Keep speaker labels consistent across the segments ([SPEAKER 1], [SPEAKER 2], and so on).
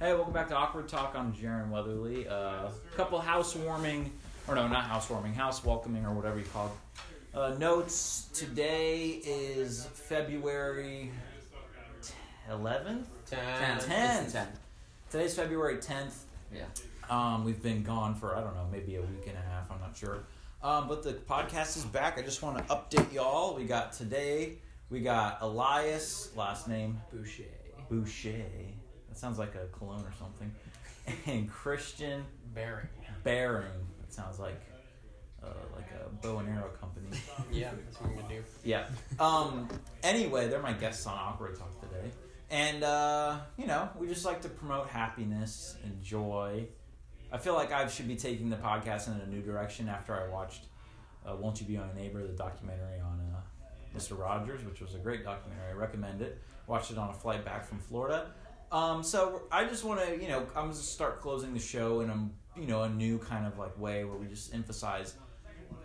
[SPEAKER 1] Hey, welcome back to Awkward Talk. I'm Jaron Weatherly. A uh, couple housewarming, or no, not housewarming, house welcoming, or whatever you call it. Uh, notes today is February 11th? Ten.
[SPEAKER 2] Ten.
[SPEAKER 1] Ten.
[SPEAKER 2] It's the ten.
[SPEAKER 1] Today's February 10th.
[SPEAKER 2] Yeah.
[SPEAKER 1] Um, we've been gone for, I don't know, maybe a week and a half. I'm not sure. Um, but the podcast is back. I just want to update y'all. We got today, we got Elias, last name
[SPEAKER 2] Boucher.
[SPEAKER 1] Boucher. That sounds like a cologne or something. And Christian
[SPEAKER 2] Barry.
[SPEAKER 1] Baring. That sounds like uh, like a bow and arrow company.
[SPEAKER 2] Yeah, that's what I'm gonna do.
[SPEAKER 1] yeah. Um. Anyway, they're my guests on Awkward Talk today, and uh, you know, we just like to promote happiness and joy. I feel like I should be taking the podcast in a new direction after I watched uh, "Won't You Be My Neighbor," the documentary on uh, Mr. Rogers, which was a great documentary. I recommend it. Watched it on a flight back from Florida. Um, so I just want to, you know, I'm going to start closing the show in a, you know, a new kind of like way where we just emphasize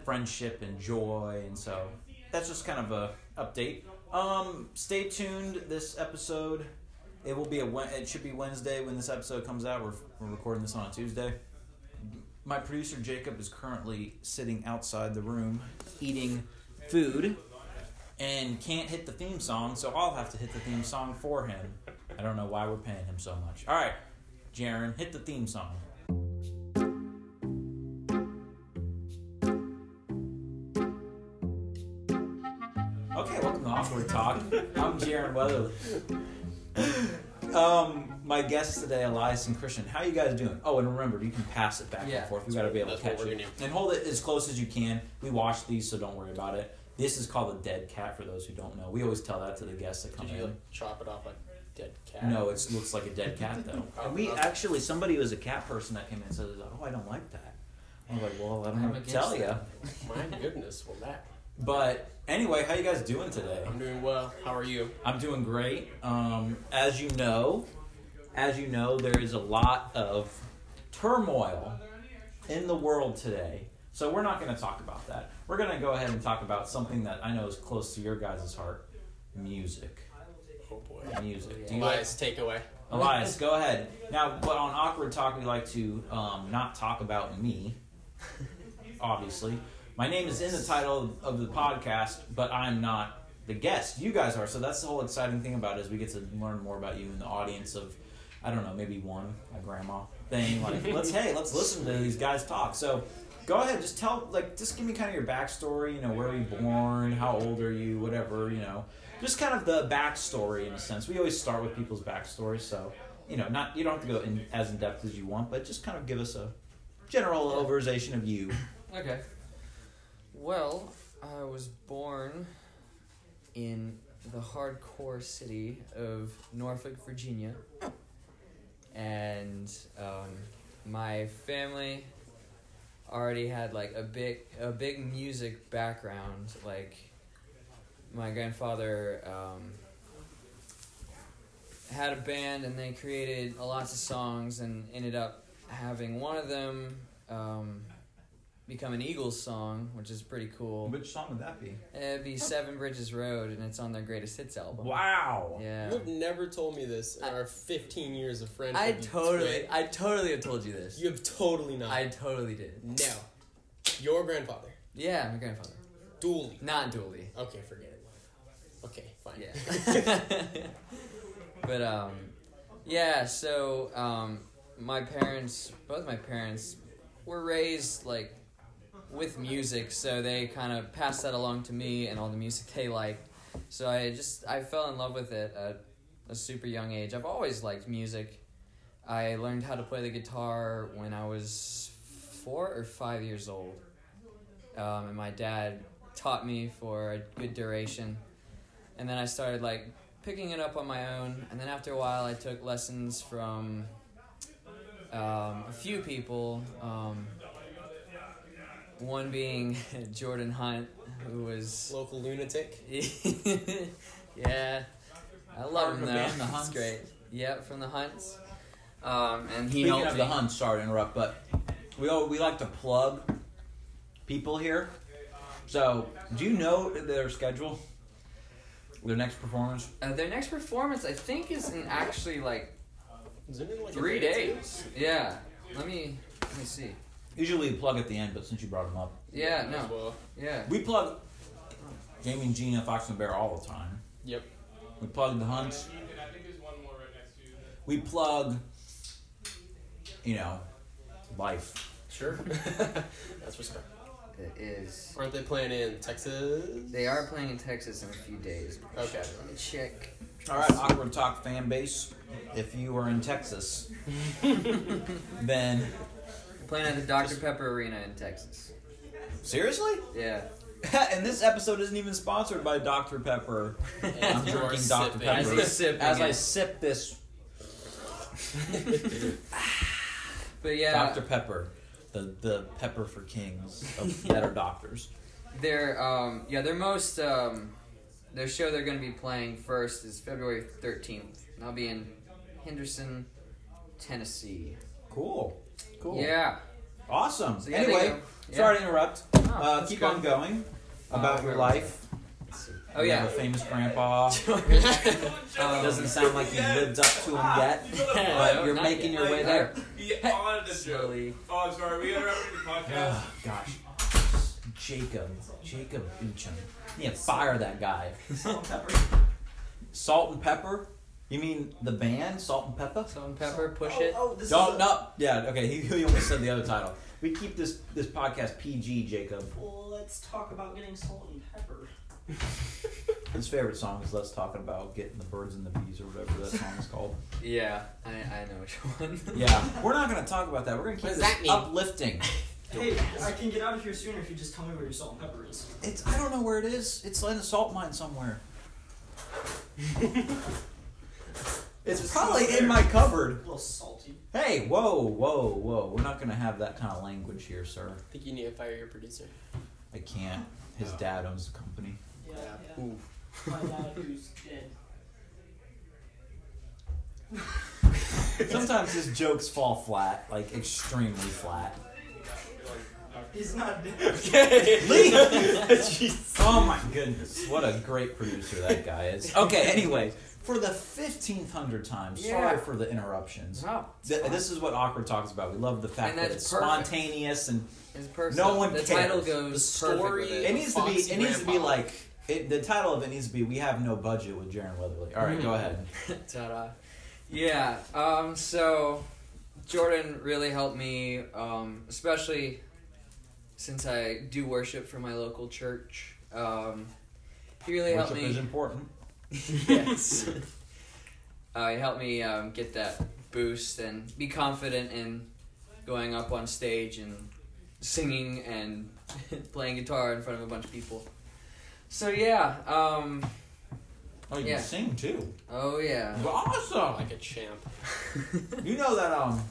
[SPEAKER 1] friendship and joy, and so that's just kind of a update. Um, stay tuned. This episode, it will be a Wed- it should be Wednesday when this episode comes out. We're, we're recording this on a Tuesday. My producer Jacob is currently sitting outside the room eating food and can't hit the theme song, so I'll have to hit the theme song for him. I don't know why we're paying him so much. All right, Jaron, hit the theme song. Okay, welcome to Awkward Talk. I'm Jaron Weatherly. Um, my guests today, Elias and Christian. How you guys doing? Oh, and remember, you can pass it back
[SPEAKER 2] Yeah,
[SPEAKER 1] and forth. We got to be able to
[SPEAKER 2] that's what
[SPEAKER 1] catch
[SPEAKER 2] we're
[SPEAKER 1] it
[SPEAKER 2] gonna
[SPEAKER 1] and hold it as close as you can. We wash these, so don't worry about it. This is called a dead cat for those who don't know. We always tell that to the guests that come
[SPEAKER 2] Did you
[SPEAKER 1] in.
[SPEAKER 2] like chop it off like dead cat?
[SPEAKER 1] No, it looks like a dead cat though. And we actually, somebody was a cat person that came in and said, "Oh, I don't like that." I was like, "Well, I don't know what to tell you."
[SPEAKER 2] My goodness. Well, that.
[SPEAKER 1] But anyway, how you guys doing today?
[SPEAKER 2] I'm doing well. How are you?
[SPEAKER 1] I'm doing great. Um, as you know, as you know, there is a lot of turmoil in the world today. So we're not going to talk about that. We're going to go ahead and talk about something that I know is close to your guys' heart: music.
[SPEAKER 2] Oh boy.
[SPEAKER 1] Music. Do you like,
[SPEAKER 2] Elias, takeaway.
[SPEAKER 1] Elias? Go ahead. Now, but on awkward talk, we like to um, not talk about me. Obviously, my name is in the title of the podcast, but I'm not the guest. You guys are. So that's the whole exciting thing about it is we get to learn more about you in the audience of, I don't know, maybe one, a grandma thing. Like, let's, hey, let's listen to these guys talk. So go ahead, just tell, like, just give me kind of your backstory, you know, where were you born, how old are you, whatever, you know. Just kind of the backstory in a sense. We always start with people's backstories, so, you know, not, you don't have to go in as in depth as you want, but just kind of give us a general overization of you.
[SPEAKER 3] Okay. Well, I was born in the hardcore city of Norfolk, Virginia. And um, my family already had like a big a big music background. Like my grandfather um, had a band and they created lots of songs and ended up having one of them um, become an Eagles song, which is pretty cool.
[SPEAKER 1] Which song would that be?
[SPEAKER 3] It'd be Seven Bridges Road, and it's on their greatest hits album.
[SPEAKER 1] Wow.
[SPEAKER 3] Yeah.
[SPEAKER 2] You've never told me this in our 15 years of friendship.
[SPEAKER 3] I
[SPEAKER 2] you
[SPEAKER 3] totally,
[SPEAKER 2] twit.
[SPEAKER 3] I totally have told you this.
[SPEAKER 2] You have totally not.
[SPEAKER 3] I totally did.
[SPEAKER 2] No. Your grandfather,
[SPEAKER 3] Yeah, my grandfather.
[SPEAKER 2] Dooley.
[SPEAKER 3] Not dually.
[SPEAKER 2] Okay, forget it. Okay, fine.
[SPEAKER 3] Yeah. but um, yeah. So um, my parents, both my parents, were raised like with music, so they kind of passed that along to me and all the music they liked. So I just I fell in love with it at a super young age. I've always liked music. I learned how to play the guitar when I was four or five years old, um, and my dad taught me for a good duration and then I started like picking it up on my own. And then after a while, I took lessons from um, a few people. Um, one being Jordan Hunt, who was
[SPEAKER 2] Local lunatic.
[SPEAKER 3] yeah, I love him
[SPEAKER 1] From the
[SPEAKER 3] though.
[SPEAKER 1] band, The
[SPEAKER 3] It's
[SPEAKER 1] Hunts?
[SPEAKER 3] great. Yep, from the Hunts. Um, and he
[SPEAKER 1] Speaking
[SPEAKER 3] helped
[SPEAKER 1] of
[SPEAKER 3] me.
[SPEAKER 1] the hunt, sorry to interrupt, but we all, we like to plug people here. So, do you know their schedule? Their next performance?
[SPEAKER 3] Uh, their next performance, I think, is in actually like
[SPEAKER 2] Is it in like a
[SPEAKER 3] Three
[SPEAKER 2] day or two?
[SPEAKER 3] days. Yeah. Let me let me see.
[SPEAKER 1] Usually we plug at the end, but since you brought them up,
[SPEAKER 3] Yeah.
[SPEAKER 2] Might as
[SPEAKER 3] No.
[SPEAKER 2] well.
[SPEAKER 3] Yeah.
[SPEAKER 1] we plug Jamie and Gina, Fox and Bear all the time.
[SPEAKER 2] Yep.
[SPEAKER 1] We plug the hunts. We plug, you know, life.
[SPEAKER 2] Sure. That's respect.
[SPEAKER 3] It is.
[SPEAKER 2] Aren't they playing in Texas?
[SPEAKER 3] They are playing in Texas in a few days.
[SPEAKER 2] Okay.
[SPEAKER 3] Let me check.
[SPEAKER 1] All right, awkward talk fan base. If you are in Texas, then
[SPEAKER 3] Playing at the Dr. Pepper Arena in Texas.
[SPEAKER 1] seriously,
[SPEAKER 3] Yeah.
[SPEAKER 1] and this episode isn't even sponsored by Dr Pepper. I'm
[SPEAKER 2] you are
[SPEAKER 1] drinking Dr
[SPEAKER 2] sipping.
[SPEAKER 1] Pepper
[SPEAKER 3] As he's sipping
[SPEAKER 1] as I
[SPEAKER 3] it.
[SPEAKER 1] sip this
[SPEAKER 3] But yeah,
[SPEAKER 1] Dr Pepper, the the pepper for kings of better doctors.
[SPEAKER 3] their um yeah, their most um their show they're gonna be playing first is February thirteenth. And I'll be in Henderson, Tennessee.
[SPEAKER 1] Cool, cool,
[SPEAKER 3] Yeah.
[SPEAKER 1] awesome.
[SPEAKER 3] So yeah, there you
[SPEAKER 1] anyway,
[SPEAKER 3] go. Yeah. Oh,
[SPEAKER 1] sorry to interrupt. uh,
[SPEAKER 3] that's
[SPEAKER 1] keep
[SPEAKER 3] good.
[SPEAKER 1] on going about your
[SPEAKER 3] Uh, where was
[SPEAKER 1] life.
[SPEAKER 3] Oh
[SPEAKER 1] You have
[SPEAKER 3] yeah.
[SPEAKER 1] a famous grandpa.
[SPEAKER 3] Um,
[SPEAKER 1] Doesn't sound like you lived up to him yet, but you're
[SPEAKER 3] not
[SPEAKER 1] making
[SPEAKER 3] yet.
[SPEAKER 1] your way there.
[SPEAKER 4] Yeah, on the show.
[SPEAKER 3] Slowly.
[SPEAKER 4] Oh, I'm sorry. We interrupted the podcast.
[SPEAKER 1] Oh, gosh. Jacob. Jacob Beecham. Yeah, fire that guy.
[SPEAKER 4] Salt and pepper.
[SPEAKER 1] Salt and Pepper? You mean the band, Salt and Pepper?
[SPEAKER 3] Salt and pepper, push it.
[SPEAKER 4] Oh, this
[SPEAKER 1] Don't, no. Yeah, okay, he, he almost said the other title. We keep this, this podcast PG, Jacob.
[SPEAKER 4] Let's talk about getting salt and pepper.
[SPEAKER 1] His favorite song is Let's Talk About Getting the Birds and the Bees or whatever that song is called.
[SPEAKER 3] Yeah, I, I know which one.
[SPEAKER 1] Yeah, we're not going to talk about that. We're going to keep
[SPEAKER 2] What
[SPEAKER 1] this
[SPEAKER 2] does that mean?
[SPEAKER 1] uplifting.
[SPEAKER 4] Hey, I can get out of here sooner if you just tell me where your salt and pepper is.
[SPEAKER 1] It's I don't know where it is. It's in a salt mine somewhere. it's probably in my
[SPEAKER 4] A
[SPEAKER 1] cupboard.
[SPEAKER 4] little salty.
[SPEAKER 1] Hey, whoa, whoa, whoa. We're not gonna have that kind of language here, sir.
[SPEAKER 2] I think you need to fire your producer.
[SPEAKER 1] I can't. His dad owns the company.
[SPEAKER 4] Yeah, yeah.
[SPEAKER 2] Ooh.
[SPEAKER 4] Find out who's dead.
[SPEAKER 1] Sometimes his jokes fall flat, like extremely flat.
[SPEAKER 4] He's not dead.
[SPEAKER 1] Lee! oh my goodness. What a great producer that guy is. Okay, anyways, for the 1500 time, sorry
[SPEAKER 3] Yeah.
[SPEAKER 1] for the interruptions.
[SPEAKER 3] Wow.
[SPEAKER 1] Th- this is what Awkward talks about. We love the fact
[SPEAKER 3] And
[SPEAKER 1] that
[SPEAKER 3] that's
[SPEAKER 1] it's
[SPEAKER 3] perfect.
[SPEAKER 1] spontaneous and
[SPEAKER 3] It's perfect.
[SPEAKER 1] No one
[SPEAKER 3] the
[SPEAKER 1] cares.
[SPEAKER 3] title goes
[SPEAKER 2] The
[SPEAKER 3] perfect with
[SPEAKER 2] story-
[SPEAKER 1] It
[SPEAKER 2] The
[SPEAKER 3] it.
[SPEAKER 1] needs to be.
[SPEAKER 2] Foxy
[SPEAKER 1] It needs to be
[SPEAKER 2] Grandpa.
[SPEAKER 1] like it, the title of it needs to be. We have no budget with Jaron Weatherly. All right, go ahead.
[SPEAKER 3] Ta-da. Yeah. Um. So, Jordan really helped me, um, especially since I do worship for my local church. Um, he really helped
[SPEAKER 1] Worship
[SPEAKER 3] me.
[SPEAKER 1] is important.
[SPEAKER 3] yes. uh, he helped me um, get that boost and be confident in going up on stage and singing and playing guitar in front of a bunch of people. So yeah. Um.
[SPEAKER 1] Oh, you
[SPEAKER 3] Yeah.
[SPEAKER 1] sing too.
[SPEAKER 3] Oh yeah.
[SPEAKER 1] Awesome.
[SPEAKER 2] Like a champ.
[SPEAKER 1] You know that um,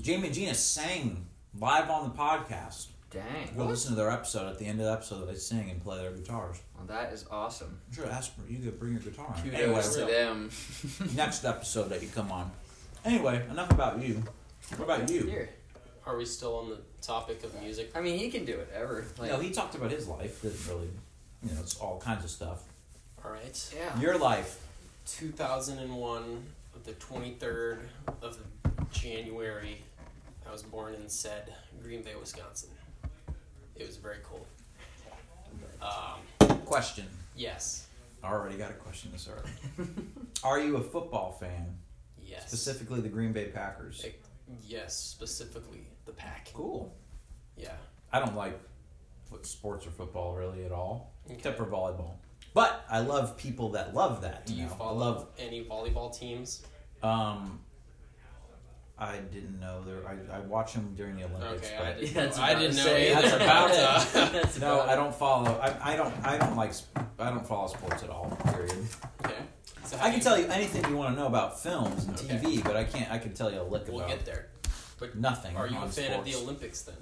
[SPEAKER 1] Jamie and Gina sang live on the podcast.
[SPEAKER 3] Dang.
[SPEAKER 1] Go listen to their episode. At the end of the episode, they sing and play their guitars.
[SPEAKER 3] Well, that is awesome.
[SPEAKER 1] I'm sure ask for you could bring your guitar. on.
[SPEAKER 3] Kudos
[SPEAKER 1] Anyway,
[SPEAKER 3] to them.
[SPEAKER 1] next episode that you come on. Anyway, enough about you. What about you?
[SPEAKER 3] Here.
[SPEAKER 2] Are we still on the topic of music?
[SPEAKER 3] I mean, he can do it ever. Like,
[SPEAKER 1] no, he talked about his life. Didn't really, you know, it's all kinds of stuff.
[SPEAKER 2] All right.
[SPEAKER 3] yeah.
[SPEAKER 1] Your life.
[SPEAKER 2] 2001, the 23rd of January, I was born in said Green Bay, Wisconsin. It was very cold. Um,
[SPEAKER 1] Question.
[SPEAKER 2] yes.
[SPEAKER 1] I already got a question this early. Are you a football fan?
[SPEAKER 2] Yes.
[SPEAKER 1] Specifically the Green Bay Packers.
[SPEAKER 2] Hey. Yes, specifically the pack.
[SPEAKER 1] Cool.
[SPEAKER 2] Yeah.
[SPEAKER 1] I don't like foot sports or football really at all,
[SPEAKER 2] Okay.
[SPEAKER 1] except for volleyball. But I love people that love that.
[SPEAKER 2] Do you
[SPEAKER 1] know?
[SPEAKER 2] follow
[SPEAKER 1] I love.
[SPEAKER 2] any volleyball teams?
[SPEAKER 1] Um, I didn't know there. I, I watch them during the Olympics.
[SPEAKER 2] Okay,
[SPEAKER 1] but
[SPEAKER 2] I didn't
[SPEAKER 3] Yeah,
[SPEAKER 2] know,
[SPEAKER 3] that's
[SPEAKER 2] I
[SPEAKER 3] about
[SPEAKER 2] didn't
[SPEAKER 3] to
[SPEAKER 2] know
[SPEAKER 3] say.
[SPEAKER 2] either.
[SPEAKER 1] That's about
[SPEAKER 2] Uh,
[SPEAKER 3] That's
[SPEAKER 1] no,
[SPEAKER 3] about
[SPEAKER 1] I don't follow. I, I don't. I don't like. sp- I don't follow sports at all. Period.
[SPEAKER 2] okay. So how
[SPEAKER 1] I
[SPEAKER 2] do
[SPEAKER 1] can tell you anything you want to know about films and
[SPEAKER 2] Okay.
[SPEAKER 1] TV, but I can't. I can tell you a lick
[SPEAKER 2] We'll
[SPEAKER 1] about
[SPEAKER 2] get there.
[SPEAKER 1] nothing.
[SPEAKER 2] Are you
[SPEAKER 1] on
[SPEAKER 2] a fan of the
[SPEAKER 1] sports.
[SPEAKER 2] Olympics then?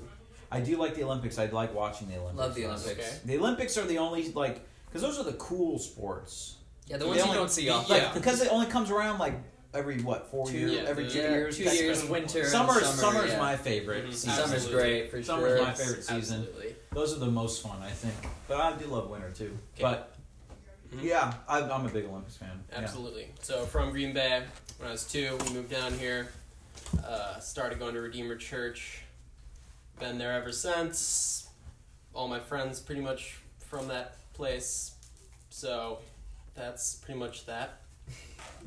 [SPEAKER 1] I do like the Olympics. I like watching the Olympics.
[SPEAKER 3] Love the Olympics.
[SPEAKER 2] Okay.
[SPEAKER 1] The Olympics are the only like because those are the cool sports.
[SPEAKER 3] Yeah, the
[SPEAKER 1] They
[SPEAKER 3] ones you
[SPEAKER 1] only-
[SPEAKER 3] don't see often.
[SPEAKER 1] Like
[SPEAKER 2] Yeah.
[SPEAKER 1] because it only comes around like every what four
[SPEAKER 2] Two-
[SPEAKER 1] years,
[SPEAKER 2] yeah,
[SPEAKER 1] every
[SPEAKER 2] the-
[SPEAKER 1] two
[SPEAKER 3] Yeah,
[SPEAKER 1] years.
[SPEAKER 3] two
[SPEAKER 2] That's
[SPEAKER 3] years,
[SPEAKER 2] been-
[SPEAKER 3] winter,
[SPEAKER 1] Summer's
[SPEAKER 3] and summer,
[SPEAKER 1] summer's
[SPEAKER 3] yeah.
[SPEAKER 1] my favorite.
[SPEAKER 2] Mhm.
[SPEAKER 1] season.
[SPEAKER 3] Summer's
[SPEAKER 2] Absolutely.
[SPEAKER 3] great for
[SPEAKER 1] Summer's
[SPEAKER 3] sure.
[SPEAKER 1] my favorite season.
[SPEAKER 2] Absolutely.
[SPEAKER 1] Those are the most fun, I think. But I do love winter too.
[SPEAKER 2] Okay.
[SPEAKER 1] But
[SPEAKER 2] Mhm.
[SPEAKER 1] Yeah, I, I'm a big Olympus fan. Yeah.
[SPEAKER 2] Absolutely. So from Green Bay, when I was two, we moved down here. Uh, started going to Redeemer Church. Been there ever since. All my friends pretty much from that place. So that's pretty much that.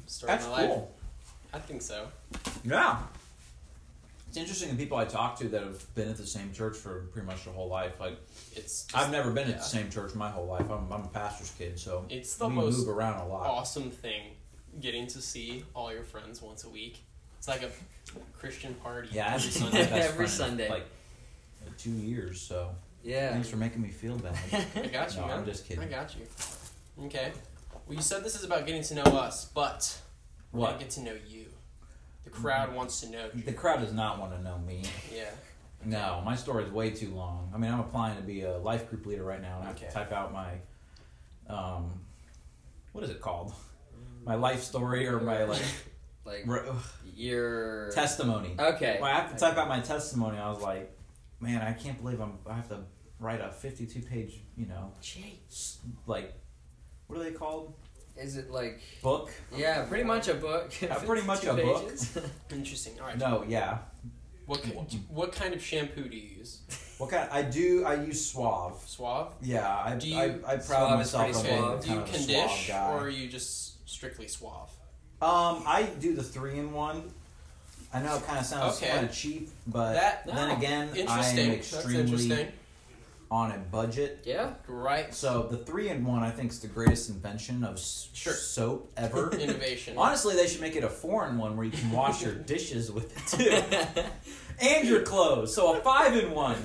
[SPEAKER 2] Story
[SPEAKER 1] That's
[SPEAKER 2] of my life.
[SPEAKER 1] cool.
[SPEAKER 2] I think so.
[SPEAKER 1] Yeah. It's interesting the people I talk to that have been at the same church for pretty much their whole life. Like
[SPEAKER 2] It's just,
[SPEAKER 1] I've never been at
[SPEAKER 2] yeah.
[SPEAKER 1] the same church my whole life. I'm, I'm a pastor's kid, so
[SPEAKER 2] It's the
[SPEAKER 1] we
[SPEAKER 2] most
[SPEAKER 1] move around a lot.
[SPEAKER 2] awesome thing getting to see all your friends once a week. It's like a Christian party
[SPEAKER 1] Yeah,
[SPEAKER 2] every
[SPEAKER 1] every Sunday.
[SPEAKER 2] Sunday.
[SPEAKER 1] Best
[SPEAKER 3] Every
[SPEAKER 1] friend,
[SPEAKER 3] Sunday.
[SPEAKER 1] Like two years, so
[SPEAKER 3] Yeah.
[SPEAKER 1] thanks for making me feel bad.
[SPEAKER 2] I got you,
[SPEAKER 1] no,
[SPEAKER 2] man.
[SPEAKER 1] I'm just kidding.
[SPEAKER 2] I got you. Okay. Well, you said this is about getting to know us, but we
[SPEAKER 1] what? Mm-hmm.
[SPEAKER 2] get to know you. The crowd wants to know you.
[SPEAKER 1] The crowd does not want to know me.
[SPEAKER 2] Yeah.
[SPEAKER 1] No, my story is way too long. I mean, I'm applying to be a life group leader right now, and I have
[SPEAKER 2] Okay.
[SPEAKER 1] to type out my, um, what is it called? My life story or my like
[SPEAKER 3] Like
[SPEAKER 1] re-
[SPEAKER 3] your
[SPEAKER 1] testimony.
[SPEAKER 3] Okay.
[SPEAKER 1] When I have to type out my testimony, I was like, man, I can't believe I'm. I have to write a 52 page, you know, s- like, what are they called?
[SPEAKER 3] Is it like
[SPEAKER 1] Book?
[SPEAKER 3] yeah, pretty much a book.
[SPEAKER 1] Yeah, pretty much
[SPEAKER 3] Two
[SPEAKER 1] a book.
[SPEAKER 3] pages.
[SPEAKER 2] Interesting. All right.
[SPEAKER 1] No, yeah.
[SPEAKER 2] What ki- what kind of shampoo do you use?
[SPEAKER 1] What kind? I do. I use Suave.
[SPEAKER 2] Suave.
[SPEAKER 1] Yeah, I
[SPEAKER 2] Do
[SPEAKER 1] I,
[SPEAKER 2] you-
[SPEAKER 1] I
[SPEAKER 3] Suave
[SPEAKER 1] proud
[SPEAKER 3] is
[SPEAKER 1] myself
[SPEAKER 3] pretty
[SPEAKER 1] on
[SPEAKER 3] Suave.
[SPEAKER 1] being
[SPEAKER 2] Do
[SPEAKER 1] kind
[SPEAKER 2] you
[SPEAKER 1] of a Suave
[SPEAKER 2] condish
[SPEAKER 1] guy.
[SPEAKER 2] or are you just strictly suave?
[SPEAKER 1] Um, I do the three in one. I know it kind of sounds
[SPEAKER 2] Okay.
[SPEAKER 1] kind of cheap, but
[SPEAKER 2] That-
[SPEAKER 1] then
[SPEAKER 2] no.
[SPEAKER 1] again, I
[SPEAKER 2] Interesting.
[SPEAKER 1] am
[SPEAKER 2] That's
[SPEAKER 1] extremely
[SPEAKER 2] interesting.
[SPEAKER 1] on a budget.
[SPEAKER 3] yeah.
[SPEAKER 2] Right.
[SPEAKER 1] So the three in one, I think, is the greatest invention of s-
[SPEAKER 2] Sure.
[SPEAKER 1] soap ever.
[SPEAKER 2] Innovation.
[SPEAKER 1] Honestly, they should make it a foreign one where you can wash your dishes with it too, and your clothes. So a five in one.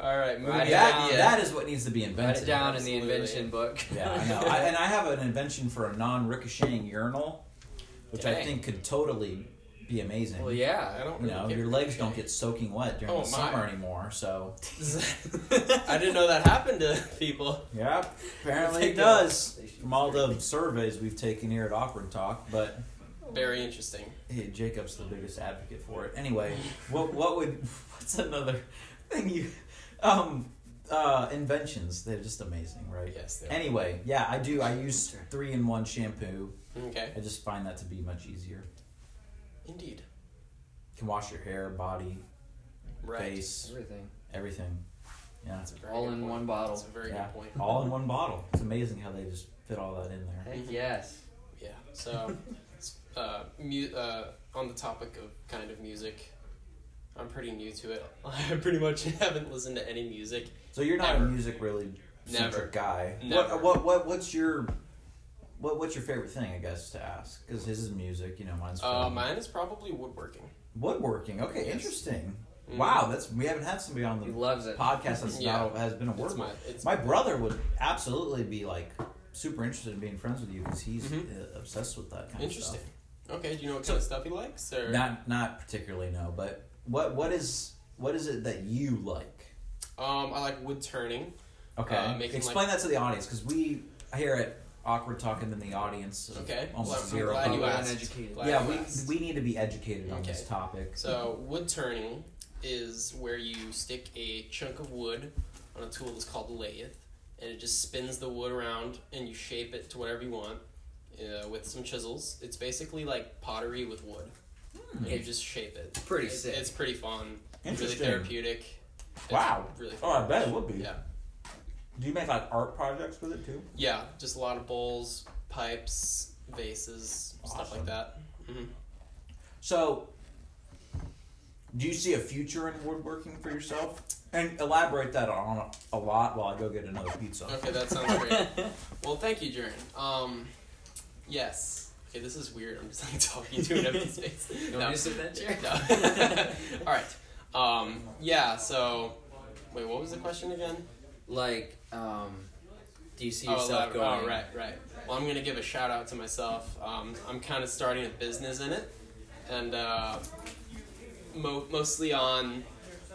[SPEAKER 2] All right. Moving
[SPEAKER 3] Write it
[SPEAKER 1] that
[SPEAKER 3] down.
[SPEAKER 2] idea.
[SPEAKER 1] that is what needs to be
[SPEAKER 3] Write
[SPEAKER 1] invented.
[SPEAKER 3] it down in the
[SPEAKER 2] Absolutely.
[SPEAKER 3] invention book.
[SPEAKER 1] Yeah, I know. I, and I have an invention for a non ricocheting urinal, which I
[SPEAKER 3] Dang.
[SPEAKER 1] think could totally be amazing.
[SPEAKER 3] well,
[SPEAKER 2] I
[SPEAKER 3] yeah.
[SPEAKER 2] don't
[SPEAKER 1] you
[SPEAKER 2] really
[SPEAKER 1] know,
[SPEAKER 2] get
[SPEAKER 1] your legs don't get soaking wet during
[SPEAKER 2] Oh,
[SPEAKER 1] the
[SPEAKER 2] my.
[SPEAKER 1] summer anymore. So
[SPEAKER 2] I didn't know that happened to people.
[SPEAKER 1] yeah, apparently it
[SPEAKER 2] Ridiculous.
[SPEAKER 1] does. From all the surveys we've taken here at Awkward Talk, but
[SPEAKER 2] Very interesting.
[SPEAKER 1] hey, Jacob's the biggest advocate for it. Anyway, what what would what's another thing you um uh inventions? They're just amazing, right?
[SPEAKER 2] Yes. They are.
[SPEAKER 1] Anyway, yeah, I do. I use three in one shampoo.
[SPEAKER 2] Okay.
[SPEAKER 1] I just find that to be much easier.
[SPEAKER 2] Indeed.
[SPEAKER 1] You can wash your hair, body,
[SPEAKER 2] Right.
[SPEAKER 1] face,
[SPEAKER 3] Everything.
[SPEAKER 1] everything. Yeah.
[SPEAKER 2] That's a very
[SPEAKER 3] All
[SPEAKER 2] good
[SPEAKER 3] in
[SPEAKER 2] point.
[SPEAKER 3] one bottle.
[SPEAKER 2] That's a very
[SPEAKER 1] Yeah.
[SPEAKER 2] good point.
[SPEAKER 1] All in one bottle. It's amazing how they just fit all that in there.
[SPEAKER 3] Heck yes.
[SPEAKER 2] Yeah. So, uh, mu- uh, on the topic of kind of music, I'm pretty new to it. I pretty much haven't listened to any music.
[SPEAKER 1] So you're not
[SPEAKER 2] Never.
[SPEAKER 1] a music really
[SPEAKER 2] Never.
[SPEAKER 1] centric guy.
[SPEAKER 2] Never.
[SPEAKER 1] What, what what what's your what what's your favorite thing? I guess to ask because his is music. You know, mine's
[SPEAKER 2] Uh,
[SPEAKER 1] film.
[SPEAKER 2] mine is probably woodworking.
[SPEAKER 1] woodworking. Okay,
[SPEAKER 2] Yes.
[SPEAKER 1] interesting.
[SPEAKER 2] Mhm.
[SPEAKER 1] Wow, that's we haven't had somebody on
[SPEAKER 3] He
[SPEAKER 1] the
[SPEAKER 3] loves it.
[SPEAKER 1] podcast that's
[SPEAKER 2] Yeah.
[SPEAKER 1] not has been a
[SPEAKER 2] It's
[SPEAKER 1] woodworker.
[SPEAKER 2] my, it's
[SPEAKER 1] My brother would absolutely be like super interested in being friends with you because he's uh, obsessed with that kind
[SPEAKER 2] Mm-hmm. interesting.
[SPEAKER 1] of stuff.
[SPEAKER 2] Okay, do you know what kind of stuff he likes? Or
[SPEAKER 1] Not not particularly no, but what what is what is it that you like?
[SPEAKER 2] um, I like wood turning.
[SPEAKER 1] Okay.
[SPEAKER 2] Uh, making,
[SPEAKER 1] Explain that to the audience because we here at Awkward Talking in the audience of
[SPEAKER 2] Okay,
[SPEAKER 1] almost
[SPEAKER 2] well, I'm
[SPEAKER 1] zero.
[SPEAKER 2] glad you
[SPEAKER 1] people.
[SPEAKER 2] asked.
[SPEAKER 3] uneducated.
[SPEAKER 2] Glad
[SPEAKER 1] yeah,
[SPEAKER 2] you
[SPEAKER 1] we,
[SPEAKER 2] asked.
[SPEAKER 1] we need to be educated on
[SPEAKER 2] Okay.
[SPEAKER 1] this topic.
[SPEAKER 2] So wood turning is where you stick a chunk of wood on a tool that's called a lathe, and it just spins the wood around, and you shape it to whatever you want uh, with some chisels. It's basically like pottery with wood.
[SPEAKER 1] Hmm.
[SPEAKER 2] And you just shape it.
[SPEAKER 3] Pretty
[SPEAKER 2] It-
[SPEAKER 3] sick.
[SPEAKER 2] It's pretty fun. Really
[SPEAKER 1] Interesting.
[SPEAKER 2] therapeutic. It's
[SPEAKER 1] Wow.
[SPEAKER 2] Really
[SPEAKER 1] oh,
[SPEAKER 2] fun.
[SPEAKER 1] I bet it would be.
[SPEAKER 2] Yeah.
[SPEAKER 1] Do you make like art projects with it too?
[SPEAKER 2] Yeah. Just a lot of bowls, pipes, vases, stuff like
[SPEAKER 1] Awesome.
[SPEAKER 2] that.
[SPEAKER 1] So, do you see a future in woodworking for yourself? And elaborate that on a, a lot while I go get another pizza.
[SPEAKER 2] Okay, that sounds great. well, thank you, Jaren. Um, yes. Okay, this is weird. I'm just like talking to an empty space.
[SPEAKER 3] You want me to sit in that chair?
[SPEAKER 2] No. All right. Um, yeah. So, wait. What was the question again?
[SPEAKER 3] like, um, do you see
[SPEAKER 2] oh,
[SPEAKER 3] yourself
[SPEAKER 2] lab-
[SPEAKER 3] going?
[SPEAKER 2] oh, right, right. Well, I'm gonna give a shout out to myself. Um, I'm kind of starting a business in it, and uh, mo- mostly on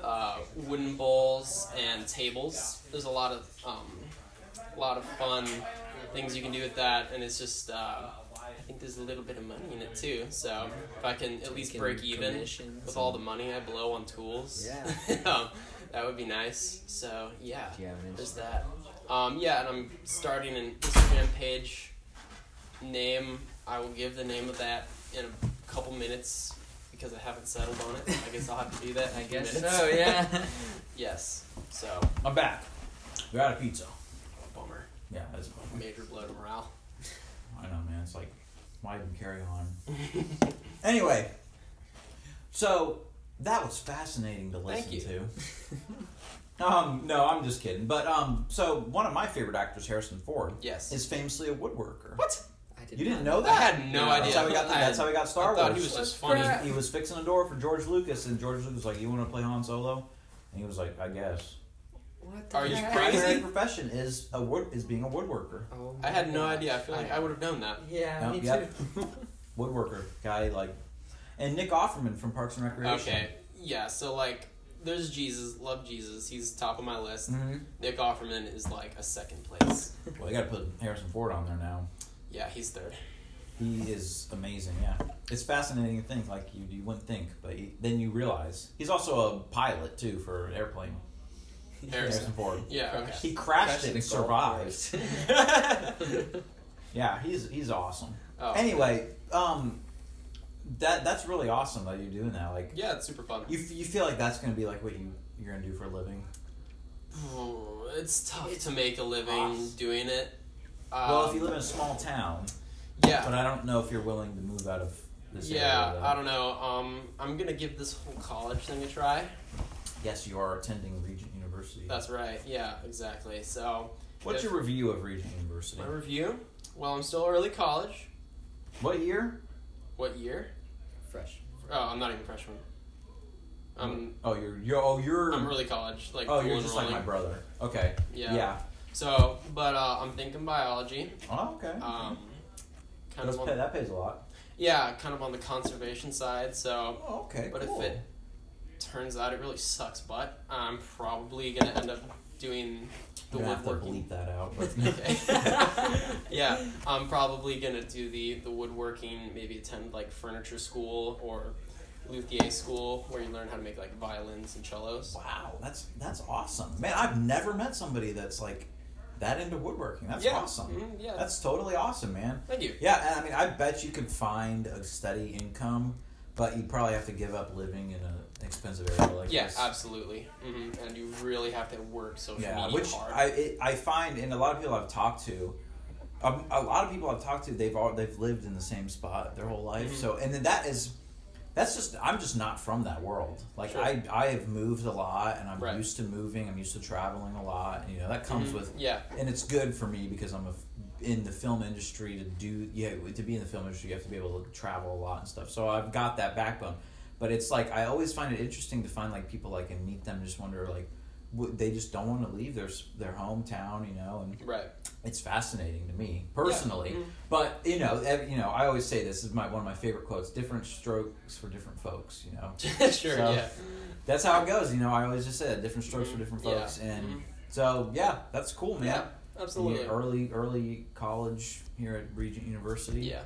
[SPEAKER 2] uh, wooden bowls and tables. There's a lot of um, a lot of fun things you can do with that, and it's just. Uh, I think there's a little bit of money in it too, so if I can at least
[SPEAKER 3] Taking
[SPEAKER 2] break even
[SPEAKER 3] commissions
[SPEAKER 2] with all the money I blow on tools,
[SPEAKER 3] Yeah.
[SPEAKER 2] um, that would be nice. So yeah,
[SPEAKER 3] Do you have an
[SPEAKER 2] there's that. Um, yeah, and I'm starting an Instagram page name. I will give the name of that in a couple minutes because I haven't settled on it. I guess I'll have to do that. In
[SPEAKER 3] I
[SPEAKER 2] a few
[SPEAKER 3] guess
[SPEAKER 2] minutes.
[SPEAKER 3] so. Yeah.
[SPEAKER 2] yes. So
[SPEAKER 1] I'm back. We're out of pizza.
[SPEAKER 2] bummer.
[SPEAKER 1] Yeah, that's fun.
[SPEAKER 2] Major blow to morale.
[SPEAKER 1] I know, man. It's like, why even carry on? anyway, so that was fascinating to listen
[SPEAKER 2] Thank you.
[SPEAKER 1] to. um, no, I'm just kidding. But um, so one of my favorite actors, Harrison Ford,
[SPEAKER 2] Yes.
[SPEAKER 1] is famously a woodworker.
[SPEAKER 2] what?
[SPEAKER 3] I did
[SPEAKER 1] You didn't
[SPEAKER 3] not-
[SPEAKER 1] know
[SPEAKER 2] I
[SPEAKER 1] that?
[SPEAKER 2] had no
[SPEAKER 3] No.
[SPEAKER 1] That's
[SPEAKER 2] idea.
[SPEAKER 1] how we got. The,
[SPEAKER 2] I
[SPEAKER 1] that's
[SPEAKER 2] had-
[SPEAKER 1] how we got Star
[SPEAKER 2] I thought
[SPEAKER 1] Wars.
[SPEAKER 2] he was just funny.
[SPEAKER 3] Crap.
[SPEAKER 1] He was fixing a door for George Lucas, and George Lucas was like, "You want to play Han Solo?" And he was like, "I guess."
[SPEAKER 3] What
[SPEAKER 2] Are you
[SPEAKER 3] heck?
[SPEAKER 2] crazy?
[SPEAKER 1] Primary profession is a wood is being a woodworker.
[SPEAKER 3] Oh
[SPEAKER 2] I had
[SPEAKER 3] my
[SPEAKER 2] no
[SPEAKER 3] gosh.
[SPEAKER 2] idea. I feel like I would have known that.
[SPEAKER 3] Yeah,
[SPEAKER 1] Yep,
[SPEAKER 3] me
[SPEAKER 1] yep.
[SPEAKER 3] too.
[SPEAKER 1] Woodworker guy, like, and Nick Offerman from Parks and Recreation.
[SPEAKER 2] Okay. Yeah. So like, there's Jesus. Love Jesus. He's top of my list.
[SPEAKER 1] hmm
[SPEAKER 2] Nick Offerman is like a second place.
[SPEAKER 1] Well, they got to put Harrison Ford on there now.
[SPEAKER 2] Yeah, he's third.
[SPEAKER 1] He is amazing. Yeah, it's fascinating to think. Like you, you wouldn't think, but you, then you realize he's also a pilot too for an airplane. Harrison
[SPEAKER 2] Harrison.
[SPEAKER 1] Ford.
[SPEAKER 2] Yeah. Okay.
[SPEAKER 1] He crashed
[SPEAKER 3] Crashed
[SPEAKER 1] it
[SPEAKER 3] the
[SPEAKER 1] and
[SPEAKER 3] golf
[SPEAKER 1] survived. Yeah, he's he's awesome.
[SPEAKER 2] oh,
[SPEAKER 1] Anyway, um, that that's really awesome that you're doing that. Like,
[SPEAKER 2] Yeah, it's super fun.
[SPEAKER 1] you f- you feel like that's gonna be like what you you're gonna do for a living.
[SPEAKER 2] Ooh, It's tough to make a living
[SPEAKER 1] Awesome.
[SPEAKER 2] doing it. Um,
[SPEAKER 1] well, if you live in a small town, but
[SPEAKER 2] yeah,
[SPEAKER 1] I don't know if you're willing to move out of this area.
[SPEAKER 2] yeah,
[SPEAKER 1] though.
[SPEAKER 2] I don't know. Um, I'm gonna give this whole college thing a try.
[SPEAKER 1] Yes, you are attending Regent University.
[SPEAKER 2] That's right. Yeah, exactly. So
[SPEAKER 1] What's
[SPEAKER 2] if-
[SPEAKER 1] your review of Regent University?
[SPEAKER 2] my review. Well, I'm still early college.
[SPEAKER 1] What year?
[SPEAKER 2] What year?
[SPEAKER 3] Fresh.
[SPEAKER 2] Oh, I'm not even freshman. I'm
[SPEAKER 1] Oh, you're you're oh you're
[SPEAKER 2] I'm early college. Like
[SPEAKER 1] oh
[SPEAKER 2] dual
[SPEAKER 1] you're just like my
[SPEAKER 2] enrolling.
[SPEAKER 1] brother. Okay.
[SPEAKER 2] Yeah. So, but uh, I'm thinking biology.
[SPEAKER 1] Oh, okay.
[SPEAKER 2] Um, kind
[SPEAKER 1] That's
[SPEAKER 2] of on,
[SPEAKER 1] pay, that pays a lot.
[SPEAKER 2] yeah, kind of on the conservation side. So
[SPEAKER 1] Oh, okay.
[SPEAKER 2] But
[SPEAKER 1] cool.
[SPEAKER 2] if it turns out it really sucks, but I'm probably gonna end up doing the
[SPEAKER 1] You're gonna have to
[SPEAKER 2] woodworking.
[SPEAKER 1] bleep that out. But
[SPEAKER 2] Okay. yeah, I'm probably gonna do the the woodworking. Maybe attend like furniture school or luthier school, where you learn how to make like violins and cellos.
[SPEAKER 1] Wow, that's that's awesome, man. I've never met somebody that's like that into woodworking. That's
[SPEAKER 2] Yeah.
[SPEAKER 1] awesome.
[SPEAKER 2] Mhm, yeah.
[SPEAKER 1] That's totally awesome, man.
[SPEAKER 2] Thank you.
[SPEAKER 1] Yeah, and I mean, I bet you could find a steady income, but you probably have to give up living in an expensive area like
[SPEAKER 2] Yeah,
[SPEAKER 1] this.
[SPEAKER 2] absolutely. hmm And you really have to work social
[SPEAKER 1] yeah,
[SPEAKER 2] media
[SPEAKER 1] which
[SPEAKER 2] hard.
[SPEAKER 1] I it, I find, and a lot of people I've talked to, um, a lot of people I've talked to, they've all they've lived in the same spot their whole life.
[SPEAKER 2] Mhm.
[SPEAKER 1] So, and then that is, that's just I'm just not from that world. Like
[SPEAKER 2] Sure.
[SPEAKER 1] I I have moved a lot, and I'm
[SPEAKER 2] Right.
[SPEAKER 1] used to moving. I'm used to traveling a lot, and you know that comes
[SPEAKER 2] Mhm,
[SPEAKER 1] with,
[SPEAKER 2] yeah,
[SPEAKER 1] and it's good for me because I'm a f in the film industry to do yeah to be in the film industry you have to be able to travel a lot and stuff. So I've got that backbone, but it's like I always find it interesting to find like people like and meet them and just wonder like w- they just don't want to leave their s- their hometown, you know, and
[SPEAKER 2] right.
[SPEAKER 1] it's fascinating to me personally.
[SPEAKER 2] Yeah. Mhm.
[SPEAKER 1] But you know, ev- you know, I always say this is my one of my favorite quotes: "Different strokes for different folks." You know,
[SPEAKER 2] mm-hmm. sure.
[SPEAKER 1] So-
[SPEAKER 2] yeah.
[SPEAKER 1] that's how it goes. You know, I always just said different strokes for different
[SPEAKER 2] Mm-hmm. Yeah.
[SPEAKER 1] folks, and
[SPEAKER 2] Mhm.
[SPEAKER 1] so yeah, that's cool, man.
[SPEAKER 2] Yeah. Absolutely.
[SPEAKER 1] Yeah, Early, early college here at Regent University.
[SPEAKER 2] Yeah.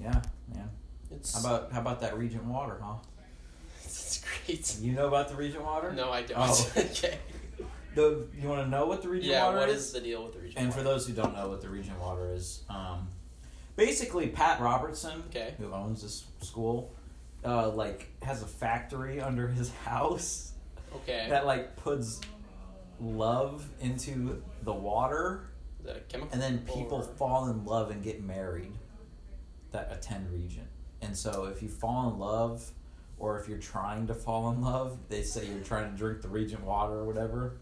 [SPEAKER 1] yeah, man.
[SPEAKER 2] It's
[SPEAKER 1] How about how about that Regent water, huh?
[SPEAKER 2] it's great.
[SPEAKER 1] You know about the Regent water?
[SPEAKER 2] No, I don't.
[SPEAKER 1] Oh.
[SPEAKER 2] okay.
[SPEAKER 1] The you want to know what the Regent
[SPEAKER 2] Yeah,
[SPEAKER 1] water
[SPEAKER 2] what
[SPEAKER 1] is?
[SPEAKER 2] is the deal with the region?
[SPEAKER 1] And for those who don't know what the Regent Water is, um, basically Pat Robertson,
[SPEAKER 2] Okay.
[SPEAKER 1] who owns this school, uh, like has a factory under his house
[SPEAKER 2] Okay.
[SPEAKER 1] that like puts love into the water,
[SPEAKER 2] Is that a chemical?
[SPEAKER 1] and then people
[SPEAKER 2] or-
[SPEAKER 1] fall in love and get married that attend Regent. And so if you fall in love, or if you're trying to fall in love, they say you're trying to drink the Regent water or whatever.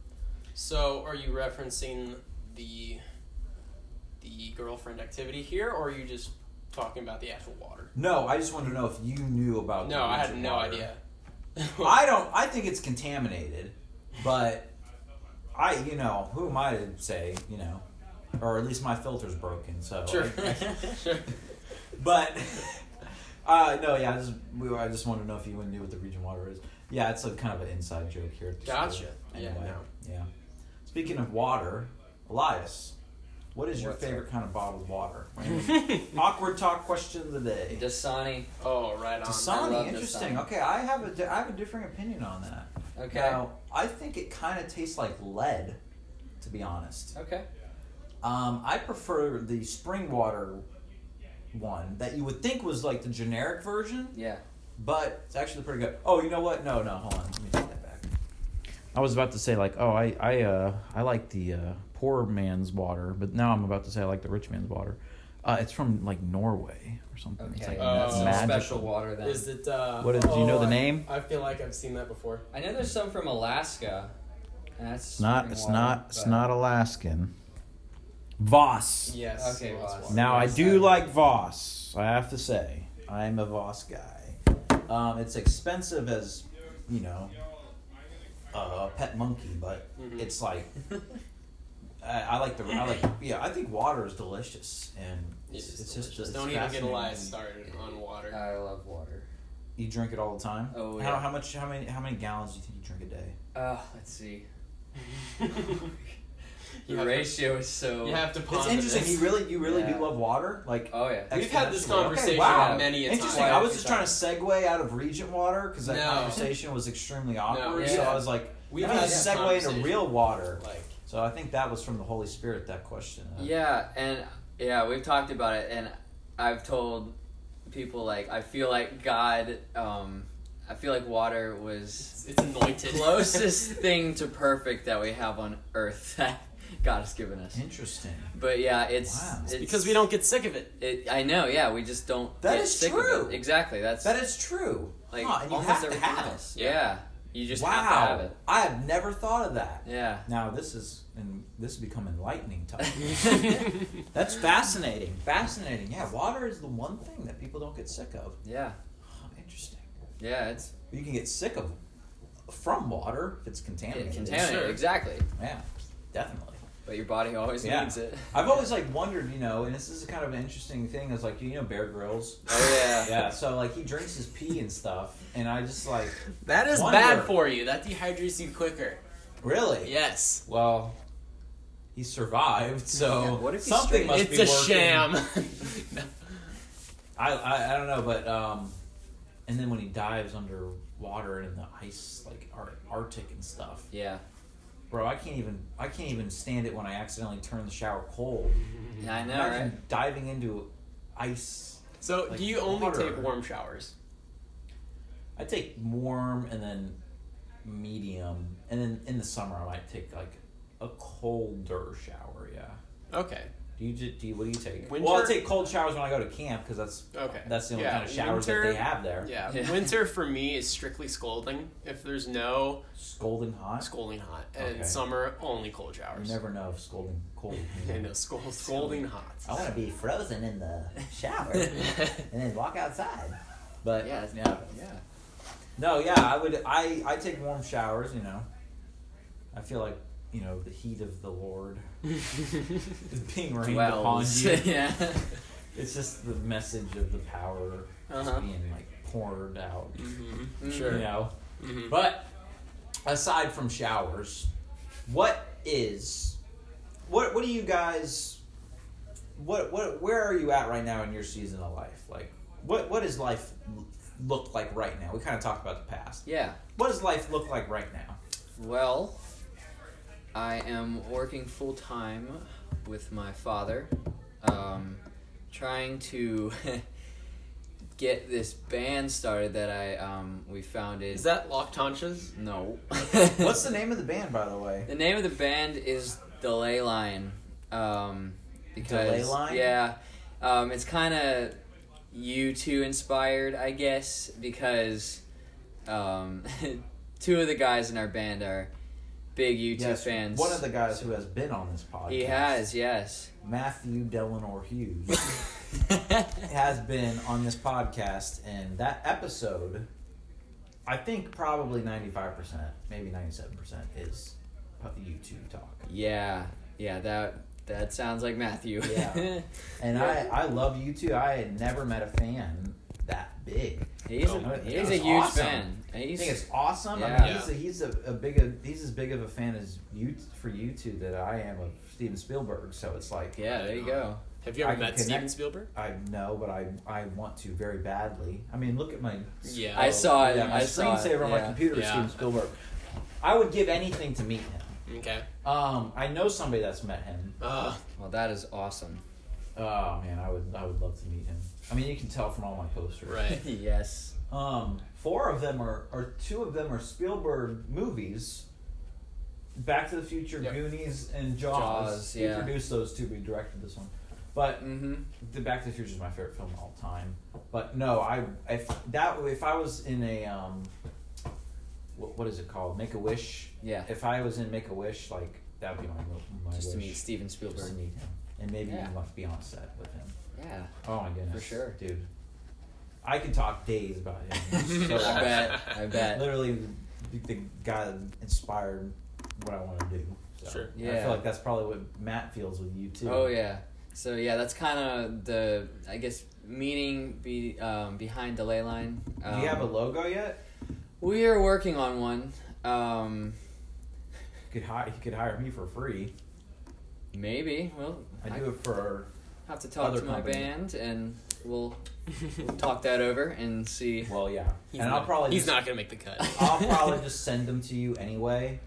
[SPEAKER 2] So, are you referencing the the girlfriend activity here, or are you just talking about the actual water?
[SPEAKER 1] No, I just wanted to know if you knew about. the
[SPEAKER 2] No, I had
[SPEAKER 1] Regent
[SPEAKER 2] no
[SPEAKER 1] water.
[SPEAKER 2] idea.
[SPEAKER 1] I don't. I think it's contaminated, but I, you know, who am I to say, you know, or at least my filter's broken. So,
[SPEAKER 2] sure. sure.
[SPEAKER 1] but uh, no, yeah, I just we, were- I just wanted to know if you knew what the region water is. Yeah, it's a kind of an inside joke here. at the
[SPEAKER 2] Gotcha.
[SPEAKER 1] school.
[SPEAKER 2] Yeah,
[SPEAKER 1] Anyway,
[SPEAKER 2] no.
[SPEAKER 1] yeah. Speaking of water, Elias, what is your
[SPEAKER 3] What's
[SPEAKER 1] favorite kind of bottled water? Awkward talk question of the day.
[SPEAKER 3] Dasani.
[SPEAKER 2] Oh, right on.
[SPEAKER 3] I
[SPEAKER 1] Dasani,
[SPEAKER 3] love
[SPEAKER 1] interesting.
[SPEAKER 3] Dasani.
[SPEAKER 1] Okay, I have a di- I have a differing opinion on that.
[SPEAKER 3] Okay.
[SPEAKER 1] Now, I think it kind of tastes like lead, to be honest.
[SPEAKER 3] Okay.
[SPEAKER 1] Um, I prefer the spring water one that you would think was like the generic version,
[SPEAKER 3] Yeah.
[SPEAKER 1] but it's actually pretty good. Oh, you know what? No, no, hold on. Let me take that back. I was about to say like, oh, I I uh I like the uh, poor man's water, but now I'm about to say I like the rich man's water. Uh, it's from like Norway or something. It's like
[SPEAKER 3] Okay.
[SPEAKER 2] Oh.
[SPEAKER 3] That's some
[SPEAKER 1] magical.
[SPEAKER 3] special water then.
[SPEAKER 2] Is it? Uh,
[SPEAKER 1] What is- do you know the
[SPEAKER 2] I-
[SPEAKER 1] name?
[SPEAKER 2] I feel like I've seen that before.
[SPEAKER 3] I know there's some from Alaska. and That's
[SPEAKER 1] It's not.
[SPEAKER 3] spring
[SPEAKER 1] It's
[SPEAKER 3] water,
[SPEAKER 1] not. It's
[SPEAKER 3] but-
[SPEAKER 1] not Alaskan. Voss.
[SPEAKER 2] Yes.
[SPEAKER 3] Okay,
[SPEAKER 2] Lost
[SPEAKER 3] well,
[SPEAKER 2] Water.
[SPEAKER 1] Now I
[SPEAKER 3] Yes,
[SPEAKER 1] do
[SPEAKER 3] I-
[SPEAKER 1] like Voss. I have to say, I'm a Voss guy. Um, it's expensive as you know a pet monkey, but
[SPEAKER 2] Mhm.
[SPEAKER 1] it's like I, I like the I like yeah. I think water is delicious, and
[SPEAKER 2] It
[SPEAKER 1] it's,
[SPEAKER 2] is
[SPEAKER 1] it's just
[SPEAKER 2] delicious.
[SPEAKER 1] it's
[SPEAKER 2] don't even get
[SPEAKER 1] fascinating.
[SPEAKER 2] Elias started on water.
[SPEAKER 3] I love water.
[SPEAKER 1] You drink it all the time. how,
[SPEAKER 3] Oh, yeah.
[SPEAKER 1] how much? How many? How many gallons do you think you drink a day?
[SPEAKER 3] Uh, let's see.
[SPEAKER 2] You
[SPEAKER 3] The
[SPEAKER 2] have to-
[SPEAKER 3] ratio is so.
[SPEAKER 2] You have to
[SPEAKER 1] It's
[SPEAKER 2] ponder
[SPEAKER 1] interesting.
[SPEAKER 2] this.
[SPEAKER 1] You really, you really
[SPEAKER 3] Yeah.
[SPEAKER 1] do love water. Like
[SPEAKER 3] Oh yeah.
[SPEAKER 2] We've had this
[SPEAKER 1] exponentially. Okay,
[SPEAKER 2] conversation
[SPEAKER 1] wow.
[SPEAKER 2] many a
[SPEAKER 1] Interesting.
[SPEAKER 2] time.
[SPEAKER 1] I was just trying to segue out of Regent water because that
[SPEAKER 2] No.
[SPEAKER 1] conversation was extremely awkward.
[SPEAKER 3] yeah.
[SPEAKER 1] So I was like, we
[SPEAKER 2] We've
[SPEAKER 1] had to
[SPEAKER 2] had this
[SPEAKER 1] segue into
[SPEAKER 2] conversation.
[SPEAKER 1] real water.
[SPEAKER 2] Like,
[SPEAKER 1] So I think that was from the Holy Spirit. That question. Uh,
[SPEAKER 3] Yeah, and yeah, we've talked about it, and I've told people like I feel like God. Um, I feel like water was
[SPEAKER 2] it's, it's anointed.
[SPEAKER 3] closest thing to perfect that we have on Earth that God has given us.
[SPEAKER 1] Interesting.
[SPEAKER 3] But yeah, it's,
[SPEAKER 1] Wow.
[SPEAKER 3] it's
[SPEAKER 2] It's because we don't get sick of it.
[SPEAKER 3] It, I know. Yeah, we just don't.
[SPEAKER 1] That
[SPEAKER 3] get
[SPEAKER 1] is
[SPEAKER 3] sick of
[SPEAKER 1] true.
[SPEAKER 3] it. Exactly. That's
[SPEAKER 1] That is true.
[SPEAKER 3] like
[SPEAKER 1] Huh, and you
[SPEAKER 3] almost
[SPEAKER 1] have to
[SPEAKER 3] everything
[SPEAKER 1] have it.
[SPEAKER 3] else.
[SPEAKER 2] Yeah.
[SPEAKER 3] Yeah, you just
[SPEAKER 1] wow.
[SPEAKER 3] have to have it.
[SPEAKER 1] I have never thought of that.
[SPEAKER 3] Yeah.
[SPEAKER 1] Now this is and this has become enlightening time. That's fascinating. Fascinating. Yeah, water is the one thing that people don't get sick of.
[SPEAKER 3] Yeah.
[SPEAKER 1] Huh, interesting.
[SPEAKER 3] Yeah. It's
[SPEAKER 1] You can get sick of from water if it's contaminated.
[SPEAKER 3] it contaminated.
[SPEAKER 2] Sure.
[SPEAKER 3] Exactly.
[SPEAKER 1] Yeah, definitely.
[SPEAKER 3] But your body always
[SPEAKER 1] Yeah.
[SPEAKER 3] needs it.
[SPEAKER 1] I've always like wondered, you know, and this is kind of an interesting thing. Is like you know Bear Grylls.
[SPEAKER 3] Oh yeah.
[SPEAKER 1] Yeah, so like he drinks his pee and stuff, and I just like
[SPEAKER 2] That is
[SPEAKER 1] Wonder.
[SPEAKER 2] bad for you. That dehydrates you quicker.
[SPEAKER 1] really.
[SPEAKER 2] Yes.
[SPEAKER 1] Well, he survived, so
[SPEAKER 3] Yeah, what if he
[SPEAKER 1] something
[SPEAKER 3] straight-
[SPEAKER 1] must
[SPEAKER 2] it's
[SPEAKER 1] be
[SPEAKER 2] a
[SPEAKER 1] working.
[SPEAKER 2] sham.
[SPEAKER 1] I, I I don't know, but um, and then when he dives under water and in the ice, like ar- Arctic and stuff,
[SPEAKER 3] Yeah.
[SPEAKER 1] bro, I can't even I can't even stand it when I accidentally turn the shower cold.
[SPEAKER 3] Yeah, I know,
[SPEAKER 1] Imagine
[SPEAKER 3] right?
[SPEAKER 1] diving into ice.
[SPEAKER 2] so,
[SPEAKER 1] Like
[SPEAKER 2] do you only
[SPEAKER 1] water.
[SPEAKER 2] take warm showers?
[SPEAKER 1] I take warm and then medium, and then in the summer I might take like a colder shower. Yeah.
[SPEAKER 2] Okay.
[SPEAKER 1] Do you ju- do? You, what do you take?
[SPEAKER 2] Winter-
[SPEAKER 1] Well, I take cold showers when I go to camp because that's
[SPEAKER 2] Okay.
[SPEAKER 1] that's the only
[SPEAKER 2] Yeah,
[SPEAKER 1] kind of showers
[SPEAKER 2] winter-
[SPEAKER 1] that they have there.
[SPEAKER 2] Yeah.
[SPEAKER 3] Yeah.
[SPEAKER 2] Winter for me is strictly scolding. If there's no
[SPEAKER 1] Scolding hot.
[SPEAKER 2] scolding hot, and
[SPEAKER 1] Okay.
[SPEAKER 2] summer only cold
[SPEAKER 1] You
[SPEAKER 2] showers.
[SPEAKER 1] never know if scolding cold.
[SPEAKER 2] Yeah, no, scold, scolding hot.
[SPEAKER 1] I want to be frozen in the shower and then walk outside. But
[SPEAKER 3] Yeah, it's-
[SPEAKER 1] yeah,
[SPEAKER 3] Yeah.
[SPEAKER 1] no, yeah. I would. I I take warm showers. You know, I feel like you know the heat of the Lord is being rained
[SPEAKER 3] Dwells.
[SPEAKER 1] upon you.
[SPEAKER 3] yeah.
[SPEAKER 1] It's just the message of the power just
[SPEAKER 2] Uh-huh.
[SPEAKER 1] being like poured out.
[SPEAKER 2] mm-hmm.
[SPEAKER 3] Mm.
[SPEAKER 2] Sure.
[SPEAKER 1] You know.
[SPEAKER 2] Mhm.
[SPEAKER 1] But aside from showers, what is what what do you guys what what where are you at right now in your season of life? Like what what does life l- look like right now? We kind of talked about the past.
[SPEAKER 3] Yeah.
[SPEAKER 1] What does life look like right now?
[SPEAKER 3] Well, I am working full time with my father, um, trying to get this band started that I um, we founded.
[SPEAKER 2] Is that Lock Tanchas?
[SPEAKER 3] no?
[SPEAKER 1] What's the name of the band by the way?
[SPEAKER 3] The name of the band is Delay Line. Um, because
[SPEAKER 1] Delay Line?
[SPEAKER 3] yeah, um, it's kind of you two inspired, I guess, because um, two of the guys in our band are big U two
[SPEAKER 1] Yes,
[SPEAKER 3] fans.
[SPEAKER 1] One of the guys who has been on this podcast.
[SPEAKER 3] he has yes.
[SPEAKER 1] Matthew Delano Hughes. has been on this podcast, and that episode, I think probably 95%, maybe 97% is YouTube talk.
[SPEAKER 3] yeah, yeah. That that sounds like Matthew.
[SPEAKER 1] Yeah. And I, I love YouTube. I had never met a fan that big.
[SPEAKER 3] he's
[SPEAKER 1] Oh,
[SPEAKER 3] a, he's
[SPEAKER 1] that's
[SPEAKER 3] a huge
[SPEAKER 1] awesome.
[SPEAKER 3] fan.
[SPEAKER 1] You
[SPEAKER 3] He's
[SPEAKER 1] think it's awesome? I mean,
[SPEAKER 3] Yeah.
[SPEAKER 1] he's, a, he's a, a big, a, he's as big of a fan as you for YouTube that I am of Steven Spielberg. So it's like,
[SPEAKER 3] yeah. There you go.
[SPEAKER 2] Have you ever
[SPEAKER 1] I can
[SPEAKER 2] met Steven
[SPEAKER 1] connect.
[SPEAKER 2] Spielberg?
[SPEAKER 1] I know, but I, I want to very badly. I mean, look at my
[SPEAKER 2] Yeah.
[SPEAKER 3] I saw it.
[SPEAKER 1] Oh, Yeah, my
[SPEAKER 3] I saw it.
[SPEAKER 1] screensaver on my
[SPEAKER 3] yeah.
[SPEAKER 1] computer is
[SPEAKER 2] Yeah.
[SPEAKER 1] Steven Spielberg. I would give anything to meet him.
[SPEAKER 2] Okay.
[SPEAKER 1] Um, I know somebody that's met him.
[SPEAKER 2] Uh,
[SPEAKER 3] Well, that is awesome.
[SPEAKER 1] Oh man, I would I would love to meet him. I mean, you can tell from all my posters.
[SPEAKER 2] Right.
[SPEAKER 3] yes.
[SPEAKER 1] Um, four of them are, or two of them are Spielberg movies. Back to the Future,
[SPEAKER 3] Yep.
[SPEAKER 1] Goonies, and Jaws.
[SPEAKER 3] Jaws,
[SPEAKER 1] He
[SPEAKER 3] yeah.
[SPEAKER 1] produced those two. He directed this one, but
[SPEAKER 3] Mm-hmm.
[SPEAKER 1] the Back to the Future is my favorite film of all time. But no, I if that if I was in a um, what, what is it called? Make a Wish.
[SPEAKER 3] Yeah.
[SPEAKER 1] If I was in Make a Wish, like that would be my my
[SPEAKER 3] Just to
[SPEAKER 1] wish.
[SPEAKER 3] meet Steven
[SPEAKER 1] Just to
[SPEAKER 3] Spielberg.
[SPEAKER 1] meet him, and maybe
[SPEAKER 3] Yeah.
[SPEAKER 1] even like be on set with him.
[SPEAKER 3] Yeah.
[SPEAKER 1] Oh my goodness,
[SPEAKER 3] For sure.
[SPEAKER 1] dude. I could talk days about him.
[SPEAKER 3] I
[SPEAKER 1] So long.
[SPEAKER 3] bet. I bet.
[SPEAKER 1] Literally, the, the guy that inspired what I want to do. So
[SPEAKER 2] Sure.
[SPEAKER 1] I
[SPEAKER 3] Yeah.
[SPEAKER 1] feel like that's probably what Matt feels with you too.
[SPEAKER 3] Oh yeah. So yeah, that's kind of the I guess meaning be um, behind delay line.
[SPEAKER 1] Do
[SPEAKER 3] Um,
[SPEAKER 1] you have a logo yet?
[SPEAKER 3] We are working on one. Um,
[SPEAKER 1] could hire you could hire me for free.
[SPEAKER 3] maybe. Well,
[SPEAKER 1] I do it for
[SPEAKER 3] have to talk
[SPEAKER 1] Other
[SPEAKER 3] to my
[SPEAKER 1] company.
[SPEAKER 3] band, and we'll talk that over and see.
[SPEAKER 1] well, yeah,
[SPEAKER 2] He's
[SPEAKER 1] and
[SPEAKER 2] not,
[SPEAKER 1] I'll probably
[SPEAKER 2] he's
[SPEAKER 1] just,
[SPEAKER 2] not gonna make the cut.
[SPEAKER 1] I'll probably just send them to you anyway.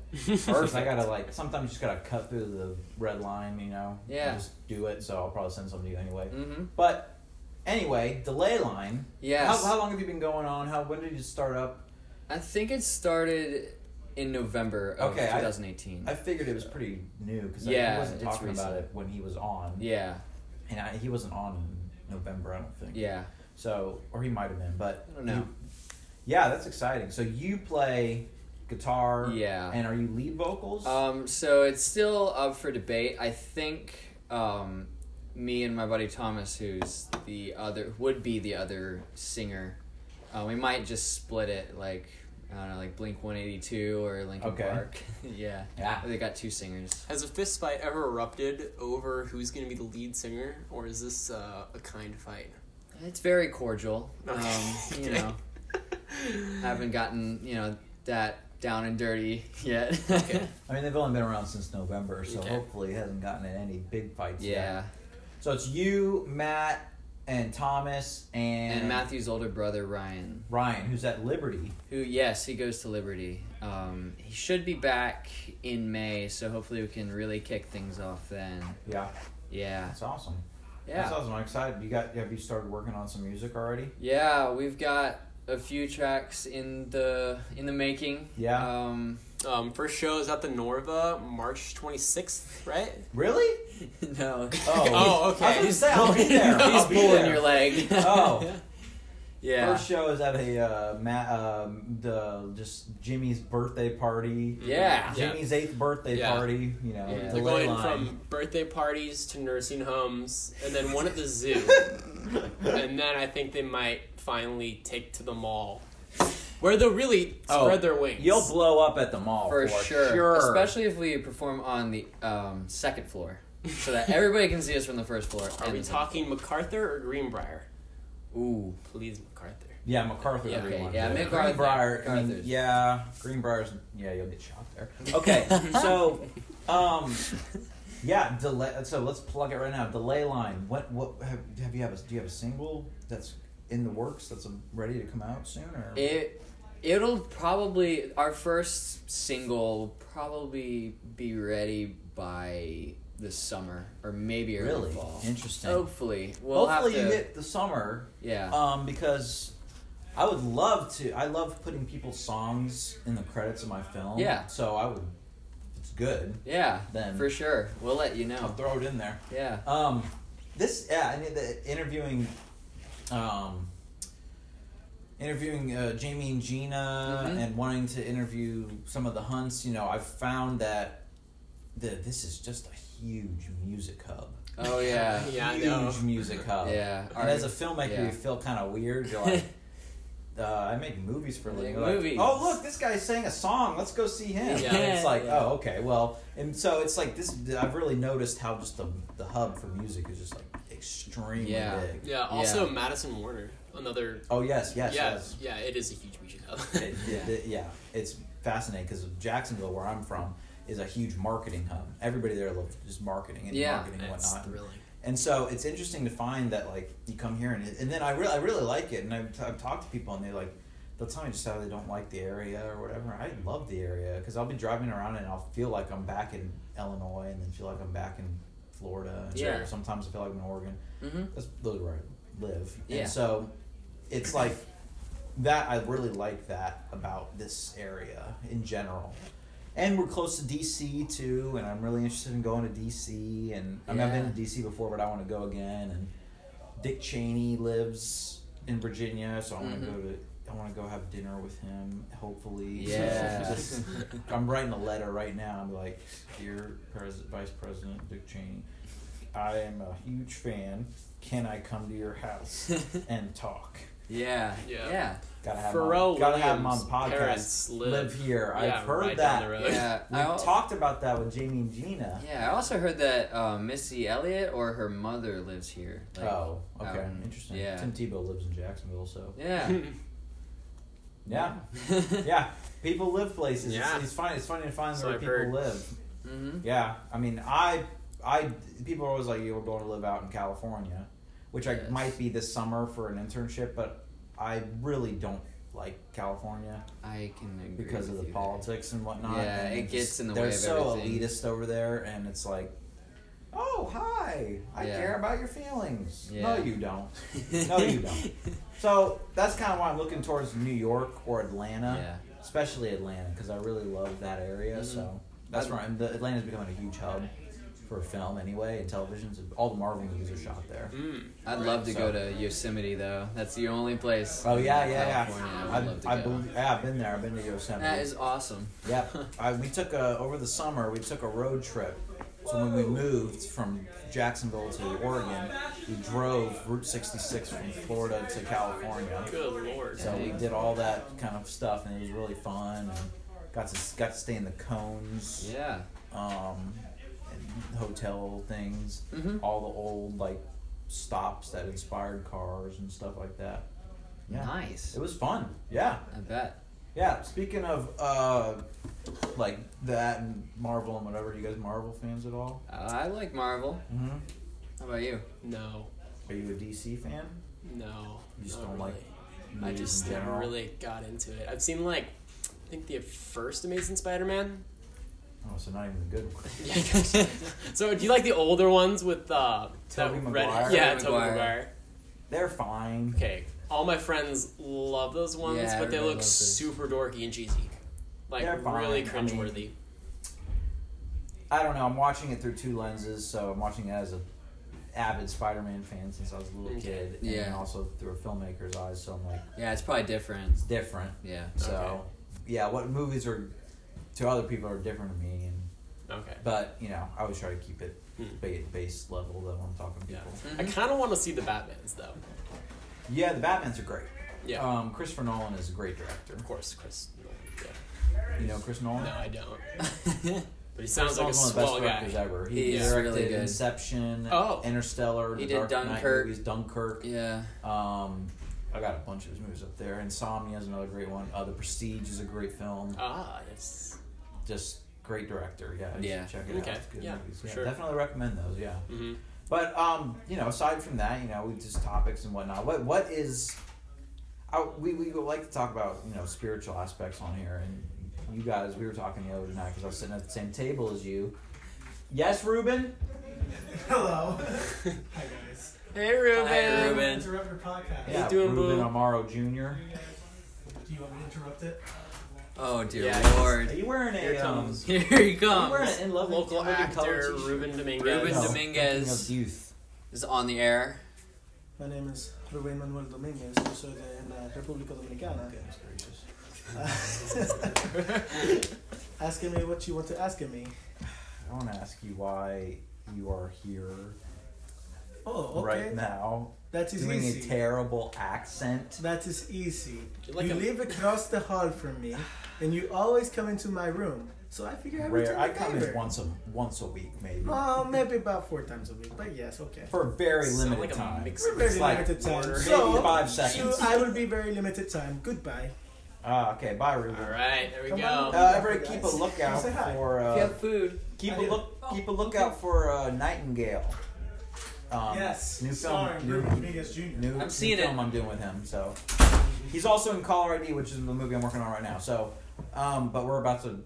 [SPEAKER 1] First, I gotta like sometimes you just gotta cut through the red line, you know. and
[SPEAKER 3] Yeah.
[SPEAKER 1] Just do it. So I'll probably send some to you anyway.
[SPEAKER 3] Mm-hmm.
[SPEAKER 1] But anyway, delay line.
[SPEAKER 3] Yes.
[SPEAKER 1] How, how long have you been going on? How when did you start up?
[SPEAKER 3] I think it started in November of
[SPEAKER 1] Okay, I-
[SPEAKER 3] 2018.
[SPEAKER 1] I figured it was pretty new because
[SPEAKER 3] Yeah,
[SPEAKER 1] he wasn't
[SPEAKER 3] it's
[SPEAKER 1] talking about
[SPEAKER 3] recent.
[SPEAKER 1] it when he was on,
[SPEAKER 3] yeah.
[SPEAKER 1] and I, he wasn't on in November, I don't think.
[SPEAKER 3] Yeah.
[SPEAKER 1] So, or he might have been, but
[SPEAKER 3] I don't know.
[SPEAKER 1] you- yeah, that's exciting. So you play guitar.
[SPEAKER 3] Yeah.
[SPEAKER 1] And are you lead vocals?
[SPEAKER 3] Um, so it's still up for debate. I think um, me and my buddy Thomas, who's the other, would be the other singer. Uh, we might just split it, like I don't know, like Blink One Eighty Two or Linkin
[SPEAKER 1] Okay.
[SPEAKER 3] Park. yeah,
[SPEAKER 1] yeah.
[SPEAKER 3] they got two singers.
[SPEAKER 2] Has a fist fight ever erupted over who's going to be the lead singer, or is this uh, a kind fight?
[SPEAKER 3] It's very cordial. Um,
[SPEAKER 2] Okay.
[SPEAKER 3] You know, haven't gotten you know that down and dirty yet.
[SPEAKER 2] Okay.
[SPEAKER 1] I mean, they've only been around since November, so
[SPEAKER 2] Okay.
[SPEAKER 1] hopefully it hasn't gotten in any big fights yet.
[SPEAKER 3] yeah,
[SPEAKER 1] So it's you, Matt, and Thomas, and,
[SPEAKER 3] and Matthew's older brother Ryan.
[SPEAKER 1] Ryan, who's at Liberty.
[SPEAKER 3] Who? Yes, he goes to Liberty. Um, he should be back in May, so hopefully we can really kick things off then.
[SPEAKER 1] Yeah,
[SPEAKER 3] Yeah,
[SPEAKER 1] that's awesome. That's
[SPEAKER 3] yeah,
[SPEAKER 1] awesome. I'm excited. You got? Have you started working on some music already?
[SPEAKER 3] yeah. We've got a few tracks in the in the making.
[SPEAKER 1] Yeah.
[SPEAKER 3] Um,
[SPEAKER 2] Um, first show is at the Norva, March 26th, right?
[SPEAKER 1] Really?
[SPEAKER 3] no,
[SPEAKER 1] Oh,
[SPEAKER 2] Oh, okay.
[SPEAKER 1] I was gonna say, I'll be there. I'll
[SPEAKER 3] he's
[SPEAKER 1] be
[SPEAKER 3] pulling
[SPEAKER 1] there.
[SPEAKER 3] your leg.
[SPEAKER 1] Oh,
[SPEAKER 3] yeah,
[SPEAKER 1] first show is at a uh, Matt, um, the just Jimmy's birthday party.
[SPEAKER 3] yeah,
[SPEAKER 2] Yeah.
[SPEAKER 1] Jimmy's eighth birthday
[SPEAKER 2] Yeah.
[SPEAKER 1] party. You know,
[SPEAKER 3] Yeah.
[SPEAKER 1] the
[SPEAKER 2] They're
[SPEAKER 1] ley
[SPEAKER 2] going
[SPEAKER 1] line.
[SPEAKER 2] from birthday parties to nursing homes, and then one at the zoo, and then I think they might finally take to the mall, where they'll really
[SPEAKER 1] Oh,
[SPEAKER 2] spread their wings.
[SPEAKER 1] You'll blow up at the mall
[SPEAKER 3] for,
[SPEAKER 1] for,
[SPEAKER 3] sure. Especially if we perform on the um, second floor, so that everybody can see us from the first floor.
[SPEAKER 2] Are
[SPEAKER 3] and
[SPEAKER 2] we
[SPEAKER 3] the second
[SPEAKER 2] talking MacArthur or Greenbrier?
[SPEAKER 3] floor. Ooh.
[SPEAKER 2] Please, MacArthur.
[SPEAKER 1] yeah, MacArthur.
[SPEAKER 3] Yeah,
[SPEAKER 1] everyone.
[SPEAKER 3] okay, yeah, MacArthur.
[SPEAKER 1] Greenbrier. I mean,
[SPEAKER 3] MacArthur's.
[SPEAKER 1] yeah, Greenbrier's. Yeah, you'll get shot there. Okay, so, um, yeah, delay. So let's plug it right now. Delay line. What? What have, have you have? A, do you have a single that's in the works that's um ready to come out soon? Or
[SPEAKER 3] It it'll probably our first single will probably be ready by the summer or maybe early
[SPEAKER 1] really
[SPEAKER 3] fall.
[SPEAKER 1] interesting.
[SPEAKER 3] Hopefully, Oh, we'll
[SPEAKER 1] Hopefully
[SPEAKER 3] have
[SPEAKER 1] you
[SPEAKER 3] to.
[SPEAKER 1] hit the summer
[SPEAKER 3] yeah,
[SPEAKER 1] um, because I would love to. I love putting people's songs in the credits of my film.
[SPEAKER 3] Yeah.
[SPEAKER 1] So I would. It's good.
[SPEAKER 3] yeah,
[SPEAKER 1] then-
[SPEAKER 3] for sure. We'll let you
[SPEAKER 1] I'll
[SPEAKER 3] know.
[SPEAKER 1] throw it in there.
[SPEAKER 3] Yeah,
[SPEAKER 1] Um, this yeah, I mean the interviewing, um, interviewing uh, Jamie and Gina,
[SPEAKER 2] Mm-hmm.
[SPEAKER 3] Mhm.
[SPEAKER 1] and wanting to interview some of the hunts. You know, I found that the this is just a huge music hub.
[SPEAKER 3] oh yeah,
[SPEAKER 2] Uh, Yeah, I
[SPEAKER 1] huge
[SPEAKER 2] know.
[SPEAKER 1] music hub.
[SPEAKER 3] yeah.
[SPEAKER 1] And as a filmmaker,
[SPEAKER 3] yeah.
[SPEAKER 1] you feel kind of weird. You're like, uh, I make movies for a living.
[SPEAKER 3] Make
[SPEAKER 1] You're like,
[SPEAKER 3] movies.
[SPEAKER 1] oh, look, this guy's sang a song. Let's go see him.
[SPEAKER 2] Yeah.
[SPEAKER 1] And it's like,
[SPEAKER 3] Yeah.
[SPEAKER 1] oh, okay, well, and so it's like this. I've really noticed how just the the hub for music is just like extremely
[SPEAKER 3] Yeah.
[SPEAKER 1] big.
[SPEAKER 2] Yeah. Also, Madison Warner, another.
[SPEAKER 1] Oh yes, yes,
[SPEAKER 2] yeah,
[SPEAKER 1] yes.
[SPEAKER 2] yeah. It is a huge music hub.
[SPEAKER 1] It, it- it- yeah, it's fascinating because Jacksonville, where I'm from, is a huge marketing hub. Everybody there loves just marketing and
[SPEAKER 3] Yeah.
[SPEAKER 1] marketing and
[SPEAKER 2] That's
[SPEAKER 1] whatnot.
[SPEAKER 2] thrilling.
[SPEAKER 1] And so it's interesting to find that like you come here and and then I really I really like it and I've, t- I've talked to people and they like they'll tell me just how they don't like the area or whatever. I love the area because I'll be driving around and I'll feel like I'm back in Illinois and then feel like I'm back in Florida.
[SPEAKER 3] Yeah.
[SPEAKER 1] Or sometimes I feel like I'm in Oregon.
[SPEAKER 3] Mm-hmm.
[SPEAKER 1] That's literally where I live.
[SPEAKER 3] Yeah.
[SPEAKER 1] And so it's like that I really like that about this area in general. And we're close to DC too, and I'm really interested in going to DC and I mean, I've
[SPEAKER 3] Yeah.
[SPEAKER 1] been to DC before but I want to go again and Dick Cheney lives in Virginia, so I want to
[SPEAKER 3] Mhm.
[SPEAKER 1] go to I want to go have dinner with him, hopefully.
[SPEAKER 3] Yeah.
[SPEAKER 1] Just- I'm writing a letter right now. I'm like, dear Pres- Vice President Dick Cheney, I am a huge fan. Can I come to your house and talk?
[SPEAKER 3] yeah.
[SPEAKER 2] Yeah.
[SPEAKER 3] Yeah.
[SPEAKER 1] Gotta have
[SPEAKER 2] Pharrell
[SPEAKER 1] him. Gotta have him on the
[SPEAKER 2] Williams'
[SPEAKER 1] podcast.
[SPEAKER 2] parents
[SPEAKER 1] Live,
[SPEAKER 2] live-
[SPEAKER 1] here.
[SPEAKER 2] yeah,
[SPEAKER 1] I've heard
[SPEAKER 2] right
[SPEAKER 1] that.
[SPEAKER 2] down the road.
[SPEAKER 3] Yeah.
[SPEAKER 1] We
[SPEAKER 3] I al-
[SPEAKER 1] talked about that with Jamie and Gina.
[SPEAKER 3] yeah. I also heard that uh, Missy Elliott or her mother lives here. Like,
[SPEAKER 1] oh, okay,
[SPEAKER 3] um,
[SPEAKER 1] interesting.
[SPEAKER 3] yeah.
[SPEAKER 1] Tim Tebow lives in Jacksonville, so
[SPEAKER 3] Yeah. Mm-hmm.
[SPEAKER 1] yeah, yeah. People live places. It's-
[SPEAKER 2] Yeah.
[SPEAKER 1] It's, fine. It's funny to find
[SPEAKER 2] So
[SPEAKER 1] where
[SPEAKER 2] I've
[SPEAKER 1] people
[SPEAKER 2] heard.
[SPEAKER 1] live.
[SPEAKER 3] mm-hmm.
[SPEAKER 1] Yeah, I mean, I, I, people are always like, "You're going to live out in California," which I
[SPEAKER 3] Yes.
[SPEAKER 1] might be this summer for an internship, but I really don't like California
[SPEAKER 3] I can agree
[SPEAKER 1] because of
[SPEAKER 3] with
[SPEAKER 1] the
[SPEAKER 3] you there.
[SPEAKER 1] politics and whatnot.
[SPEAKER 3] Yeah,
[SPEAKER 1] and
[SPEAKER 3] it gets in the
[SPEAKER 1] they're
[SPEAKER 3] way of
[SPEAKER 1] so
[SPEAKER 3] everything.
[SPEAKER 1] elitist over there, and it's like, "Oh, hi, I
[SPEAKER 3] Yeah.
[SPEAKER 1] care about your feelings."
[SPEAKER 3] Yeah.
[SPEAKER 1] No, you don't. No, you don't. So that's kind of why I'm looking towards New York or Atlanta
[SPEAKER 3] Yeah.
[SPEAKER 1] especially Atlanta because I really love that area. So Mm-hmm. that's where I'm, the Atlanta's becoming a huge hub for film anyway and television. So all the Marvel movies are shot there.
[SPEAKER 2] Mm.
[SPEAKER 3] I'd love to
[SPEAKER 1] So-
[SPEAKER 3] go to Yosemite though. That's the only place.
[SPEAKER 1] Oh yeah,
[SPEAKER 3] in
[SPEAKER 1] yeah,
[SPEAKER 3] California
[SPEAKER 1] yeah.
[SPEAKER 3] I would love to
[SPEAKER 1] I, I
[SPEAKER 3] go.
[SPEAKER 1] believe, yeah, I've been there. I've been to Yosemite.
[SPEAKER 3] That is awesome.
[SPEAKER 1] yeah, I, we took a over the summer. We took a road trip. So when we moved from Jacksonville to Oregon, we drove Route 66 from Florida to California.
[SPEAKER 2] Good lord.
[SPEAKER 1] So we did all that kind of stuff, and it was really fun. And got to got to stay in the cones.
[SPEAKER 3] Yeah.
[SPEAKER 1] um, and hotel things,
[SPEAKER 3] Mhm.
[SPEAKER 1] all the old like stops that inspired cars and stuff like that. Yeah,
[SPEAKER 3] Nice.
[SPEAKER 1] it was fun. Yeah,
[SPEAKER 3] I bet.
[SPEAKER 1] yeah. Speaking of uh, like that and Marvel and whatever, you guys Marvel fans at all?
[SPEAKER 3] Uh, I like Marvel.
[SPEAKER 1] Mm-hmm.
[SPEAKER 3] How about you?
[SPEAKER 2] No,
[SPEAKER 1] Are you a DC fan?
[SPEAKER 2] no.
[SPEAKER 1] You just
[SPEAKER 2] not
[SPEAKER 1] don't
[SPEAKER 2] really.
[SPEAKER 1] like.
[SPEAKER 2] I
[SPEAKER 1] movies
[SPEAKER 2] just
[SPEAKER 1] in
[SPEAKER 2] never
[SPEAKER 1] general?
[SPEAKER 2] really got into it. I've seen like, I think the first Amazing Spider-Man.
[SPEAKER 1] Oh, so not even the good one.
[SPEAKER 2] Yeah, gotcha. so do you like the older ones with uh,
[SPEAKER 1] Tobey
[SPEAKER 2] that
[SPEAKER 1] Maguire?
[SPEAKER 2] Red, yeah,
[SPEAKER 3] Tobey
[SPEAKER 2] Tobey
[SPEAKER 3] Maguire.
[SPEAKER 2] Maguire.
[SPEAKER 1] They're fine.
[SPEAKER 2] Okay, all my friends love those ones,
[SPEAKER 3] Yeah,
[SPEAKER 2] but they
[SPEAKER 3] everybody
[SPEAKER 2] look
[SPEAKER 3] loves those.
[SPEAKER 2] super dorky and cheesy, like
[SPEAKER 1] They're fine.
[SPEAKER 2] really
[SPEAKER 1] I mean-
[SPEAKER 2] cringeworthy.
[SPEAKER 1] I don't know. I'm watching it through two lenses, so I'm watching it as a avid Spider-Man fan since I was a little
[SPEAKER 2] Okay.
[SPEAKER 1] kid, and
[SPEAKER 3] Yeah.
[SPEAKER 1] then also through a filmmaker's eyes. So I'm like,
[SPEAKER 3] Yeah, it's probably different.
[SPEAKER 1] it's different.
[SPEAKER 3] Yeah.
[SPEAKER 1] So, yeah, what movies are to other people are different to me, and
[SPEAKER 2] okay.
[SPEAKER 1] but you know, I always try to keep it
[SPEAKER 2] Hmm.
[SPEAKER 1] ba- base level though when I'm talking to
[SPEAKER 2] Yeah.
[SPEAKER 1] people.
[SPEAKER 2] I kind of want to see the Batmans though.
[SPEAKER 1] Yeah, the Batman's are great.
[SPEAKER 2] Yeah.
[SPEAKER 1] Um, Christopher Nolan is a great director.
[SPEAKER 2] of course, Chris. Yeah.
[SPEAKER 1] You know Chris Nolan.
[SPEAKER 2] No, I don't. But he
[SPEAKER 1] Chris
[SPEAKER 2] sounds like a
[SPEAKER 1] Nolan's one of
[SPEAKER 2] swell
[SPEAKER 1] the
[SPEAKER 2] guy.
[SPEAKER 1] best directors ever. He,
[SPEAKER 3] He is
[SPEAKER 1] directed
[SPEAKER 3] really good.
[SPEAKER 1] Inception,
[SPEAKER 2] Oh.
[SPEAKER 1] Interstellar,
[SPEAKER 3] He
[SPEAKER 1] The
[SPEAKER 3] did
[SPEAKER 1] Dark Knight
[SPEAKER 3] Dunkirk.
[SPEAKER 1] movies, Dunkirk.
[SPEAKER 3] yeah.
[SPEAKER 1] Um, I got a bunch of his movies up there. Insomnia is another great one. Uh, the Prestige is a great film.
[SPEAKER 2] Ah, yes.
[SPEAKER 1] Just great director. Yeah, you
[SPEAKER 3] Yeah.
[SPEAKER 1] should check it
[SPEAKER 2] Okay.
[SPEAKER 1] out. It's good
[SPEAKER 2] Yeah,
[SPEAKER 1] movies.
[SPEAKER 2] for sure.
[SPEAKER 1] Definitely recommend those. Yeah.
[SPEAKER 2] hmm
[SPEAKER 1] But um, you know, aside from that, you know, we just topics and whatnot. What what is? I, we we would like to talk about you know spiritual aspects on here, and you guys we were talking the other night because I was sitting at the same table as you. Yes, Ruben.
[SPEAKER 4] Hello. Hi guys.
[SPEAKER 2] Hey, Ruben.
[SPEAKER 3] Hi, Ruben.
[SPEAKER 4] Interrupt your podcast.
[SPEAKER 1] Yeah,
[SPEAKER 2] doing,
[SPEAKER 1] Ruben
[SPEAKER 2] boo?
[SPEAKER 1] Amaro Jr.
[SPEAKER 4] Do you want me to interrupt it?
[SPEAKER 3] Oh dear
[SPEAKER 2] Yeah.
[SPEAKER 1] Are
[SPEAKER 3] lord.
[SPEAKER 1] you wearing
[SPEAKER 2] Here
[SPEAKER 1] a
[SPEAKER 2] it
[SPEAKER 1] um?
[SPEAKER 2] comes.
[SPEAKER 3] Here he
[SPEAKER 1] Are you wearing
[SPEAKER 3] comes.
[SPEAKER 1] an in love with
[SPEAKER 2] Local
[SPEAKER 1] Living Color
[SPEAKER 2] actor
[SPEAKER 1] t-shirt?
[SPEAKER 2] Ruben Dominguez.
[SPEAKER 3] Ruben
[SPEAKER 1] No,
[SPEAKER 3] Dominguez.
[SPEAKER 1] thinking of youth.
[SPEAKER 3] Is on the air.
[SPEAKER 5] My name is Rubén Manuel Domínguez, yo soy de la República Dominicana.
[SPEAKER 1] Goodness gracious.
[SPEAKER 5] asking me what you want to ask of me.
[SPEAKER 1] I want to ask you why you are here
[SPEAKER 5] Oh, okay.
[SPEAKER 1] right now,
[SPEAKER 5] That is
[SPEAKER 1] doing
[SPEAKER 5] easy.
[SPEAKER 1] a terrible accent.
[SPEAKER 5] that is easy.
[SPEAKER 2] You're like
[SPEAKER 5] you
[SPEAKER 2] a-
[SPEAKER 5] live across the hall from me, and you always come into my room. So I figure I would
[SPEAKER 1] Rare. I
[SPEAKER 5] return the
[SPEAKER 1] come in
[SPEAKER 5] favor.
[SPEAKER 1] once a once a week, maybe
[SPEAKER 5] Oh, maybe about four times a week, but yes, okay.
[SPEAKER 1] for a very
[SPEAKER 2] Sound
[SPEAKER 1] limited
[SPEAKER 2] like a
[SPEAKER 1] time.
[SPEAKER 2] mix-
[SPEAKER 5] We're very
[SPEAKER 1] It's like
[SPEAKER 5] limited time.
[SPEAKER 2] order.
[SPEAKER 1] Maybe
[SPEAKER 5] So,
[SPEAKER 1] five
[SPEAKER 5] so
[SPEAKER 1] seconds.
[SPEAKER 5] I will be very limited time. Goodbye.
[SPEAKER 1] Ah, okay. Bye, Ruben.
[SPEAKER 2] All right, there we
[SPEAKER 5] Come
[SPEAKER 2] go.
[SPEAKER 5] on.
[SPEAKER 1] Uh, everybody,
[SPEAKER 5] Guys,
[SPEAKER 1] keep a lookout
[SPEAKER 5] say hi.
[SPEAKER 1] for uh,
[SPEAKER 3] food.
[SPEAKER 1] keep
[SPEAKER 5] I
[SPEAKER 1] a
[SPEAKER 5] do. Oh.
[SPEAKER 1] look keep a lookout for uh, Nightingale. Um,
[SPEAKER 5] yes.
[SPEAKER 1] new
[SPEAKER 5] Starring
[SPEAKER 1] film, new,
[SPEAKER 5] Ruben Dominguez Jr.
[SPEAKER 1] new, new
[SPEAKER 3] seeing
[SPEAKER 1] film
[SPEAKER 3] it.
[SPEAKER 1] I'm doing with him. So he's also in Caller ID, which is the movie I'm working on right now. So, um, but we're about to.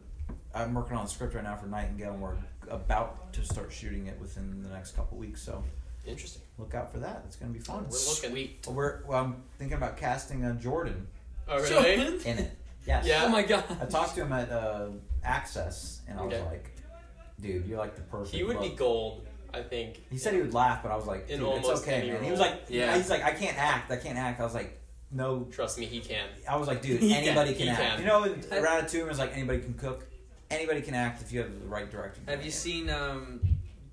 [SPEAKER 1] I'm working on the script right now for Nightingale, and we're about to start shooting it within the next couple weeks. So
[SPEAKER 2] Interesting.
[SPEAKER 1] look out for that. It's going to be fun.
[SPEAKER 2] We're looking.
[SPEAKER 1] Well, we're, well, I'm thinking about casting a Jordan
[SPEAKER 2] Oh,
[SPEAKER 3] Sure.
[SPEAKER 2] really?
[SPEAKER 1] in it. Yes.
[SPEAKER 2] Yeah.
[SPEAKER 3] Oh my
[SPEAKER 1] I
[SPEAKER 3] god.
[SPEAKER 1] talked to him at uh, Access, and I was
[SPEAKER 2] Okay.
[SPEAKER 1] like, "Dude, you're like the perfect."
[SPEAKER 2] He would be
[SPEAKER 1] look."
[SPEAKER 2] gold, I think.
[SPEAKER 1] He said he would laugh, but I was like,
[SPEAKER 2] In
[SPEAKER 1] "Dude, it's
[SPEAKER 2] almost
[SPEAKER 1] okay,
[SPEAKER 2] any
[SPEAKER 1] man." He
[SPEAKER 2] role.
[SPEAKER 1] was like,
[SPEAKER 3] Yeah.
[SPEAKER 1] he's like, I can't act. I can't act." I was like, "No."
[SPEAKER 2] Trust me, he can.
[SPEAKER 1] I was like, "Dude,
[SPEAKER 3] He can,
[SPEAKER 1] anybody can,
[SPEAKER 2] he
[SPEAKER 1] act."
[SPEAKER 2] can.
[SPEAKER 1] You know, around a tumor is like anybody can cook, anybody can act if you have the right direction.
[SPEAKER 3] Have you seen um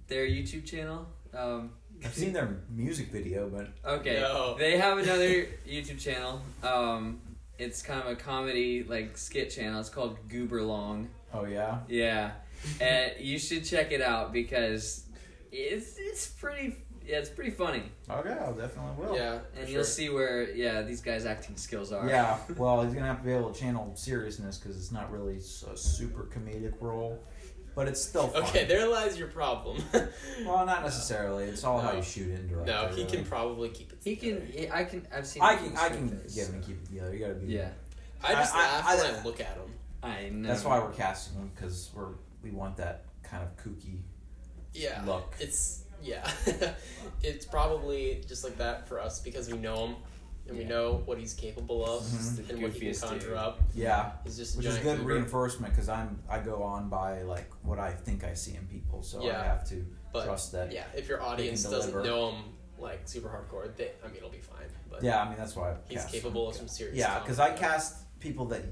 [SPEAKER 3] their YouTube channel? Um,
[SPEAKER 1] I've seen their music video, but
[SPEAKER 3] Okay.
[SPEAKER 2] No.
[SPEAKER 3] They have another YouTube channel. Um, it's kind of a comedy like skit channel. It's called Gooberlong.
[SPEAKER 1] oh yeah,
[SPEAKER 3] Yeah. and you should check it out because it's it's pretty yeah, it's pretty funny.
[SPEAKER 1] okay, I definitely will.
[SPEAKER 2] Yeah.
[SPEAKER 3] And
[SPEAKER 2] for
[SPEAKER 3] you'll
[SPEAKER 2] sure.
[SPEAKER 3] see where yeah, these guys acting skills are.
[SPEAKER 1] Yeah, well, he's gonna have to be able to channel seriousness because it's not really s- a super comedic role, but it's still fun.
[SPEAKER 2] Okay, there lies your problem.
[SPEAKER 1] Well, not necessarily. It's all how
[SPEAKER 2] No.
[SPEAKER 1] you shoot it and direct.
[SPEAKER 2] no,
[SPEAKER 1] it,
[SPEAKER 2] he
[SPEAKER 1] really.
[SPEAKER 2] can probably keep it.
[SPEAKER 3] He can
[SPEAKER 2] together.
[SPEAKER 3] he- I can I've seen
[SPEAKER 1] I
[SPEAKER 3] him
[SPEAKER 1] can.
[SPEAKER 3] do
[SPEAKER 1] I can
[SPEAKER 3] straight
[SPEAKER 1] get
[SPEAKER 3] face.
[SPEAKER 1] him to keep it together. You gotta be.
[SPEAKER 3] Yeah.
[SPEAKER 2] I just
[SPEAKER 1] I- I-
[SPEAKER 2] laugh
[SPEAKER 1] I-
[SPEAKER 2] when I look at him.
[SPEAKER 3] I know.
[SPEAKER 1] That's why we're casting him because we're we want that kind of kooky.
[SPEAKER 2] Yeah.
[SPEAKER 1] Look.
[SPEAKER 2] It's yeah. it's probably just like that for us because we know him and we
[SPEAKER 3] Yeah.
[SPEAKER 2] know what he's capable of
[SPEAKER 1] Mhm.
[SPEAKER 3] He's the
[SPEAKER 2] and what he can
[SPEAKER 3] goofiest
[SPEAKER 2] conjure
[SPEAKER 3] dude.
[SPEAKER 2] up.
[SPEAKER 1] Yeah,
[SPEAKER 2] He's just a
[SPEAKER 1] which is
[SPEAKER 2] giant
[SPEAKER 1] good
[SPEAKER 2] goober,
[SPEAKER 1] reinforcement because I'm I go on by like what I think I see in people, so
[SPEAKER 2] Yeah.
[SPEAKER 1] I have to
[SPEAKER 2] but
[SPEAKER 1] trust that.
[SPEAKER 2] yeah, if your audience doesn't
[SPEAKER 1] deliver.
[SPEAKER 2] know him like super hardcore, they, I mean it'll be fine. But
[SPEAKER 1] Yeah, I mean that's why I
[SPEAKER 2] he's
[SPEAKER 1] cast
[SPEAKER 2] capable
[SPEAKER 1] him.
[SPEAKER 2] of some serious.
[SPEAKER 1] Yeah, because I cast people that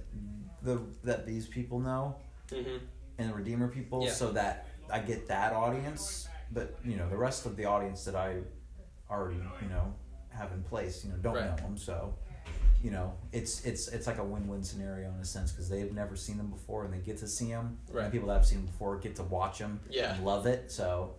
[SPEAKER 1] the that these people know
[SPEAKER 2] hmm
[SPEAKER 1] and the Redeemer people,
[SPEAKER 2] Yeah.
[SPEAKER 1] so that I get that audience. But you know the rest of the audience that I already you know have in place, you know, don't
[SPEAKER 2] Right.
[SPEAKER 1] know them, so. You know, it's it's it's like a win-win scenario in a sense because they've never seen them before and they get to see them.
[SPEAKER 2] Right.
[SPEAKER 1] And people that have seen them before get to watch them.
[SPEAKER 2] Yeah.
[SPEAKER 1] And love it. So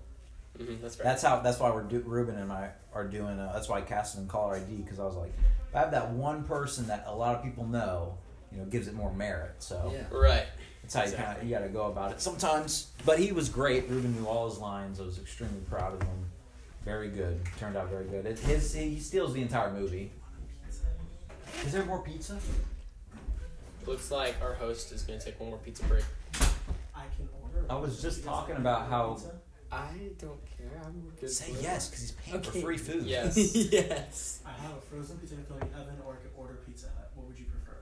[SPEAKER 2] hmm That's right.
[SPEAKER 1] that's how. That's why we're do, Ruben and I are doing. uh that's why I casted in caller ID because I was like, if I have that one person that a lot of people know, you know, gives it more merit. So
[SPEAKER 3] Yeah.
[SPEAKER 2] right.
[SPEAKER 1] that's how you, kinda,
[SPEAKER 2] Exactly.
[SPEAKER 1] you gotta go about it sometimes. But he was great. Ruben knew all his lines. I was extremely proud of him. Very good. Turned out very good. It, his he steals the entire movie. Is there more pizza?
[SPEAKER 2] Looks like our host is going to take one more pizza break.
[SPEAKER 4] I can order.
[SPEAKER 1] I was just
[SPEAKER 4] You guys
[SPEAKER 1] talking
[SPEAKER 4] want
[SPEAKER 1] about how-
[SPEAKER 4] pizza?
[SPEAKER 3] I don't care. I'm good.
[SPEAKER 1] Say
[SPEAKER 3] for it.
[SPEAKER 1] yes because he's paying for
[SPEAKER 3] Okay.
[SPEAKER 1] free food.
[SPEAKER 2] Yes.
[SPEAKER 3] yes.
[SPEAKER 4] I have a frozen pizza in the oven, or I could order Pizza Hut. What would you prefer?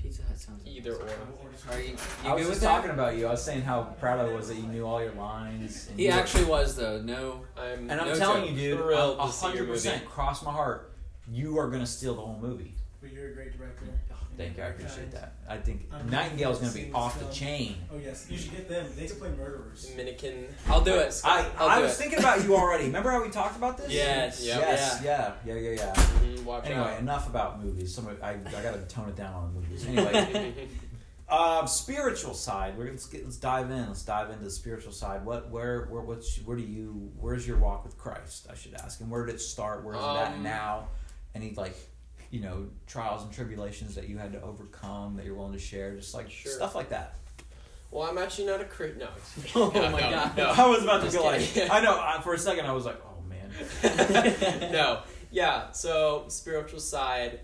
[SPEAKER 3] Pizza Hut sounds
[SPEAKER 2] Either or.
[SPEAKER 4] I will order some
[SPEAKER 3] Are
[SPEAKER 4] Pizza
[SPEAKER 3] you, you
[SPEAKER 4] Hut.
[SPEAKER 1] I was
[SPEAKER 3] good
[SPEAKER 1] just
[SPEAKER 3] with that?
[SPEAKER 1] talking about you. I was saying how proud I was that you knew all your lines. and
[SPEAKER 3] He
[SPEAKER 1] you were-
[SPEAKER 3] actually was though. No.
[SPEAKER 2] I'm
[SPEAKER 1] And I'm
[SPEAKER 3] No
[SPEAKER 1] telling
[SPEAKER 3] joke.
[SPEAKER 1] you, dude,
[SPEAKER 2] Thrilled
[SPEAKER 1] a
[SPEAKER 2] to see your
[SPEAKER 1] hundred percent,
[SPEAKER 2] movie.
[SPEAKER 1] cross my heart, you are gonna steal the whole movie.
[SPEAKER 4] But you're a great director.
[SPEAKER 1] Thank you, I appreciate
[SPEAKER 4] Guys.
[SPEAKER 1] that. I think
[SPEAKER 4] I'm
[SPEAKER 1] Nightingale's gonna be
[SPEAKER 4] seeing
[SPEAKER 1] off the
[SPEAKER 4] stuff.
[SPEAKER 1] chain.
[SPEAKER 4] Oh yes, you should get them. They could play murderers.
[SPEAKER 2] Dominican.
[SPEAKER 3] I'll do it.
[SPEAKER 1] I,
[SPEAKER 3] I'll
[SPEAKER 1] I
[SPEAKER 3] do
[SPEAKER 1] was
[SPEAKER 3] it.
[SPEAKER 1] thinking about you already. Remember how we talked about this?
[SPEAKER 3] Yes.
[SPEAKER 2] Yep.
[SPEAKER 1] Yes. Yeah. Yeah. Yeah. Yeah.
[SPEAKER 2] Mhm, Watch
[SPEAKER 1] Anyway, enough about movies. Some I, I gotta tone it down on the movies. Anyway,
[SPEAKER 2] out.
[SPEAKER 1] uh, spiritual side. We're, let's get, let's dive in. Let's dive into the spiritual side. What where where what's where do you where's your walk with Christ? I should ask. And where did it start? Where's it at
[SPEAKER 2] Um,
[SPEAKER 1] now? Any like you know trials and tribulations that you had to overcome that you're willing to share? Just like
[SPEAKER 2] Sure.
[SPEAKER 1] stuff like that.
[SPEAKER 2] well, I'm actually not a crit. No. excuse me.
[SPEAKER 3] Oh
[SPEAKER 2] No,
[SPEAKER 3] my
[SPEAKER 2] no,
[SPEAKER 3] God.
[SPEAKER 2] No.
[SPEAKER 1] I was about to
[SPEAKER 2] Just
[SPEAKER 1] go like
[SPEAKER 2] kidding.
[SPEAKER 1] I know I, for a second I was like oh man
[SPEAKER 2] no. Yeah, so spiritual side,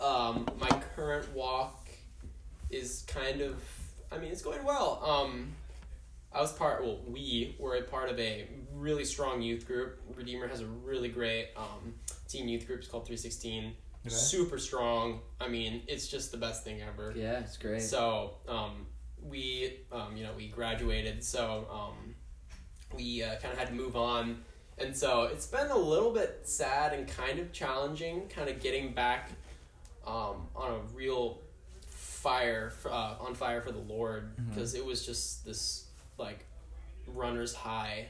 [SPEAKER 2] um, my current walk is kind of I mean, it's going well. Um I was part well, we were a part of a really strong youth group. Redeemer has a really great um teen youth group, it's called three sixteen.
[SPEAKER 1] Okay.
[SPEAKER 2] Super strong. I mean, it's just the best thing ever.
[SPEAKER 3] Yeah, it's great.
[SPEAKER 2] So um, we, um, you know, we graduated. So um, we uh, kind of had to move on, and so it's been a little bit sad and kind of challenging, kind of getting back um, on a real fire, f- uh, on fire for the Lord, because it was just this like runner's high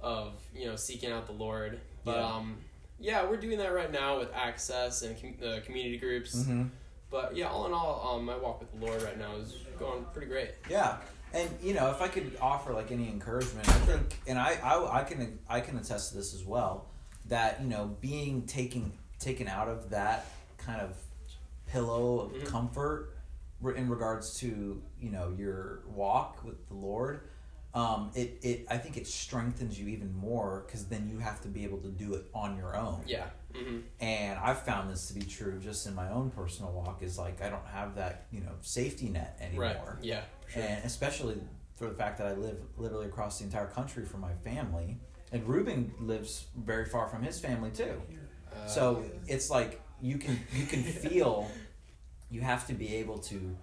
[SPEAKER 2] of you know seeking out the Lord. But
[SPEAKER 1] Yeah.
[SPEAKER 2] um, yeah, we're doing that right now with access and com- the community groups.
[SPEAKER 1] Mhm.
[SPEAKER 2] But yeah, all in all, um, my walk with the Lord right now is going pretty great.
[SPEAKER 1] Yeah, and you know, if I could offer like any encouragement, I think, and I, I, I can, I can attest to this as well, that you know, being taken taken out of that kind of pillow of
[SPEAKER 2] Mhm.
[SPEAKER 1] comfort re- in regards to you know your walk with the Lord. Um, it, it I think it strengthens you even more because then you have to be able to do it on your own
[SPEAKER 2] Yeah. hmm
[SPEAKER 1] and I've found this to be true just in my own personal walk is like I don't have that you know safety net anymore
[SPEAKER 2] Right. Yeah. Sure.
[SPEAKER 1] and especially for the fact that I live literally across the entire country from my family, and Ruben lives very far from his family too.
[SPEAKER 2] Uh,
[SPEAKER 1] So it's like you can you can feel you have to be able to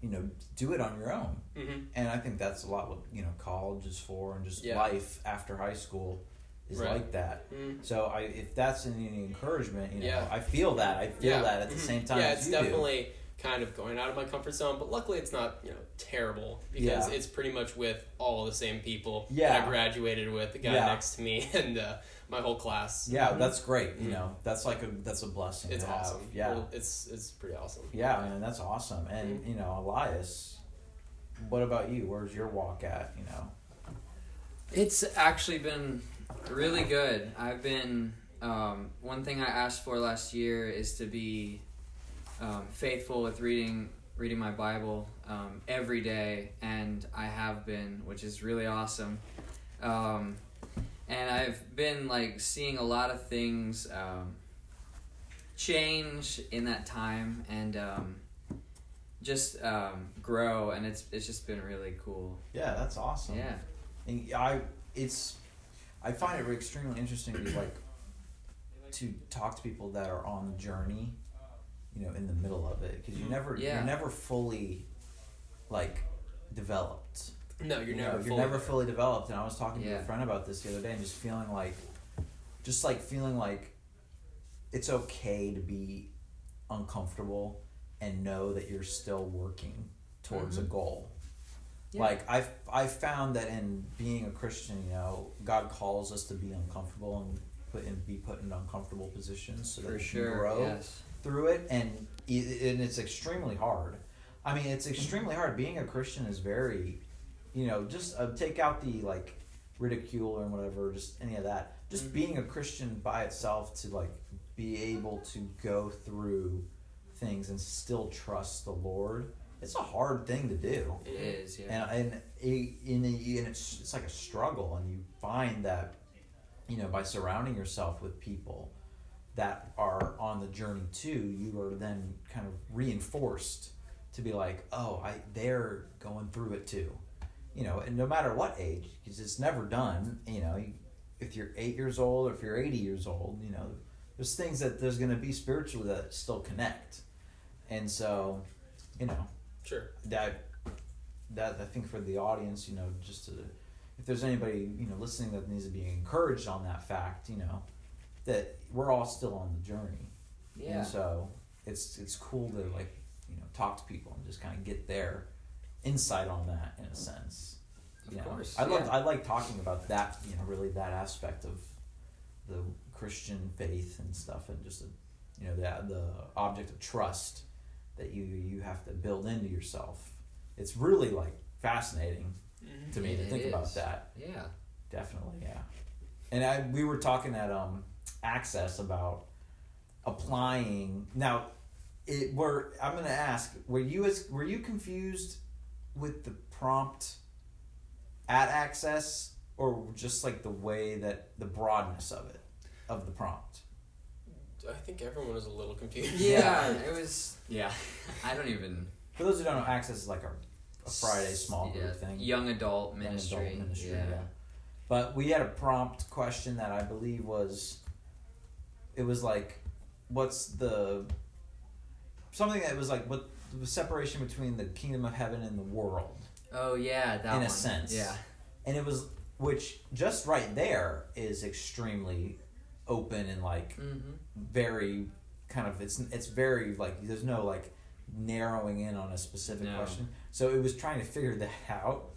[SPEAKER 1] you know do it on your own.
[SPEAKER 2] Mhm.
[SPEAKER 1] And I think that's a lot what you know college is for and just
[SPEAKER 3] Yeah.
[SPEAKER 1] life after high school is
[SPEAKER 3] Right.
[SPEAKER 1] like that.
[SPEAKER 2] Mm.
[SPEAKER 1] So I if that's any encouragement, you know,
[SPEAKER 2] Yeah.
[SPEAKER 1] I feel that. I feel
[SPEAKER 2] Yeah.
[SPEAKER 1] that at the
[SPEAKER 2] Mhm.
[SPEAKER 1] same time
[SPEAKER 2] Yeah,
[SPEAKER 1] as
[SPEAKER 2] it's
[SPEAKER 1] you do.
[SPEAKER 2] definitely kind of going out of my comfort zone, but luckily it's not you know terrible because
[SPEAKER 1] Yeah.
[SPEAKER 2] it's pretty much with all the same people that
[SPEAKER 1] Yeah.
[SPEAKER 2] I graduated with, the guy
[SPEAKER 1] Yeah.
[SPEAKER 2] next to me, and uh, my whole class.
[SPEAKER 1] Yeah, that's great. You
[SPEAKER 2] Mhm.
[SPEAKER 1] know, that's like a that's a blessing.
[SPEAKER 2] It's
[SPEAKER 1] to have.
[SPEAKER 2] awesome.
[SPEAKER 1] Yeah,
[SPEAKER 2] Well, it's it's pretty awesome.
[SPEAKER 1] yeah, Mm-hmm. man, that's awesome. And you know, Elias, what about you? Where's your walk at? You know,
[SPEAKER 3] It's actually been really good. I've been um, one thing I asked for last year is to be um, faithful with reading reading my Bible um, every day, and I have been, which is really awesome. Um, and I've been like seeing a lot of things um, change in that time, and um, just um, grow, and it's it's just been really cool.
[SPEAKER 1] yeah, that's awesome.
[SPEAKER 3] Yeah.
[SPEAKER 1] and I it's I find it extremely interesting to like to talk to people that are on the journey, you know, in the middle of it because you never
[SPEAKER 3] Yeah.
[SPEAKER 1] you're never fully like developed.
[SPEAKER 2] No, you're
[SPEAKER 1] you know,
[SPEAKER 2] never.
[SPEAKER 1] you're
[SPEAKER 2] fully
[SPEAKER 1] never
[SPEAKER 2] there.
[SPEAKER 1] fully developed. And I was talking to
[SPEAKER 3] Yeah.
[SPEAKER 1] a friend about this the other day, and just feeling like, just like feeling like, it's okay to be uncomfortable and know that you're still working towards a goal.
[SPEAKER 3] Mm-hmm. Yeah.
[SPEAKER 1] Like I've I've found that in being a Christian, you know, God calls us to be uncomfortable and put and be put in uncomfortable positions so that
[SPEAKER 3] For
[SPEAKER 1] we
[SPEAKER 3] sure.
[SPEAKER 1] can grow
[SPEAKER 3] Yes.
[SPEAKER 1] through it and i- and it's extremely hard i mean it's extremely hard being a christian is very you know just uh, take out the like ridicule and whatever just any of that just being a christian by itself to like be able to go through things and still trust the lord it's a hard thing to do
[SPEAKER 3] It is, yeah.
[SPEAKER 1] and and it, in the, and it's it's like a struggle, and you find that you know by surrounding yourself with people that are on the journey too, you are then kind of reinforced to be like, oh, I they're going through it too, you know, and no matter what age, because it's never done, you know. You, if you're eight years old or if you're 80 years old, you know, there's things that there's going to be spiritually that still connect. And so, you know,
[SPEAKER 2] Sure.
[SPEAKER 1] that that I think for the audience, you know, just to if there's anybody you know listening that needs to be encouraged on that fact, you know, that we're all still on the journey,
[SPEAKER 3] yeah.
[SPEAKER 1] and so it's it's cool to like you know talk to people and just kind of get their insight on that in a sense. You
[SPEAKER 3] Of
[SPEAKER 1] know,
[SPEAKER 3] course,
[SPEAKER 1] I love
[SPEAKER 3] yeah.
[SPEAKER 1] I like talking about that, you know, really that aspect of the Christian faith and stuff, and just the, you know the the object of trust that you you have to build into yourself. It's really like fascinating to me to
[SPEAKER 3] It
[SPEAKER 1] think about
[SPEAKER 3] is.
[SPEAKER 1] that.
[SPEAKER 3] Yeah.
[SPEAKER 1] Definitely, yeah. And I we were talking at um Access about applying. Now, it were I'm going to ask, were you as were you confused with the prompt at Access or just like the way that the broadness of it of the prompt?
[SPEAKER 2] I think everyone is a little confused.
[SPEAKER 3] Yeah, it was. Yeah, I don't even.
[SPEAKER 1] For those who don't know, Access is like a, a Friday small group
[SPEAKER 3] yeah,
[SPEAKER 1] thing.
[SPEAKER 3] Young adult
[SPEAKER 1] Young adult
[SPEAKER 3] ministry.
[SPEAKER 1] ministry,
[SPEAKER 3] yeah.
[SPEAKER 1] But we had a prompt question that I believe was it was like what's the something that was like what the separation between the kingdom of heaven and the world.
[SPEAKER 3] Oh yeah, that
[SPEAKER 1] In a
[SPEAKER 3] one.
[SPEAKER 1] sense.
[SPEAKER 3] Yeah.
[SPEAKER 1] And it was which just right there is extremely open and like
[SPEAKER 3] Mm-hmm.
[SPEAKER 1] very kind of it's it's very like there's no like narrowing in on a specific
[SPEAKER 3] No.
[SPEAKER 1] question. So it was trying to figure that out.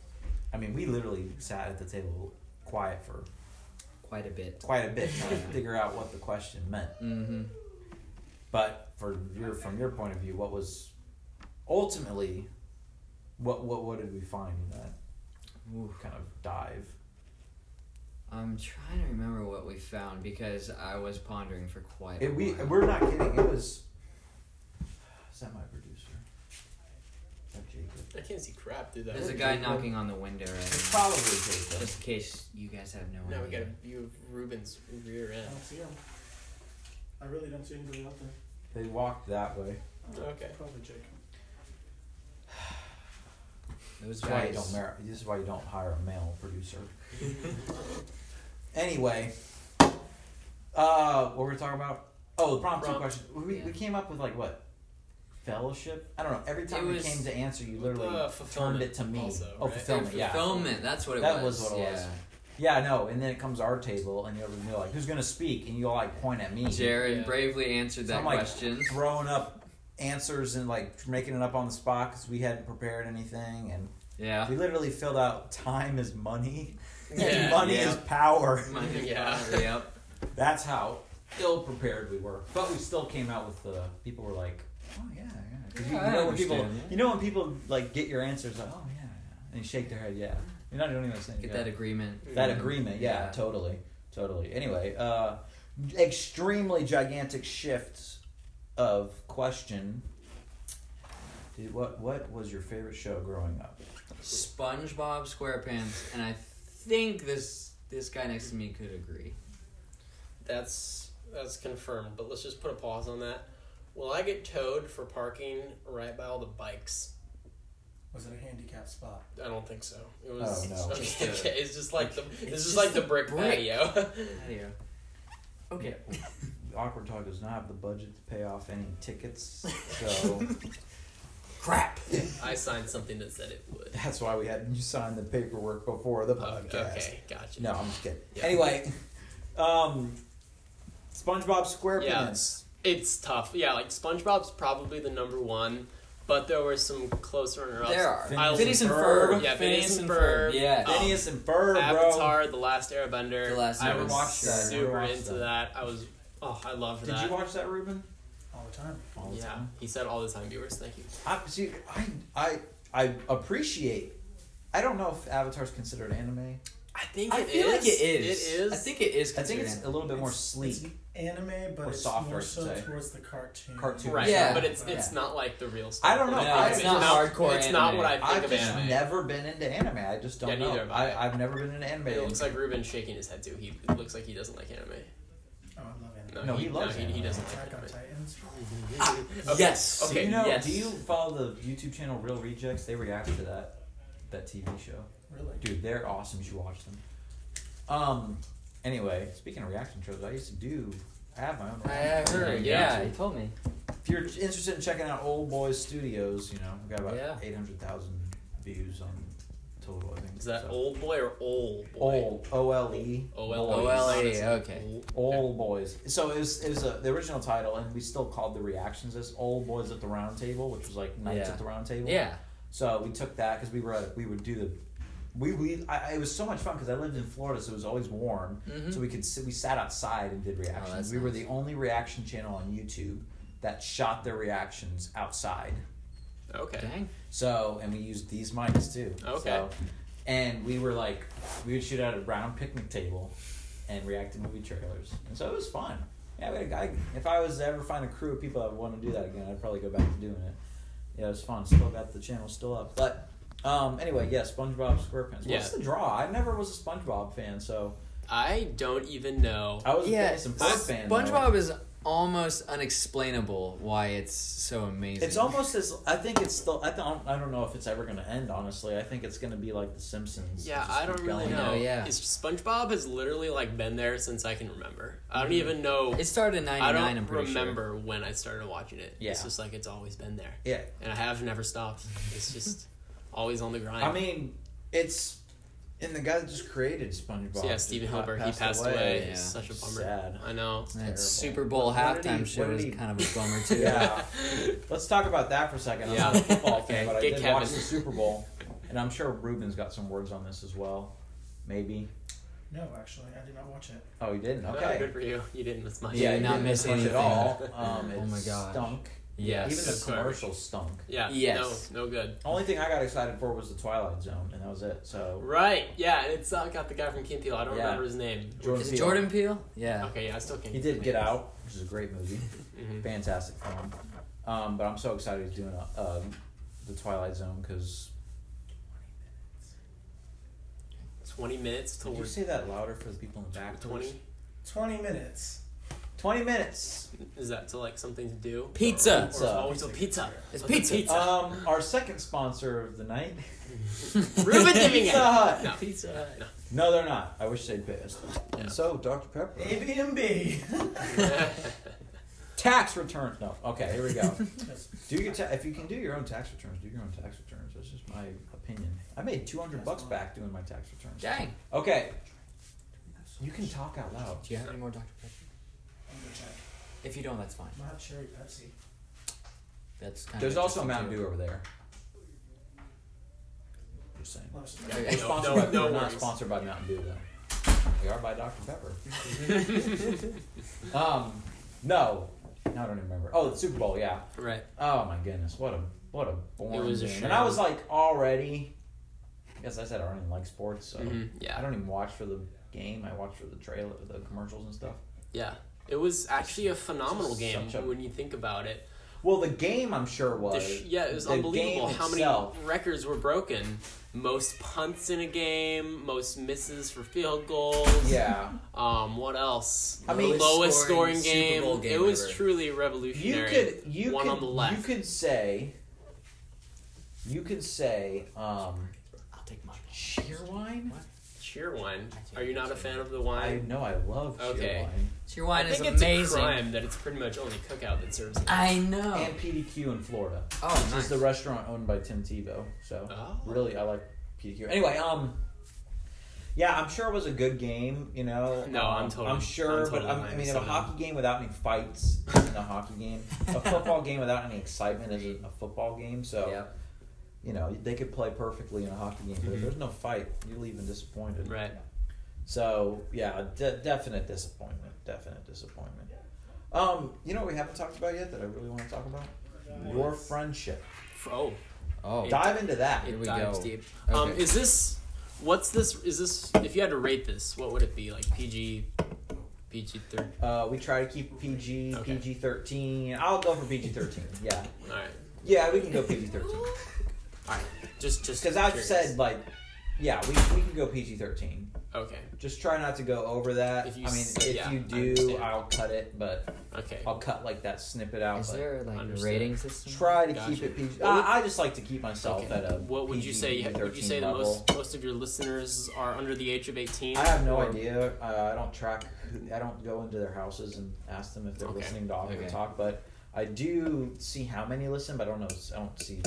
[SPEAKER 1] I mean, we literally sat at the table quiet for
[SPEAKER 3] Quite a bit.
[SPEAKER 1] quite a bit trying to figure out what the question meant.
[SPEAKER 3] Mm-hmm.
[SPEAKER 1] But for your from your point of view, what was ultimately what what what did we find in that kind of dive?
[SPEAKER 3] I'm trying to remember what we found because I was pondering for quite. a
[SPEAKER 1] It, we
[SPEAKER 3] while.
[SPEAKER 1] we're not kidding. It was. Is that my producer? Is that Jacob?
[SPEAKER 2] I can't see crap through that.
[SPEAKER 3] There's a guy knocking on the window right
[SPEAKER 1] It's
[SPEAKER 3] now.
[SPEAKER 1] probably Jacob.
[SPEAKER 3] Just in case you guys have no
[SPEAKER 2] No, we got
[SPEAKER 3] idea.
[SPEAKER 2] a view of Ruben's rear
[SPEAKER 5] I
[SPEAKER 2] end.
[SPEAKER 5] don't see him. I really don't see anybody out there.
[SPEAKER 1] They walked that way.
[SPEAKER 2] Okay.
[SPEAKER 5] Probably Jake.
[SPEAKER 1] This
[SPEAKER 3] Those
[SPEAKER 1] is why you
[SPEAKER 3] guys.
[SPEAKER 1] don't mar- this is why you don't hire a male producer. anyway, uh, what were we talking about? Oh, the prompt, two
[SPEAKER 2] Prompt.
[SPEAKER 1] question. We,
[SPEAKER 3] Yeah.
[SPEAKER 1] we came up with like what fellowship? I don't know. Every time
[SPEAKER 3] It
[SPEAKER 1] we
[SPEAKER 3] was-
[SPEAKER 1] came to answer, you literally
[SPEAKER 2] Uh,
[SPEAKER 1] turned it
[SPEAKER 2] fulfillment
[SPEAKER 1] to me.
[SPEAKER 2] also,
[SPEAKER 1] oh,
[SPEAKER 2] right?
[SPEAKER 1] fulfillment. Yeah.
[SPEAKER 3] Fulfillment. That's what it
[SPEAKER 1] That
[SPEAKER 3] was.
[SPEAKER 1] was what it was.
[SPEAKER 3] yeah.
[SPEAKER 1] Yeah, no. And then it comes to our table, and you're you're like, "Who's gonna speak?" And you all like point at me.
[SPEAKER 3] Jared
[SPEAKER 2] Yeah.
[SPEAKER 3] bravely answered
[SPEAKER 1] So
[SPEAKER 3] that
[SPEAKER 1] I'm like,
[SPEAKER 3] question.
[SPEAKER 1] throwing up answers and like making it up on the spot because we hadn't prepared anything, and
[SPEAKER 3] Yeah.
[SPEAKER 1] we literally filled out time is money,
[SPEAKER 2] Yeah,
[SPEAKER 1] and money
[SPEAKER 3] yeah.
[SPEAKER 1] is power.
[SPEAKER 2] Yeah.
[SPEAKER 3] God, yep.
[SPEAKER 1] That's how ill prepared we were, but we still came out with the people were like, "Oh yeah, yeah." 'Cause
[SPEAKER 3] Yeah,
[SPEAKER 1] you,
[SPEAKER 3] I
[SPEAKER 1] you know when people,
[SPEAKER 3] understand, yeah.
[SPEAKER 1] you know when people like get your answers like, "Oh yeah," yeah," and you shake their head, "Yeah." You're not doing those things.
[SPEAKER 3] Get
[SPEAKER 1] yeah.
[SPEAKER 3] that agreement.
[SPEAKER 1] That agreement, yeah,
[SPEAKER 3] Yeah.
[SPEAKER 1] totally, totally. Anyway, uh, extremely gigantic shifts of question. Dude, what what was your favorite show growing up?
[SPEAKER 3] SpongeBob SquarePants, and I think this this guy next to me could agree.
[SPEAKER 2] That's that's confirmed. But let's just put a pause on that. Will I get towed for parking right by all the bikes?
[SPEAKER 5] Was it a handicapped spot?
[SPEAKER 2] I don't think so. It was
[SPEAKER 1] Oh, no.
[SPEAKER 2] okay,
[SPEAKER 3] Just, uh,
[SPEAKER 2] okay, It's just like the this
[SPEAKER 3] it's
[SPEAKER 2] is
[SPEAKER 3] just
[SPEAKER 2] like the
[SPEAKER 3] the
[SPEAKER 2] brick,
[SPEAKER 3] brick.
[SPEAKER 2] patio.
[SPEAKER 3] Patio. Okay.
[SPEAKER 1] Awkward Talk does not have the budget to pay off any tickets, so
[SPEAKER 3] Crap.
[SPEAKER 2] I signed something that said it would.
[SPEAKER 1] that's why we had you sign the paperwork before the
[SPEAKER 2] Oh,
[SPEAKER 1] podcast.
[SPEAKER 2] okay, gotcha.
[SPEAKER 1] No, I'm just kidding.
[SPEAKER 2] Yeah.
[SPEAKER 1] Anyway, um, SpongeBob SquarePants.
[SPEAKER 2] It's tough. Yeah, like SpongeBob's probably the number one, but there were some close runner-ups.
[SPEAKER 3] There are.
[SPEAKER 1] Fin-
[SPEAKER 2] I'll-
[SPEAKER 1] Phineas and Ferb.
[SPEAKER 2] Yeah, Phineas and Ferb.
[SPEAKER 3] Yeah.
[SPEAKER 2] Um,
[SPEAKER 1] Phineas and Ferb, bro.
[SPEAKER 2] Avatar: The Last Airbender.
[SPEAKER 3] The Last
[SPEAKER 2] I
[SPEAKER 3] Airbender.
[SPEAKER 2] was
[SPEAKER 1] Watched that.
[SPEAKER 2] super
[SPEAKER 1] Watched
[SPEAKER 2] into
[SPEAKER 1] that.
[SPEAKER 2] that. I was. Oh, I loved
[SPEAKER 1] Did
[SPEAKER 2] that.
[SPEAKER 1] you watch that, Ruben?
[SPEAKER 5] All the time.
[SPEAKER 1] All the
[SPEAKER 2] yeah,
[SPEAKER 1] time?
[SPEAKER 2] he said all the time viewers. Thank you.
[SPEAKER 1] I, see, I, I, I appreciate. I don't know if Avatar's considered anime.
[SPEAKER 2] I think
[SPEAKER 3] I
[SPEAKER 2] it
[SPEAKER 3] feel
[SPEAKER 2] is.
[SPEAKER 3] like it is.
[SPEAKER 2] It is.
[SPEAKER 3] I think it is.
[SPEAKER 1] I think it's
[SPEAKER 3] considered
[SPEAKER 1] a little bit more
[SPEAKER 5] It's-
[SPEAKER 1] sleek.
[SPEAKER 5] Anime, but
[SPEAKER 1] Or
[SPEAKER 5] it's
[SPEAKER 1] softer, I
[SPEAKER 5] more
[SPEAKER 1] should
[SPEAKER 5] so
[SPEAKER 1] say.
[SPEAKER 5] towards the cartoon. Oh,
[SPEAKER 1] Cartoon.
[SPEAKER 2] right.
[SPEAKER 3] Yeah.
[SPEAKER 2] but it's it's
[SPEAKER 1] Yeah.
[SPEAKER 2] not like the real stuff.
[SPEAKER 1] I don't know.
[SPEAKER 3] No,
[SPEAKER 1] I
[SPEAKER 3] it's
[SPEAKER 1] just
[SPEAKER 3] not
[SPEAKER 2] not-
[SPEAKER 3] hardcore.
[SPEAKER 2] It's not what I
[SPEAKER 3] anime.
[SPEAKER 2] think
[SPEAKER 1] I've
[SPEAKER 2] of
[SPEAKER 1] just
[SPEAKER 2] anime.
[SPEAKER 1] never been into anime. I just don't
[SPEAKER 2] Yeah,
[SPEAKER 1] know.
[SPEAKER 2] neither have
[SPEAKER 1] I,
[SPEAKER 2] I.
[SPEAKER 1] I've never been into anime.
[SPEAKER 2] It looks like Ruben's shaking his head too. He it looks like he doesn't like anime.
[SPEAKER 5] Oh, I love anime.
[SPEAKER 2] No,
[SPEAKER 1] No,
[SPEAKER 2] he,
[SPEAKER 1] he loves
[SPEAKER 2] no, he, he
[SPEAKER 1] anime.
[SPEAKER 2] doesn't
[SPEAKER 5] Attack
[SPEAKER 2] like
[SPEAKER 5] on
[SPEAKER 2] anime.
[SPEAKER 5] Titans.
[SPEAKER 2] Okay.
[SPEAKER 3] Yes.
[SPEAKER 1] Do
[SPEAKER 2] Okay.
[SPEAKER 1] you know?
[SPEAKER 3] yes.
[SPEAKER 1] Do you follow the YouTube channel Real Rejects? They react to that that TV show.
[SPEAKER 5] Really?
[SPEAKER 1] Dude, they're awesome. You should watch them. Um. Anyway, speaking of reaction shows, I used to do. I have my own.
[SPEAKER 3] I
[SPEAKER 1] reaction show.
[SPEAKER 3] heard.
[SPEAKER 2] Yeah.
[SPEAKER 3] Yeah, he told me.
[SPEAKER 1] If you're interested in checking out Old Boys Studios, you know we got about
[SPEAKER 3] Yeah.
[SPEAKER 1] eight hundred thousand views on total. I think
[SPEAKER 2] Is that
[SPEAKER 1] so.
[SPEAKER 2] old boy or old boy?
[SPEAKER 1] Old O L E
[SPEAKER 2] OL.
[SPEAKER 1] Boys.
[SPEAKER 3] OLE, okay.
[SPEAKER 1] Old Boys. So it was, it was a, the original title, and we still called the reactions as Old Boys at the Round Table, which was like Nights
[SPEAKER 3] Yeah.
[SPEAKER 1] at the Round Table.
[SPEAKER 3] Yeah.
[SPEAKER 1] So we took that because we were we would do the we we I, I- it was so much fun because I lived in Florida, so it was always warm.
[SPEAKER 3] Mhm.
[SPEAKER 1] So we could sit, we sat outside and did reactions.
[SPEAKER 3] that's
[SPEAKER 1] we were
[SPEAKER 3] nice.
[SPEAKER 1] the only reaction channel on YouTube that shot their reactions outside.
[SPEAKER 2] Okay.
[SPEAKER 3] Dang.
[SPEAKER 1] So and we used these mics too.
[SPEAKER 2] Okay.
[SPEAKER 1] So, and we were like we would shoot at a round picnic table and react to movie trailers, and so it was fun. Yeah, we had a guy. If I was to ever find a crew of people that would want to do that again, I'd probably go back to doing it. Yeah, it was fun. Still got the channel still up, but um, anyway, yeah, SpongeBob SquarePants. What's
[SPEAKER 2] Yeah.
[SPEAKER 1] the draw? I never was a SpongeBob fan, so
[SPEAKER 2] I don't even know.
[SPEAKER 1] I was
[SPEAKER 3] Yeah.
[SPEAKER 1] a some Ferb fan. though.
[SPEAKER 3] SpongeBob is almost unexplainable. Why it's so amazing.
[SPEAKER 1] It's almost as I think it's still. I don't. I don't know if it's ever going to end. Honestly, I think it's going to be like The Simpsons.
[SPEAKER 2] Yeah,
[SPEAKER 1] Just
[SPEAKER 2] I
[SPEAKER 1] keep
[SPEAKER 2] don't really
[SPEAKER 1] going.
[SPEAKER 2] know.
[SPEAKER 3] No, yeah.
[SPEAKER 2] Is SpongeBob has literally like been there since I can remember. I don't even know.
[SPEAKER 3] It started in
[SPEAKER 2] I
[SPEAKER 3] '99.
[SPEAKER 2] don't
[SPEAKER 3] am pretty
[SPEAKER 2] remember when I started watching it.
[SPEAKER 1] Yeah.
[SPEAKER 2] It's just like it's always been there,
[SPEAKER 1] Yeah,
[SPEAKER 2] and I have never stopped. It's just always on the grind.
[SPEAKER 1] I mean, it's and the guy that just created SpongeBob.
[SPEAKER 2] So, yeah,
[SPEAKER 1] just
[SPEAKER 2] Steven
[SPEAKER 1] pa-
[SPEAKER 2] Hilbert, he passed away.
[SPEAKER 3] Yeah.
[SPEAKER 2] It's such a bummer.
[SPEAKER 1] Sad.
[SPEAKER 2] I know.
[SPEAKER 3] Sure.
[SPEAKER 1] Terrible.
[SPEAKER 3] That Super Bowl
[SPEAKER 1] What did he-
[SPEAKER 3] halftime
[SPEAKER 1] what
[SPEAKER 3] show
[SPEAKER 1] did
[SPEAKER 3] was
[SPEAKER 1] he-
[SPEAKER 3] kind of a bummer too.
[SPEAKER 1] Yeah. Let's talk about that for a second. I'm not a
[SPEAKER 2] Yeah.
[SPEAKER 1] football
[SPEAKER 2] Okay,
[SPEAKER 1] fan, but I
[SPEAKER 2] get
[SPEAKER 1] did
[SPEAKER 2] Kevin.
[SPEAKER 1] watch the Super Bowl, and I'm sure Ruben's got some words on this as well. Maybe.
[SPEAKER 5] No, actually, I did not watch it.
[SPEAKER 1] Oh, you didn't.
[SPEAKER 2] No,
[SPEAKER 1] Okay.
[SPEAKER 2] good for you. You didn't miss much.
[SPEAKER 3] Yeah,
[SPEAKER 1] you
[SPEAKER 3] not
[SPEAKER 1] didn't
[SPEAKER 3] miss
[SPEAKER 1] much
[SPEAKER 3] anything.
[SPEAKER 1] at all. Um, it
[SPEAKER 3] Oh my gosh.
[SPEAKER 1] stunk.
[SPEAKER 3] Yes.
[SPEAKER 1] Even the
[SPEAKER 2] It's garbage.
[SPEAKER 1] commercials stunk.
[SPEAKER 2] Yeah.
[SPEAKER 3] Yes.
[SPEAKER 2] No. No good.
[SPEAKER 1] Only thing I got excited for was the Twilight Zone, and that was it. So
[SPEAKER 2] Right. Yeah. And it's uh, got the guy from Kim Peel. I don't
[SPEAKER 1] Yeah.
[SPEAKER 2] remember his name.
[SPEAKER 1] Jordan
[SPEAKER 3] Is it
[SPEAKER 1] Peele.
[SPEAKER 3] Jordan Peele? Yeah.
[SPEAKER 2] Okay. Yeah. I still can't.
[SPEAKER 1] He did Get Out, which is a great movie.
[SPEAKER 2] hmm
[SPEAKER 1] fantastic film. Um, but I'm so excited he's doing uh, um, the Twilight Zone because.
[SPEAKER 2] Twenty minutes till
[SPEAKER 1] Did you
[SPEAKER 2] we're
[SPEAKER 1] say that louder for the people in the back? please?
[SPEAKER 2] twenty.
[SPEAKER 5] 20 minutes.
[SPEAKER 1] Twenty minutes.
[SPEAKER 2] Is that to like something to do?
[SPEAKER 3] Pizza.
[SPEAKER 2] Or it's always a pizza.
[SPEAKER 3] It's
[SPEAKER 2] Let's
[SPEAKER 3] pizza.
[SPEAKER 2] get
[SPEAKER 1] Um, our second sponsor of the night.
[SPEAKER 2] Ruben Dimming
[SPEAKER 1] Pizza Hut.
[SPEAKER 2] No. Pizza Hut. No.
[SPEAKER 1] No, they're not. I wish they'd pay us.
[SPEAKER 2] Yeah.
[SPEAKER 1] So, Dr. Pepper.
[SPEAKER 4] ABMB.
[SPEAKER 1] Tax return. No. Okay. Here we go. do your ta- if you can do your own tax returns. Do your own tax returns. That's just my opinion. I made two hundred bucks back doing my tax returns.
[SPEAKER 3] Dang.
[SPEAKER 1] Okay. You can talk out loud.
[SPEAKER 3] Do you have any more Dr. Pepper? If you don't, that's fine.
[SPEAKER 4] Not cherry Pepsi.
[SPEAKER 3] That's kind
[SPEAKER 1] There's
[SPEAKER 3] of
[SPEAKER 1] also a
[SPEAKER 3] interesting,
[SPEAKER 1] Mountain
[SPEAKER 3] too.
[SPEAKER 1] Dew over there. Just saying.
[SPEAKER 4] Last
[SPEAKER 2] Yeah.
[SPEAKER 1] We're,
[SPEAKER 2] No,
[SPEAKER 1] sponsored
[SPEAKER 2] no,
[SPEAKER 1] by-
[SPEAKER 2] no
[SPEAKER 1] we're not
[SPEAKER 2] worries.
[SPEAKER 1] sponsored by Mountain Dew though. We are by Dr Pepper. um, no, no, I don't even remember. Oh, the Super Bowl, yeah.
[SPEAKER 3] Right.
[SPEAKER 1] Oh my goodness, what a what a boring.
[SPEAKER 2] It was a
[SPEAKER 1] game.
[SPEAKER 2] shame.
[SPEAKER 1] And I was like already. I guess I said I don't even like sports, so
[SPEAKER 2] Mhm, yeah.
[SPEAKER 1] I don't even watch for the game. I watch for the trailer, the commercials and stuff.
[SPEAKER 2] Yeah. It was actually a phenomenal
[SPEAKER 1] Such
[SPEAKER 2] game
[SPEAKER 1] a-
[SPEAKER 2] when you think about it.
[SPEAKER 1] Well, the game I'm sure
[SPEAKER 2] The
[SPEAKER 1] was.
[SPEAKER 2] sh- yeah, it was
[SPEAKER 1] the
[SPEAKER 2] unbelievable
[SPEAKER 1] game
[SPEAKER 2] how
[SPEAKER 1] itself.
[SPEAKER 2] many records were broken. Most punts in a game, most misses for field goals.
[SPEAKER 1] Yeah,
[SPEAKER 2] Um, what else?
[SPEAKER 1] I mean,
[SPEAKER 2] the lowest scoring,
[SPEAKER 3] scoring Super
[SPEAKER 2] game.
[SPEAKER 3] Bowl game
[SPEAKER 2] It was
[SPEAKER 3] ever.
[SPEAKER 2] truly
[SPEAKER 1] you
[SPEAKER 2] revolutionary.
[SPEAKER 1] could you
[SPEAKER 2] One
[SPEAKER 1] could
[SPEAKER 2] on the left.
[SPEAKER 1] you could say. You could say um,
[SPEAKER 3] I'll take mine.
[SPEAKER 1] cheer wine.
[SPEAKER 2] Cheer wine. Are you not a fan of the wine?
[SPEAKER 1] I know I love cheer
[SPEAKER 2] Okay.
[SPEAKER 1] wine.
[SPEAKER 3] Your wine
[SPEAKER 2] I think
[SPEAKER 3] is
[SPEAKER 2] it's
[SPEAKER 3] amazing.
[SPEAKER 2] a crime that it's pretty much only Cookout that serves it.
[SPEAKER 3] I know.
[SPEAKER 1] And PDQ in Florida.
[SPEAKER 3] oh,
[SPEAKER 1] This
[SPEAKER 3] nice.
[SPEAKER 1] is the restaurant owned by Tim Tebow. So
[SPEAKER 2] Oh.
[SPEAKER 1] really, I like PDQ. Anyway, um, yeah, I'm sure it was a good game. You know,
[SPEAKER 2] No, I'm
[SPEAKER 1] Um,
[SPEAKER 2] totally-
[SPEAKER 1] I'm sure,
[SPEAKER 2] I'm totally
[SPEAKER 1] but I'm, I
[SPEAKER 2] minus
[SPEAKER 1] mean, if a
[SPEAKER 2] seven.
[SPEAKER 1] hockey game without any fights isn't a hockey game. A football game without any excitement isn't a football game. So
[SPEAKER 3] Yep.
[SPEAKER 1] you know, they could play perfectly in a hockey game, but if
[SPEAKER 2] Mhm.
[SPEAKER 1] there's no fight, you're leaving disappointed.
[SPEAKER 2] Right.
[SPEAKER 1] So yeah, de- definite disappointment. Definite disappointment. Um, you know what we haven't talked about yet that I really want to talk about? Your friendship.
[SPEAKER 2] Oh,
[SPEAKER 3] Oh,
[SPEAKER 1] Dive into that.
[SPEAKER 3] Here
[SPEAKER 2] it
[SPEAKER 3] we
[SPEAKER 2] dives
[SPEAKER 3] go.
[SPEAKER 2] deep. Um,
[SPEAKER 3] Okay.
[SPEAKER 2] is this? What's this? Is this? If you had to rate this, what would it be? Like PG, PG thirty.
[SPEAKER 1] Uh, we try to keep it PG,
[SPEAKER 2] Okay.
[SPEAKER 1] PG thirteen. I'll go for PG thirteen. Yeah,
[SPEAKER 2] All right.
[SPEAKER 1] yeah, we can go PG thirteen
[SPEAKER 2] All right. Just, just
[SPEAKER 1] because I've
[SPEAKER 2] curious.
[SPEAKER 1] said like, yeah, we, we can go PG thirteen.
[SPEAKER 2] Okay.
[SPEAKER 1] Just try not to go over that.
[SPEAKER 2] If you
[SPEAKER 1] I mean,
[SPEAKER 2] s-
[SPEAKER 1] if
[SPEAKER 2] yeah,
[SPEAKER 1] you
[SPEAKER 2] I
[SPEAKER 1] do,
[SPEAKER 2] understand.
[SPEAKER 1] I'll cut it, but
[SPEAKER 2] Okay.
[SPEAKER 1] I'll cut like that snippet out.
[SPEAKER 3] is
[SPEAKER 1] but
[SPEAKER 3] there like a
[SPEAKER 2] Understood.
[SPEAKER 3] rating system?
[SPEAKER 1] try to
[SPEAKER 2] Gotcha.
[SPEAKER 1] keep it PG.
[SPEAKER 2] What would-
[SPEAKER 1] I, I just like to keep myself
[SPEAKER 2] Okay.
[SPEAKER 1] at a.
[SPEAKER 2] What would you say?
[SPEAKER 1] PG-13
[SPEAKER 2] Would you say the
[SPEAKER 1] level.
[SPEAKER 2] most most of your listeners are under the age of eighteen?
[SPEAKER 1] I have no
[SPEAKER 2] Or-
[SPEAKER 1] idea. Uh, I don't track. I don't go into their houses and ask them if they're
[SPEAKER 2] Okay.
[SPEAKER 1] listening to Awkward
[SPEAKER 3] Okay.
[SPEAKER 1] Talk. But I do see how many listen, but I don't know. I don't see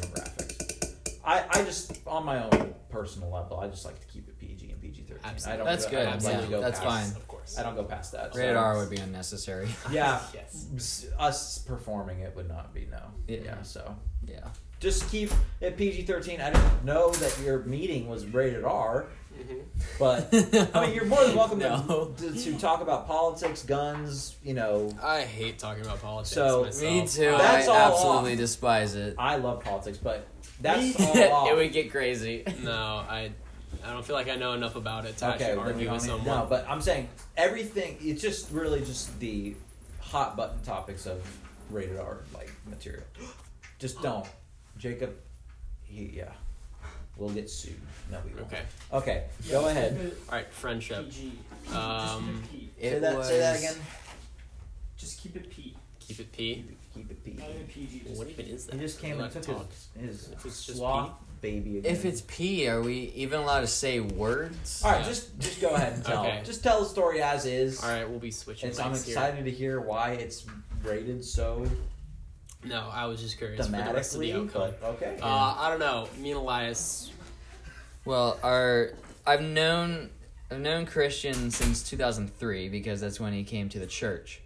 [SPEAKER 1] demographics. I, I just on my own personal level, I just like to keep it PG and PG thirteen. I
[SPEAKER 2] Absolutely.
[SPEAKER 1] don't.
[SPEAKER 3] That's
[SPEAKER 1] go-
[SPEAKER 3] good.
[SPEAKER 1] I don't like
[SPEAKER 2] Absolutely.
[SPEAKER 1] to go
[SPEAKER 3] that's
[SPEAKER 1] past,
[SPEAKER 2] Of course.
[SPEAKER 1] I don't go past that. so-
[SPEAKER 3] Rated R would be unnecessary.
[SPEAKER 1] Yeah.
[SPEAKER 2] Yes.
[SPEAKER 1] S- Us performing it would not be no.
[SPEAKER 3] Yeah.
[SPEAKER 1] yeah so
[SPEAKER 3] yeah.
[SPEAKER 1] just keep it PG thirteen. I didn't know that your meeting was rated R,
[SPEAKER 2] Mm-hmm.
[SPEAKER 1] but I mean, you're more than welcome
[SPEAKER 3] No.
[SPEAKER 1] to, to, to talk about politics, guns. You know,
[SPEAKER 2] I hate talking about politics.
[SPEAKER 1] So-
[SPEAKER 2] myself.
[SPEAKER 3] Me too.
[SPEAKER 1] That's
[SPEAKER 3] I
[SPEAKER 1] all
[SPEAKER 3] absolutely
[SPEAKER 1] off.
[SPEAKER 3] despise it.
[SPEAKER 1] I love politics, but that's all off.
[SPEAKER 3] it would get crazy.
[SPEAKER 2] No, I, I don't feel like I know enough about it
[SPEAKER 1] okay,
[SPEAKER 2] to actually
[SPEAKER 1] then we
[SPEAKER 2] argue
[SPEAKER 1] don't
[SPEAKER 2] with
[SPEAKER 1] need-
[SPEAKER 2] someone.
[SPEAKER 1] no, but I'm saying everything. It's just really just the hot button topics of rated R like material. Just don't, Jacob. He, yeah, we'll get sued. No, we won't.
[SPEAKER 2] Okay.
[SPEAKER 1] Okay, go ahead.
[SPEAKER 2] All right. Friendship.
[SPEAKER 4] PG.
[SPEAKER 2] Um,
[SPEAKER 4] just keep it P.
[SPEAKER 3] It
[SPEAKER 1] say that.
[SPEAKER 3] was,
[SPEAKER 1] Say that again.
[SPEAKER 4] Just keep it P.
[SPEAKER 2] Keep it P.
[SPEAKER 1] Keep it PG.
[SPEAKER 4] Not even PG. Just
[SPEAKER 2] What even is that?
[SPEAKER 1] He just came and
[SPEAKER 2] Let
[SPEAKER 1] took
[SPEAKER 2] talk.
[SPEAKER 1] his,
[SPEAKER 2] If
[SPEAKER 1] his
[SPEAKER 2] it's just
[SPEAKER 1] sloth baby. Again.
[SPEAKER 3] If it's P, are we even allowed to say words?
[SPEAKER 1] all right,
[SPEAKER 2] Yeah.
[SPEAKER 1] just just go ahead and tell.
[SPEAKER 2] Okay.
[SPEAKER 1] Just tell the story as is.
[SPEAKER 2] All right, we'll be switching.
[SPEAKER 1] It's, I'm
[SPEAKER 2] mics here.
[SPEAKER 1] excited to hear why it's rated so
[SPEAKER 2] No, I was just curious for the rest of the
[SPEAKER 1] thematically.
[SPEAKER 2] outcome.
[SPEAKER 1] But okay.
[SPEAKER 2] Uh, I don't know. Me and Elias.
[SPEAKER 3] Well, our I've known I've known Christian since 2003 because that's when he came to the church.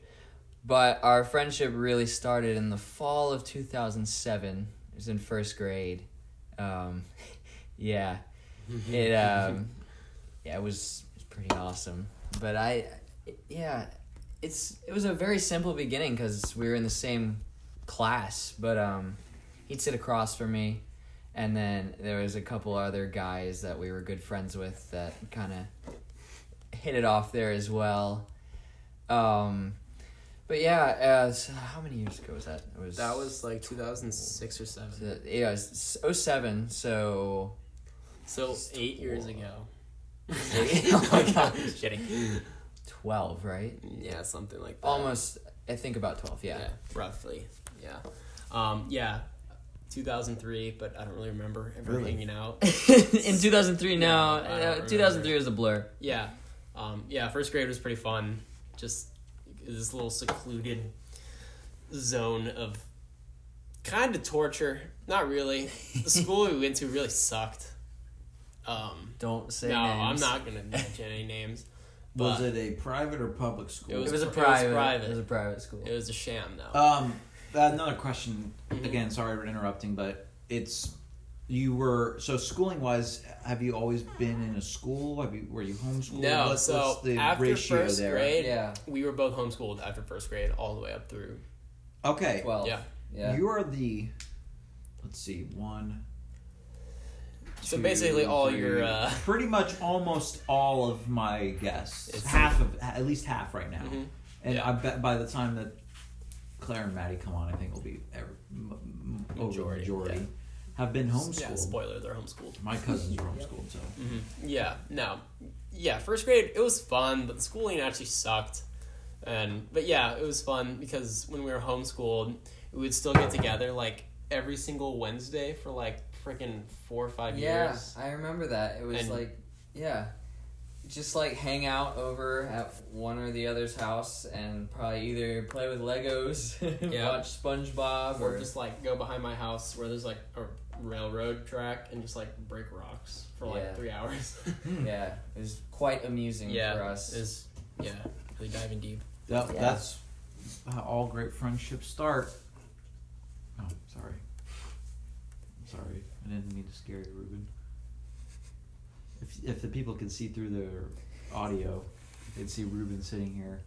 [SPEAKER 3] But our friendship really started in the fall of 2007. It was in first grade. Um, yeah, it um, yeah, it was, it was pretty awesome. But I, yeah, it's it was a very simple beginning because we were in the same class. But um, he'd sit across from me. And then there was a couple other guys that we were good friends with that kind of hit it off there as well. Um, but yeah, uh, so how many years ago was that? It was
[SPEAKER 2] That was like 2006 or
[SPEAKER 3] so-
[SPEAKER 2] 7.
[SPEAKER 3] yeah, it was 07, so
[SPEAKER 2] So eight years ago.
[SPEAKER 3] Oh my gosh.
[SPEAKER 2] Kidding. Oh
[SPEAKER 3] twelve, right?
[SPEAKER 2] Yeah, something like that.
[SPEAKER 3] Almost. I think about twelve. Yeah.
[SPEAKER 2] yeah, roughly. Yeah. Um, yeah. 2003, but I don't really remember ever
[SPEAKER 1] Really?
[SPEAKER 2] hanging out.
[SPEAKER 3] in 2003, no.
[SPEAKER 2] Yeah, I don't
[SPEAKER 3] Uh, 2003 was a blur.
[SPEAKER 2] Yeah. Um, yeah, first grade was pretty fun. Just this little secluded zone of kind of torture. Not really. The school we went to really sucked. Um,
[SPEAKER 3] Don't say
[SPEAKER 2] no, I'm
[SPEAKER 3] names.
[SPEAKER 2] not going to mention any names.
[SPEAKER 1] Was
[SPEAKER 2] But-
[SPEAKER 1] it a private or public school?
[SPEAKER 2] It was
[SPEAKER 3] It was a
[SPEAKER 2] pr- it was
[SPEAKER 3] private.
[SPEAKER 2] private.
[SPEAKER 3] It was a private school.
[SPEAKER 2] It was a sham, though.
[SPEAKER 1] Um, another question.
[SPEAKER 2] Mhm.
[SPEAKER 1] Again, sorry for interrupting, but it's you were so schooling wise. Have you always been in a school? Have you were you homeschooled?
[SPEAKER 2] No,
[SPEAKER 1] What's-
[SPEAKER 2] so
[SPEAKER 1] what's the
[SPEAKER 2] after
[SPEAKER 1] ratio
[SPEAKER 2] first
[SPEAKER 1] there?
[SPEAKER 2] grade-
[SPEAKER 3] yeah.
[SPEAKER 2] we were both homeschooled after first grade all the way up through.
[SPEAKER 1] Okay,
[SPEAKER 3] Twelve.
[SPEAKER 2] Yeah.
[SPEAKER 3] Yeah.
[SPEAKER 1] you are the. Let's see, one.
[SPEAKER 2] So
[SPEAKER 1] two,
[SPEAKER 2] basically all
[SPEAKER 1] three-
[SPEAKER 2] your, uh,
[SPEAKER 1] pretty much almost all of my guests,
[SPEAKER 2] It's-
[SPEAKER 1] half of at least half right now,
[SPEAKER 2] Mhm.
[SPEAKER 1] and
[SPEAKER 2] Yeah.
[SPEAKER 1] I bet by the time that Claire and Maddie come on, I think will be every, m- m- over
[SPEAKER 2] Majority,
[SPEAKER 1] majority,
[SPEAKER 2] yeah.
[SPEAKER 1] have been homeschooled.
[SPEAKER 2] Yeah, spoiler, they're homeschooled.
[SPEAKER 1] My cousins were homeschooled, so
[SPEAKER 2] hmm Yeah, no, yeah. First grade, it was fun, but the schooling actually sucked. And but yeah, it was fun because when we were homeschooled, we would still get together like every single Wednesday for like freaking four or five
[SPEAKER 3] Yeah,
[SPEAKER 2] years.
[SPEAKER 3] I remember that. It was
[SPEAKER 2] And-
[SPEAKER 3] like, yeah, just like hang out over at one or the other's house and probably either play with Legos,
[SPEAKER 2] Yeah.
[SPEAKER 3] watch SpongeBob,
[SPEAKER 2] Or
[SPEAKER 3] or
[SPEAKER 2] just like go behind my house where there's like a railroad track and just like break rocks for like
[SPEAKER 3] Yeah.
[SPEAKER 2] three hours.
[SPEAKER 3] yeah, it was quite amusing
[SPEAKER 2] yeah,
[SPEAKER 3] for us.
[SPEAKER 2] is yeah, really diving deep.
[SPEAKER 1] that,
[SPEAKER 3] Yeah.
[SPEAKER 1] that's how all great friendships start. Oh, sorry. Sorry, I didn't mean to scare you, Ruben. If if the people could see through their audio, they'd see Ruben sitting here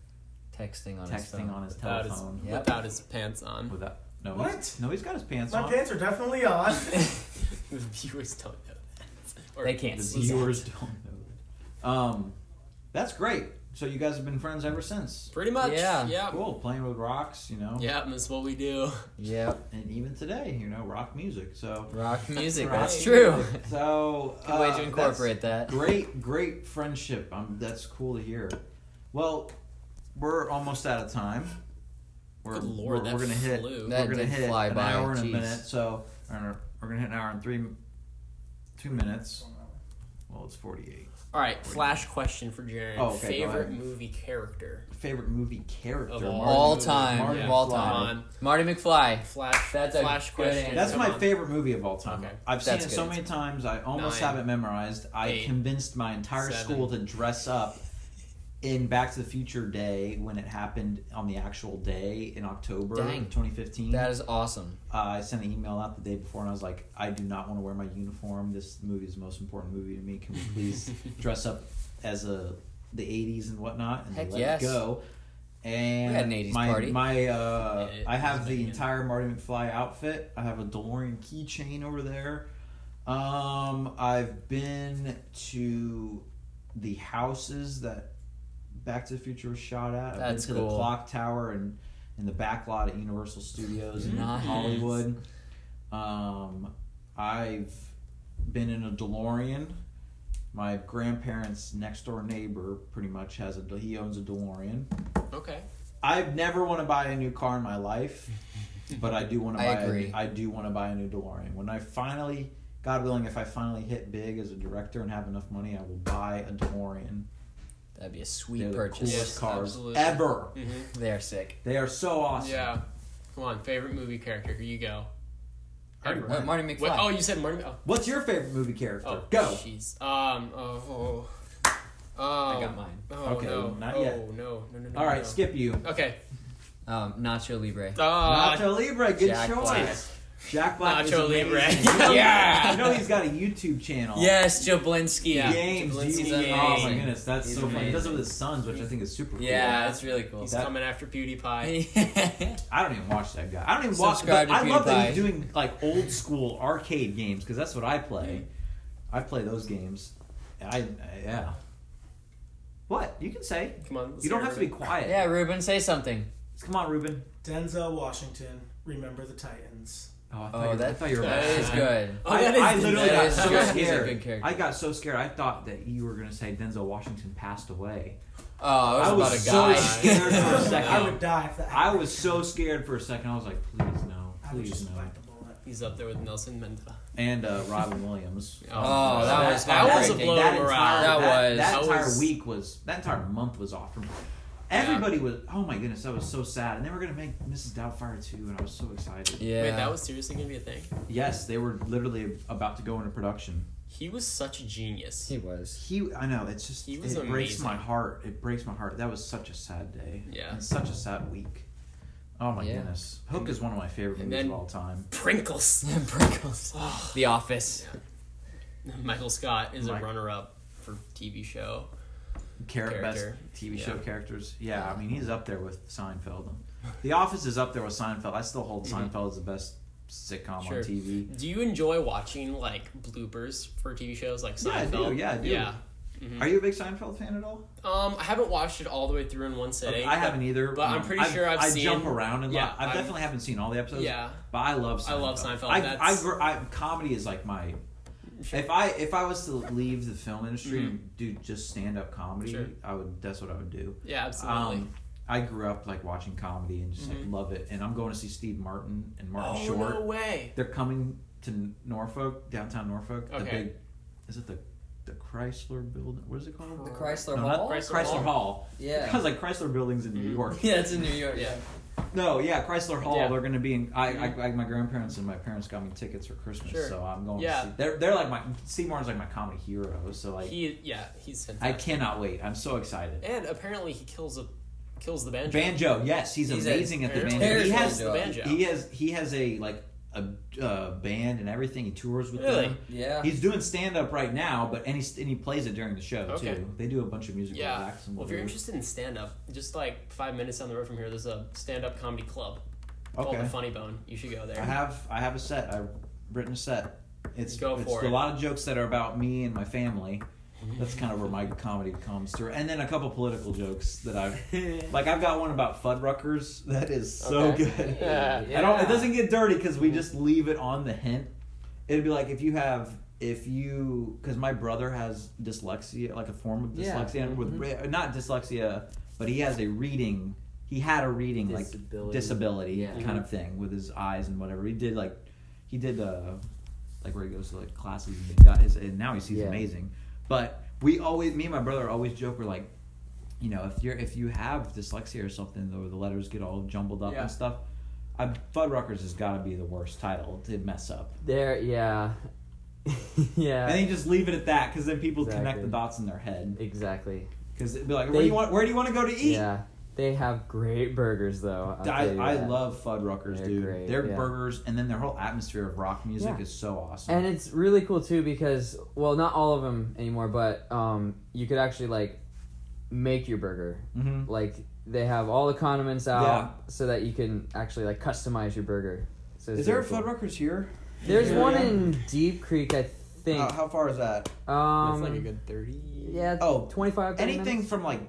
[SPEAKER 3] texting on his phone.
[SPEAKER 1] texting on his
[SPEAKER 2] Without his,
[SPEAKER 1] telephone.
[SPEAKER 3] Yep.
[SPEAKER 2] without his pants on.
[SPEAKER 1] Without no,
[SPEAKER 5] What?
[SPEAKER 1] he's- no, he's got his pants
[SPEAKER 5] My
[SPEAKER 1] on.
[SPEAKER 5] pants are definitely on.
[SPEAKER 2] the viewers don't know that. Or-
[SPEAKER 3] They can't
[SPEAKER 1] The
[SPEAKER 3] see.
[SPEAKER 1] viewers don't know. That. Um, that's great. So you guys have been friends ever since.
[SPEAKER 2] Pretty much.
[SPEAKER 3] Yeah.
[SPEAKER 2] Yeah.
[SPEAKER 1] Cool, playing with rocks, you know.
[SPEAKER 2] Yeah, and that's what we do.
[SPEAKER 3] Yeah,
[SPEAKER 1] And even today, you know, rock music. So.
[SPEAKER 3] rock music.
[SPEAKER 1] Rock
[SPEAKER 3] That's
[SPEAKER 2] music.
[SPEAKER 3] true.
[SPEAKER 1] So
[SPEAKER 3] Good way
[SPEAKER 1] uh,
[SPEAKER 3] to
[SPEAKER 1] that's
[SPEAKER 3] incorporate that.
[SPEAKER 1] Great, great friendship. Um, that's cool to hear. Well, we're almost out of time. We're,
[SPEAKER 2] Good lord,
[SPEAKER 1] we're,
[SPEAKER 2] that
[SPEAKER 1] we're gonna hit.
[SPEAKER 2] flew.
[SPEAKER 3] That
[SPEAKER 1] we're gonna
[SPEAKER 3] did
[SPEAKER 1] hit
[SPEAKER 3] fly
[SPEAKER 1] an
[SPEAKER 3] by,
[SPEAKER 1] hour and
[SPEAKER 3] jeez.
[SPEAKER 1] a minute. So or we're gonna hit an hour and three, two minutes. Well, it's forty-eight.
[SPEAKER 2] All right, flash question for Jared.
[SPEAKER 1] Oh, okay, go
[SPEAKER 2] Favorite
[SPEAKER 1] ahead.
[SPEAKER 2] movie character?
[SPEAKER 1] Favorite movie character
[SPEAKER 2] Of all-
[SPEAKER 1] Marty
[SPEAKER 3] all
[SPEAKER 1] McFly.
[SPEAKER 3] time,
[SPEAKER 1] Marty
[SPEAKER 3] of all
[SPEAKER 1] McFly. Mm-hmm.
[SPEAKER 3] time.
[SPEAKER 2] Come on.
[SPEAKER 3] Marty McFly.
[SPEAKER 2] Flash.
[SPEAKER 3] That's a
[SPEAKER 2] flash
[SPEAKER 3] good
[SPEAKER 2] question.
[SPEAKER 3] answer.
[SPEAKER 1] That's
[SPEAKER 2] Come
[SPEAKER 1] my
[SPEAKER 2] on.
[SPEAKER 1] favorite movie of all time.
[SPEAKER 2] Okay.
[SPEAKER 1] I've
[SPEAKER 3] That's
[SPEAKER 1] seen it
[SPEAKER 3] good.
[SPEAKER 1] so many times. I almost
[SPEAKER 2] Nine,
[SPEAKER 1] have it memorized. I
[SPEAKER 2] eight,
[SPEAKER 1] convinced my entire
[SPEAKER 2] seven.
[SPEAKER 1] school to dress up in Back to the Future Day when it happened on the actual day in October
[SPEAKER 3] Dang.
[SPEAKER 1] 2015.
[SPEAKER 3] That is awesome.
[SPEAKER 1] uh, I sent an email out the day before and I was like, I do not want to wear my uniform. This movie is the most important movie to me. Can we please dress up as a the 80s and whatnot? And they
[SPEAKER 3] Heck
[SPEAKER 1] let
[SPEAKER 3] yes.
[SPEAKER 1] it go. And
[SPEAKER 3] We had an 80s
[SPEAKER 1] my,
[SPEAKER 3] party.
[SPEAKER 1] My, uh,
[SPEAKER 2] Yeah, it
[SPEAKER 1] I
[SPEAKER 2] was
[SPEAKER 1] have the
[SPEAKER 2] banging.
[SPEAKER 1] entire Marty McFly outfit. I have a DeLorean keychain over there. Um, I've been to the houses that Back to the Future was shot at. I've
[SPEAKER 3] That's
[SPEAKER 1] been to
[SPEAKER 3] cool.
[SPEAKER 1] the clock tower and in the back lot at Universal Studios in
[SPEAKER 3] Nice.
[SPEAKER 1] Hollywood. Um, I've been in a DeLorean. My grandparents' next door neighbor pretty much has a he owns a DeLorean.
[SPEAKER 2] Okay.
[SPEAKER 1] I've never want to buy a new car in my life, but I do want to
[SPEAKER 3] I
[SPEAKER 1] buy.
[SPEAKER 3] agree.
[SPEAKER 1] A, I do want to buy a new DeLorean. When I finally, God willing, if I finally hit big as a director and have enough money, I will buy a DeLorean.
[SPEAKER 3] That'd be a
[SPEAKER 1] They're
[SPEAKER 3] sweet
[SPEAKER 1] the
[SPEAKER 3] purchase.
[SPEAKER 1] coolest
[SPEAKER 2] Yes,
[SPEAKER 1] cars
[SPEAKER 2] absolutely.
[SPEAKER 1] ever.
[SPEAKER 2] Mhm.
[SPEAKER 3] They are sick.
[SPEAKER 1] They are so awesome.
[SPEAKER 2] Yeah. Come on, favorite movie character. Here you go.
[SPEAKER 1] I already
[SPEAKER 2] Edward.
[SPEAKER 3] Uh,
[SPEAKER 1] went.
[SPEAKER 3] Marty
[SPEAKER 2] Wait,
[SPEAKER 3] McFly.
[SPEAKER 2] oh, you said Marty. Oh,
[SPEAKER 1] What's your favorite movie character?
[SPEAKER 2] oh
[SPEAKER 1] Go.
[SPEAKER 2] Jeez. Um. Oh. oh. Oh.
[SPEAKER 3] I got mine.
[SPEAKER 2] Oh,
[SPEAKER 1] Okay,
[SPEAKER 2] no.
[SPEAKER 1] not
[SPEAKER 2] oh,
[SPEAKER 1] yet.
[SPEAKER 2] no. No, no, no.
[SPEAKER 1] All right,
[SPEAKER 2] no.
[SPEAKER 1] skip you.
[SPEAKER 2] Okay.
[SPEAKER 3] Um, Nacho Libre.
[SPEAKER 2] Ah,
[SPEAKER 1] Nacho Libre, good
[SPEAKER 3] Jack
[SPEAKER 1] choice.
[SPEAKER 3] Black.
[SPEAKER 1] Jack Black. is
[SPEAKER 2] Nacho
[SPEAKER 1] amazing.
[SPEAKER 2] Libre.
[SPEAKER 1] You know-
[SPEAKER 2] Yeah.
[SPEAKER 1] You know he's got a YouTube channel.
[SPEAKER 3] Yes, Jablinski.
[SPEAKER 2] Yeah.
[SPEAKER 1] Games.
[SPEAKER 2] Jablinski's
[SPEAKER 1] you-
[SPEAKER 2] amazing.
[SPEAKER 1] oh my goodness, that's
[SPEAKER 3] He's
[SPEAKER 1] so funny. He does it
[SPEAKER 3] amazing.
[SPEAKER 1] with his sons, which I think is super cool.
[SPEAKER 3] Yeah, that's really cool.
[SPEAKER 2] He's
[SPEAKER 1] That-
[SPEAKER 2] coming after PewDiePie.
[SPEAKER 3] yeah,
[SPEAKER 1] I don't even watch that guy. I don't even watch.
[SPEAKER 3] Subscribe
[SPEAKER 1] But
[SPEAKER 3] to
[SPEAKER 1] I love that
[SPEAKER 3] PewDiePie.
[SPEAKER 1] he's doing like old school arcade games because that's what I play. I play those games. And I, I- yeah. What you can say?
[SPEAKER 2] Come on. let's
[SPEAKER 1] You don't
[SPEAKER 2] hear
[SPEAKER 1] have to be
[SPEAKER 2] it.
[SPEAKER 1] quiet.
[SPEAKER 3] Ruben, say something.
[SPEAKER 1] Come on, Ruben.
[SPEAKER 5] Denzel Washington, remember the Titans.
[SPEAKER 1] Oh, I
[SPEAKER 3] Oh,
[SPEAKER 1] you were-
[SPEAKER 3] that-
[SPEAKER 1] thought you were.
[SPEAKER 2] that
[SPEAKER 1] about
[SPEAKER 3] That
[SPEAKER 1] to
[SPEAKER 3] is
[SPEAKER 1] say-
[SPEAKER 3] good.
[SPEAKER 2] Oh, that is
[SPEAKER 1] I, I literally
[SPEAKER 3] that
[SPEAKER 1] got
[SPEAKER 3] is
[SPEAKER 1] so
[SPEAKER 3] good. He's a
[SPEAKER 1] scared.
[SPEAKER 3] good character.
[SPEAKER 1] I got so scared. I thought that you were going to say Denzel Washington passed away.
[SPEAKER 3] Oh, it was
[SPEAKER 1] I
[SPEAKER 3] about
[SPEAKER 1] was
[SPEAKER 3] a guy.
[SPEAKER 1] so scared for a second.
[SPEAKER 5] I would die if that.
[SPEAKER 1] I
[SPEAKER 5] happened.
[SPEAKER 1] was so scared for a second. I was like, please no,
[SPEAKER 5] I would
[SPEAKER 1] please
[SPEAKER 5] just
[SPEAKER 1] no.
[SPEAKER 5] bite the bullet.
[SPEAKER 2] He's up there with Nelson Mandela.
[SPEAKER 1] And uh, Robin Williams. Um,
[SPEAKER 3] Oh, that was
[SPEAKER 1] that was a
[SPEAKER 3] heartbreaking.
[SPEAKER 1] blow
[SPEAKER 2] That
[SPEAKER 1] to
[SPEAKER 2] entire-
[SPEAKER 1] morale.
[SPEAKER 3] that was-
[SPEAKER 1] that,
[SPEAKER 2] that
[SPEAKER 1] entire
[SPEAKER 2] was-
[SPEAKER 1] week was that entire month was off for me. Everybody was oh my goodness, that was so sad. And they were gonna make Mrs. Doubtfire too, and I was so excited.
[SPEAKER 3] Yeah.
[SPEAKER 2] Wait, that was seriously gonna be a thing.
[SPEAKER 1] Yes, they were literally about to go into production.
[SPEAKER 2] He was such a genius.
[SPEAKER 3] He was.
[SPEAKER 1] He, I know, it's just
[SPEAKER 2] He was
[SPEAKER 1] it breaks
[SPEAKER 2] amazing.
[SPEAKER 1] my heart. It breaks my heart. That was such a sad day.
[SPEAKER 2] Yeah.
[SPEAKER 1] and such a sad week. Oh my
[SPEAKER 3] Yeah.
[SPEAKER 1] goodness, Hook
[SPEAKER 2] And-
[SPEAKER 1] is one of my favorite
[SPEAKER 2] and
[SPEAKER 1] movies
[SPEAKER 2] then-
[SPEAKER 1] of all time.
[SPEAKER 2] Prinkles.
[SPEAKER 3] Prinkles.
[SPEAKER 2] Oh.
[SPEAKER 3] The Office.
[SPEAKER 2] Michael Scott is
[SPEAKER 1] Mike-
[SPEAKER 2] a runner-up for TV show.
[SPEAKER 1] Carrot best
[SPEAKER 2] Character.
[SPEAKER 1] TV
[SPEAKER 2] Yeah.
[SPEAKER 1] show characters. Yeah, I mean he's up there with Seinfeld. The Office is up there with Seinfeld. I still hold
[SPEAKER 2] Mhm.
[SPEAKER 1] Seinfeld as the best sitcom
[SPEAKER 2] Sure.
[SPEAKER 1] on TV.
[SPEAKER 2] Do you enjoy watching like bloopers for TV shows like
[SPEAKER 1] Yeah, I do,
[SPEAKER 2] Seinfeld?
[SPEAKER 1] yeah, I do.
[SPEAKER 2] Yeah. Mhm.
[SPEAKER 1] Are you a big Seinfeld fan at all?
[SPEAKER 2] Um, I haven't watched it all the way through in one sitting.
[SPEAKER 1] I
[SPEAKER 2] but-
[SPEAKER 1] haven't either.
[SPEAKER 2] but I'm
[SPEAKER 1] Um,
[SPEAKER 2] pretty sure I've
[SPEAKER 1] I
[SPEAKER 2] seen-
[SPEAKER 1] jump around and
[SPEAKER 2] Yeah,
[SPEAKER 1] lot. I
[SPEAKER 2] I'm-
[SPEAKER 1] definitely haven't seen all the episodes.
[SPEAKER 2] Yeah.
[SPEAKER 1] But I love Seinfeld.
[SPEAKER 2] I love Seinfeld,
[SPEAKER 1] I,
[SPEAKER 2] that's-
[SPEAKER 1] I gr- I- comedy is like my.
[SPEAKER 2] Sure.
[SPEAKER 1] If I if I was to leave the film industry and do just stand up comedy,
[SPEAKER 2] Mm-hmm. Sure.
[SPEAKER 1] I would. That's what I would do.
[SPEAKER 2] Yeah, absolutely.
[SPEAKER 1] Um, I grew up like watching comedy and just
[SPEAKER 2] Mhm.
[SPEAKER 1] like love it. And I'm going to see Steve Martin and Martin
[SPEAKER 2] oh
[SPEAKER 1] Short.
[SPEAKER 2] no way!
[SPEAKER 1] They're coming to Norfolk, downtown Norfolk. The
[SPEAKER 2] Okay.
[SPEAKER 1] big, is it the the Chrysler building? What is it called?
[SPEAKER 3] The Chrysler
[SPEAKER 1] No, not
[SPEAKER 3] Hall?
[SPEAKER 2] Chrysler
[SPEAKER 1] Chrysler
[SPEAKER 2] Hall.
[SPEAKER 1] Hall.
[SPEAKER 3] Uh-huh. Yeah.
[SPEAKER 1] Because like Chrysler buildings in New
[SPEAKER 2] Mhm.
[SPEAKER 1] York.
[SPEAKER 3] yeah, it's in New York.
[SPEAKER 2] Yeah.
[SPEAKER 1] No, yeah, Chrysler Hall.
[SPEAKER 2] Yeah. Mm-hmm.
[SPEAKER 1] They're going to be in. I, I, I, my grandparents and my parents got me tickets for Christmas,
[SPEAKER 2] Sure.
[SPEAKER 1] so I'm going.
[SPEAKER 2] Yeah.
[SPEAKER 1] to see, they're they're like my Steve Martin's like my comedy hero. So like,
[SPEAKER 2] He yeah, he's
[SPEAKER 1] I
[SPEAKER 2] fantastic.
[SPEAKER 1] cannot wait. I'm so excited.
[SPEAKER 2] and apparently he kills a kills the banjo.
[SPEAKER 1] Banjo, yes, he's,
[SPEAKER 3] He's a-
[SPEAKER 1] amazing at the
[SPEAKER 2] Apparently
[SPEAKER 1] banjo.
[SPEAKER 3] Terry
[SPEAKER 1] He
[SPEAKER 2] kills
[SPEAKER 1] has
[SPEAKER 2] the
[SPEAKER 3] uh,
[SPEAKER 2] banjo.
[SPEAKER 1] he has he has a like a uh, band and everything. He tours with
[SPEAKER 2] Really?
[SPEAKER 1] them.
[SPEAKER 3] Yeah.
[SPEAKER 1] He's doing stand up right now, but and he and he plays it during the show
[SPEAKER 2] Okay.
[SPEAKER 1] too. They do a bunch of musical
[SPEAKER 2] yeah.
[SPEAKER 1] acts. And
[SPEAKER 2] Well, if you're
[SPEAKER 1] whatever.
[SPEAKER 2] interested in stand up, just like five minutes down the road from here, there's a stand up comedy club called the
[SPEAKER 1] okay,
[SPEAKER 2] Funny Bone. You should go there.
[SPEAKER 1] I have I have a set. I've written a set. It's,
[SPEAKER 2] Go
[SPEAKER 1] it's
[SPEAKER 2] for
[SPEAKER 1] a
[SPEAKER 2] it.
[SPEAKER 1] lot of jokes that are about me and my family. That's kind of where my comedy comes through, and then a couple political jokes that I've like. I've got one about Fuddruckers that is so
[SPEAKER 2] Okay.
[SPEAKER 1] good.
[SPEAKER 2] Yeah.
[SPEAKER 1] I don't. It doesn't get dirty because we just leave it on the hint. It'd be like if you have if you because my brother has dyslexia, like a form of
[SPEAKER 3] Yeah.
[SPEAKER 1] dyslexia, with re- not dyslexia, but he has a reading. He had a reading like
[SPEAKER 3] Disability.
[SPEAKER 1] disability
[SPEAKER 3] Yeah.
[SPEAKER 1] kind of thing with his eyes and whatever. He did like he did uh like where he goes to like classes and got his and now he sees
[SPEAKER 3] Yeah.
[SPEAKER 1] amazing. But we always me and my brother always joke we're like you know, if you're if you have dyslexia or something, or the letters get all jumbled up
[SPEAKER 3] Yeah.
[SPEAKER 1] and stuff, I, Fuddruckers has got to be the worst title to mess up.
[SPEAKER 3] There, yeah. yeah.
[SPEAKER 1] and then you just leave it at that because then people connect
[SPEAKER 3] Exactly.
[SPEAKER 1] the dots in their head
[SPEAKER 3] exactly.
[SPEAKER 1] because it'd be like, where do
[SPEAKER 3] They-
[SPEAKER 1] you want where do you want to go to eat?
[SPEAKER 3] Yeah. They have great burgers, though. I'll
[SPEAKER 1] I,
[SPEAKER 3] tell you
[SPEAKER 1] I
[SPEAKER 3] that.
[SPEAKER 1] love Fuddruckers,
[SPEAKER 3] They're
[SPEAKER 1] dude.
[SPEAKER 3] great,
[SPEAKER 1] Their
[SPEAKER 3] yeah.
[SPEAKER 1] burgers and then their whole atmosphere of rock music
[SPEAKER 3] Yeah.
[SPEAKER 1] is so awesome.
[SPEAKER 3] And it's really cool too because well, not all of them anymore, but um, you could actually like make your burger.
[SPEAKER 1] Mhm.
[SPEAKER 3] Like they have all the condiments out
[SPEAKER 1] Yeah.
[SPEAKER 3] so that you can actually like customize your burger. So it's
[SPEAKER 1] is there a
[SPEAKER 3] really cool.
[SPEAKER 1] Fuddruckers here?
[SPEAKER 3] There's
[SPEAKER 1] Yeah. Uh,
[SPEAKER 3] one in Deep Creek, I think.
[SPEAKER 1] How, how far is that?
[SPEAKER 3] um,
[SPEAKER 2] That's like a good thirty.
[SPEAKER 3] yeah.
[SPEAKER 1] Oh,
[SPEAKER 3] 25 30
[SPEAKER 1] Anything
[SPEAKER 3] minutes.
[SPEAKER 1] from like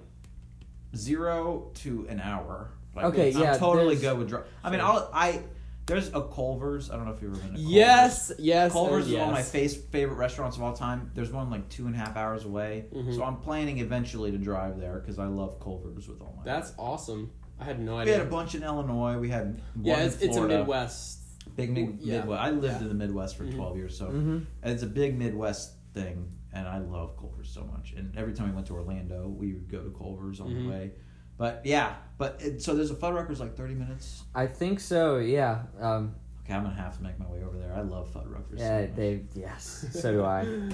[SPEAKER 1] zero to an hour. Like,
[SPEAKER 3] Okay,
[SPEAKER 1] I'm
[SPEAKER 3] yeah,
[SPEAKER 1] totally
[SPEAKER 3] there's-
[SPEAKER 1] good with. Dr- I mean,
[SPEAKER 3] Sure.
[SPEAKER 1] I'll, I there's a Culver's. I don't know if you've ever been. To Culver's.
[SPEAKER 2] Yes, yes.
[SPEAKER 1] Culver's is one of my
[SPEAKER 2] yes.
[SPEAKER 1] face, favorite restaurants of all time. There's one like two and a half hours away,
[SPEAKER 3] Mm-hmm.
[SPEAKER 2] Mhm.
[SPEAKER 1] so I'm planning eventually to drive there because I love Culver's with all my.
[SPEAKER 2] That's awesome. I had no
[SPEAKER 1] we
[SPEAKER 2] idea.
[SPEAKER 1] had a bunch in Illinois. We had one
[SPEAKER 2] yeah, it's,
[SPEAKER 1] in
[SPEAKER 2] it's a
[SPEAKER 1] Florida.
[SPEAKER 2] Midwest.
[SPEAKER 1] Big mid-
[SPEAKER 2] Yeah.
[SPEAKER 1] Midwest. I lived
[SPEAKER 2] Yeah.
[SPEAKER 1] in the Midwest for
[SPEAKER 2] Mhm.
[SPEAKER 1] 12 years, so
[SPEAKER 3] Mhm.
[SPEAKER 1] and it's a big Midwest thing, and I love Culver's so much. And every time we went to Orlando, we would go to Culver's on
[SPEAKER 3] Mm-hmm.
[SPEAKER 2] Mhm.
[SPEAKER 1] the way. But yeah, but it, so there's a Fuddruckers like 30 minutes.
[SPEAKER 3] I think so. Yeah. Um,
[SPEAKER 1] Okay, I'm gonna have to make my way over there. I love Fuddruckers. so
[SPEAKER 3] yeah.
[SPEAKER 1] much.
[SPEAKER 3] They. Yes. So do I.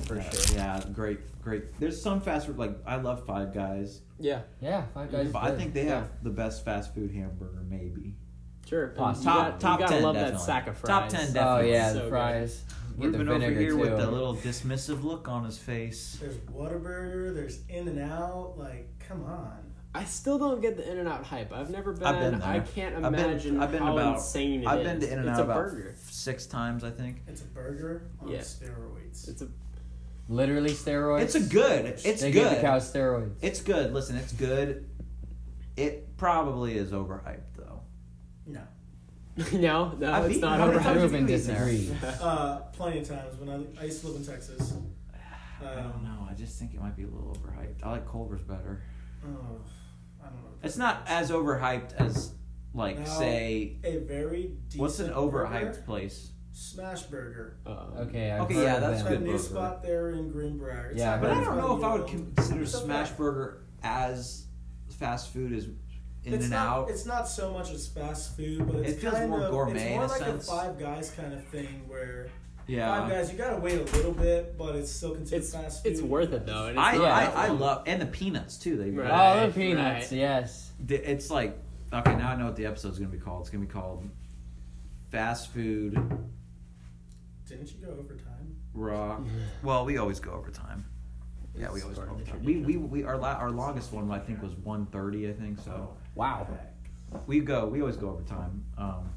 [SPEAKER 2] For
[SPEAKER 1] Uh,
[SPEAKER 2] sure.
[SPEAKER 1] Yeah, great, great. There's some fast food like I love Five Guys,
[SPEAKER 2] Yeah,
[SPEAKER 3] Yeah. Five guys.
[SPEAKER 2] Guys
[SPEAKER 3] is
[SPEAKER 1] but I
[SPEAKER 3] good.
[SPEAKER 1] think they
[SPEAKER 2] Yeah.
[SPEAKER 1] have the best fast food hamburger maybe.
[SPEAKER 2] sure. And
[SPEAKER 3] Awesome.
[SPEAKER 2] Um, You
[SPEAKER 1] Top-
[SPEAKER 2] got,
[SPEAKER 1] top
[SPEAKER 2] you gotta
[SPEAKER 1] 10
[SPEAKER 2] love that
[SPEAKER 1] definitely.
[SPEAKER 2] sack of fries.
[SPEAKER 1] Top 10
[SPEAKER 3] Oh
[SPEAKER 1] definitely.
[SPEAKER 3] yeah,
[SPEAKER 2] So
[SPEAKER 3] the
[SPEAKER 2] good.
[SPEAKER 3] fries. Get the
[SPEAKER 1] Ruben over
[SPEAKER 3] vinegar,
[SPEAKER 1] here with
[SPEAKER 3] too.
[SPEAKER 1] the little dismissive look on his face.
[SPEAKER 5] There's Whataburger. There's In and Out. Like, come on.
[SPEAKER 2] I still don't get the In and Out hype. I've never been.
[SPEAKER 1] I've been there.
[SPEAKER 2] I can't
[SPEAKER 1] I've been-
[SPEAKER 2] imagine
[SPEAKER 1] I've been
[SPEAKER 2] how
[SPEAKER 1] about-
[SPEAKER 2] insane it is.
[SPEAKER 1] I've been to In and
[SPEAKER 2] it's
[SPEAKER 1] Out
[SPEAKER 2] a
[SPEAKER 1] about
[SPEAKER 2] burger.
[SPEAKER 1] six times, I think.
[SPEAKER 5] It's a burger on
[SPEAKER 2] Yeah.
[SPEAKER 5] steroids.
[SPEAKER 2] It's a
[SPEAKER 3] Literally steroids.
[SPEAKER 1] It's a good. It's
[SPEAKER 3] they
[SPEAKER 1] good.
[SPEAKER 3] give the cow steroids.
[SPEAKER 1] It's good. Listen, it's good. It probably is overhyped though.
[SPEAKER 5] No.
[SPEAKER 2] no, no,
[SPEAKER 1] I've
[SPEAKER 2] it's
[SPEAKER 1] eaten-
[SPEAKER 2] not
[SPEAKER 1] how many
[SPEAKER 2] over.
[SPEAKER 1] times have you
[SPEAKER 3] Ruben
[SPEAKER 1] eaten there?
[SPEAKER 3] disagrees.
[SPEAKER 5] Uh, plenty of times when I, I used to live in Texas.
[SPEAKER 1] I don't
[SPEAKER 5] Um,
[SPEAKER 1] know. I just think it might be a little overhyped. I like Culver's better.
[SPEAKER 5] oh, I don't know. what
[SPEAKER 1] It's
[SPEAKER 5] that
[SPEAKER 1] not as
[SPEAKER 5] is.
[SPEAKER 1] overhyped as, like,
[SPEAKER 5] No.
[SPEAKER 1] say,
[SPEAKER 5] a very decent.
[SPEAKER 1] what's an
[SPEAKER 5] burger?
[SPEAKER 1] overhyped place?
[SPEAKER 5] Smash Burger?
[SPEAKER 2] Um,
[SPEAKER 3] Okay. I've
[SPEAKER 1] Okay,
[SPEAKER 3] heard
[SPEAKER 1] yeah,
[SPEAKER 3] of
[SPEAKER 1] that's
[SPEAKER 5] It's
[SPEAKER 3] them.
[SPEAKER 5] a
[SPEAKER 1] good.
[SPEAKER 5] new
[SPEAKER 1] burger.
[SPEAKER 5] spot there in Greenbrier. It's
[SPEAKER 3] Yeah,
[SPEAKER 5] not
[SPEAKER 1] But I
[SPEAKER 5] as
[SPEAKER 1] don't
[SPEAKER 5] fun,
[SPEAKER 1] know if I would
[SPEAKER 5] you know.
[SPEAKER 1] consider
[SPEAKER 5] It's okay.
[SPEAKER 1] Smashburger as fast food as In
[SPEAKER 5] it's
[SPEAKER 1] and
[SPEAKER 5] not,
[SPEAKER 1] Out.
[SPEAKER 5] It's not so much as fast food, but it's
[SPEAKER 1] It feels
[SPEAKER 5] kind
[SPEAKER 1] more
[SPEAKER 5] of,
[SPEAKER 1] gourmet
[SPEAKER 5] It's
[SPEAKER 1] in
[SPEAKER 5] more
[SPEAKER 1] a
[SPEAKER 5] like
[SPEAKER 1] sense.
[SPEAKER 5] a Five Guys kind of thing where Five
[SPEAKER 1] Yeah.
[SPEAKER 5] Guys, you gotta wait a little bit, but it's still considered
[SPEAKER 6] It's
[SPEAKER 5] fast food.
[SPEAKER 6] it's worth it though. and it's
[SPEAKER 1] I,
[SPEAKER 6] not
[SPEAKER 1] I,
[SPEAKER 6] that
[SPEAKER 1] I
[SPEAKER 6] long.
[SPEAKER 1] love and the peanuts too. They
[SPEAKER 6] Right.
[SPEAKER 3] Oh, the
[SPEAKER 6] Right,
[SPEAKER 3] peanuts.
[SPEAKER 6] right.
[SPEAKER 3] Yes.
[SPEAKER 1] Th- it's like okay now i know what the episode's gonna be called it's gonna be called fast food
[SPEAKER 5] Didn't you go overtime?
[SPEAKER 1] rock well we always go overtime yeah we
[SPEAKER 6] It's
[SPEAKER 1] always go
[SPEAKER 6] part of the
[SPEAKER 1] overtime we, we, we our, la- our longest one i think was 130 i think so
[SPEAKER 3] Wow.
[SPEAKER 1] we go we always go overtime um,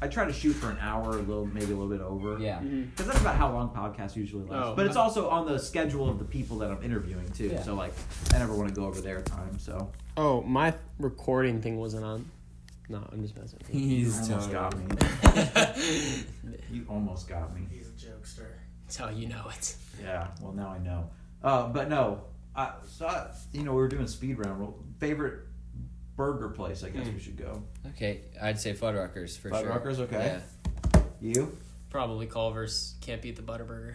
[SPEAKER 1] i try to shoot for an hour a little maybe a little bit over
[SPEAKER 3] Yeah.
[SPEAKER 6] Mhm.
[SPEAKER 1] because that's about how long podcasts usually last
[SPEAKER 6] Oh.
[SPEAKER 1] but it's also on the schedule of the people that i'm interviewing too
[SPEAKER 3] Yeah.
[SPEAKER 1] so like i never want to go over their time so
[SPEAKER 6] Oh, my recording thing wasn't on. No, I'm just messing. with you.
[SPEAKER 1] you
[SPEAKER 3] He's
[SPEAKER 1] almost
[SPEAKER 3] totally.
[SPEAKER 1] got me
[SPEAKER 2] That's
[SPEAKER 1] you almost got me
[SPEAKER 5] He's a jokester.
[SPEAKER 2] how you know it.
[SPEAKER 1] Yeah, well now I know. Uh, but no, I so I, you know we were doing speed round. Well, Favorite burger place, I guess we should go.
[SPEAKER 3] Okay, I'd say Fuddruckers for sure.
[SPEAKER 1] Fuddruckers, okay. You?
[SPEAKER 2] Probably Culver's can't beat the Butterburger.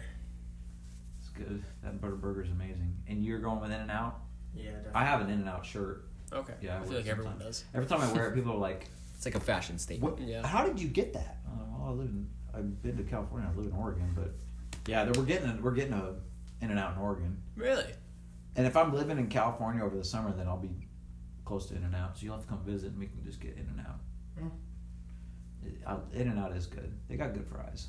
[SPEAKER 1] It's good. That butter burger's amazing. And you're going with In and Out.
[SPEAKER 5] Yeah, definitely.
[SPEAKER 1] I have an In and Out shirt.
[SPEAKER 2] Okay.
[SPEAKER 1] Yeah, I
[SPEAKER 2] I
[SPEAKER 1] would
[SPEAKER 2] feel like everyone
[SPEAKER 1] sometimes.
[SPEAKER 2] does.
[SPEAKER 1] Every time I wear it, people are like,
[SPEAKER 3] Yeah. It's like a fashion statement.
[SPEAKER 1] "What?
[SPEAKER 2] Yeah.
[SPEAKER 1] How did you get that?" I'm like, well, I live in. I've been to California. I live in Oregon, but yeah, there- we're getting a, we're getting a In and Out in Oregon.
[SPEAKER 2] Really?
[SPEAKER 1] And if I'm living in California over the summer, then I'll be close to In and Out. So you'll have to come visit, and we can just get In and Out.
[SPEAKER 5] Mm.
[SPEAKER 1] In and Out is good. They got good fries,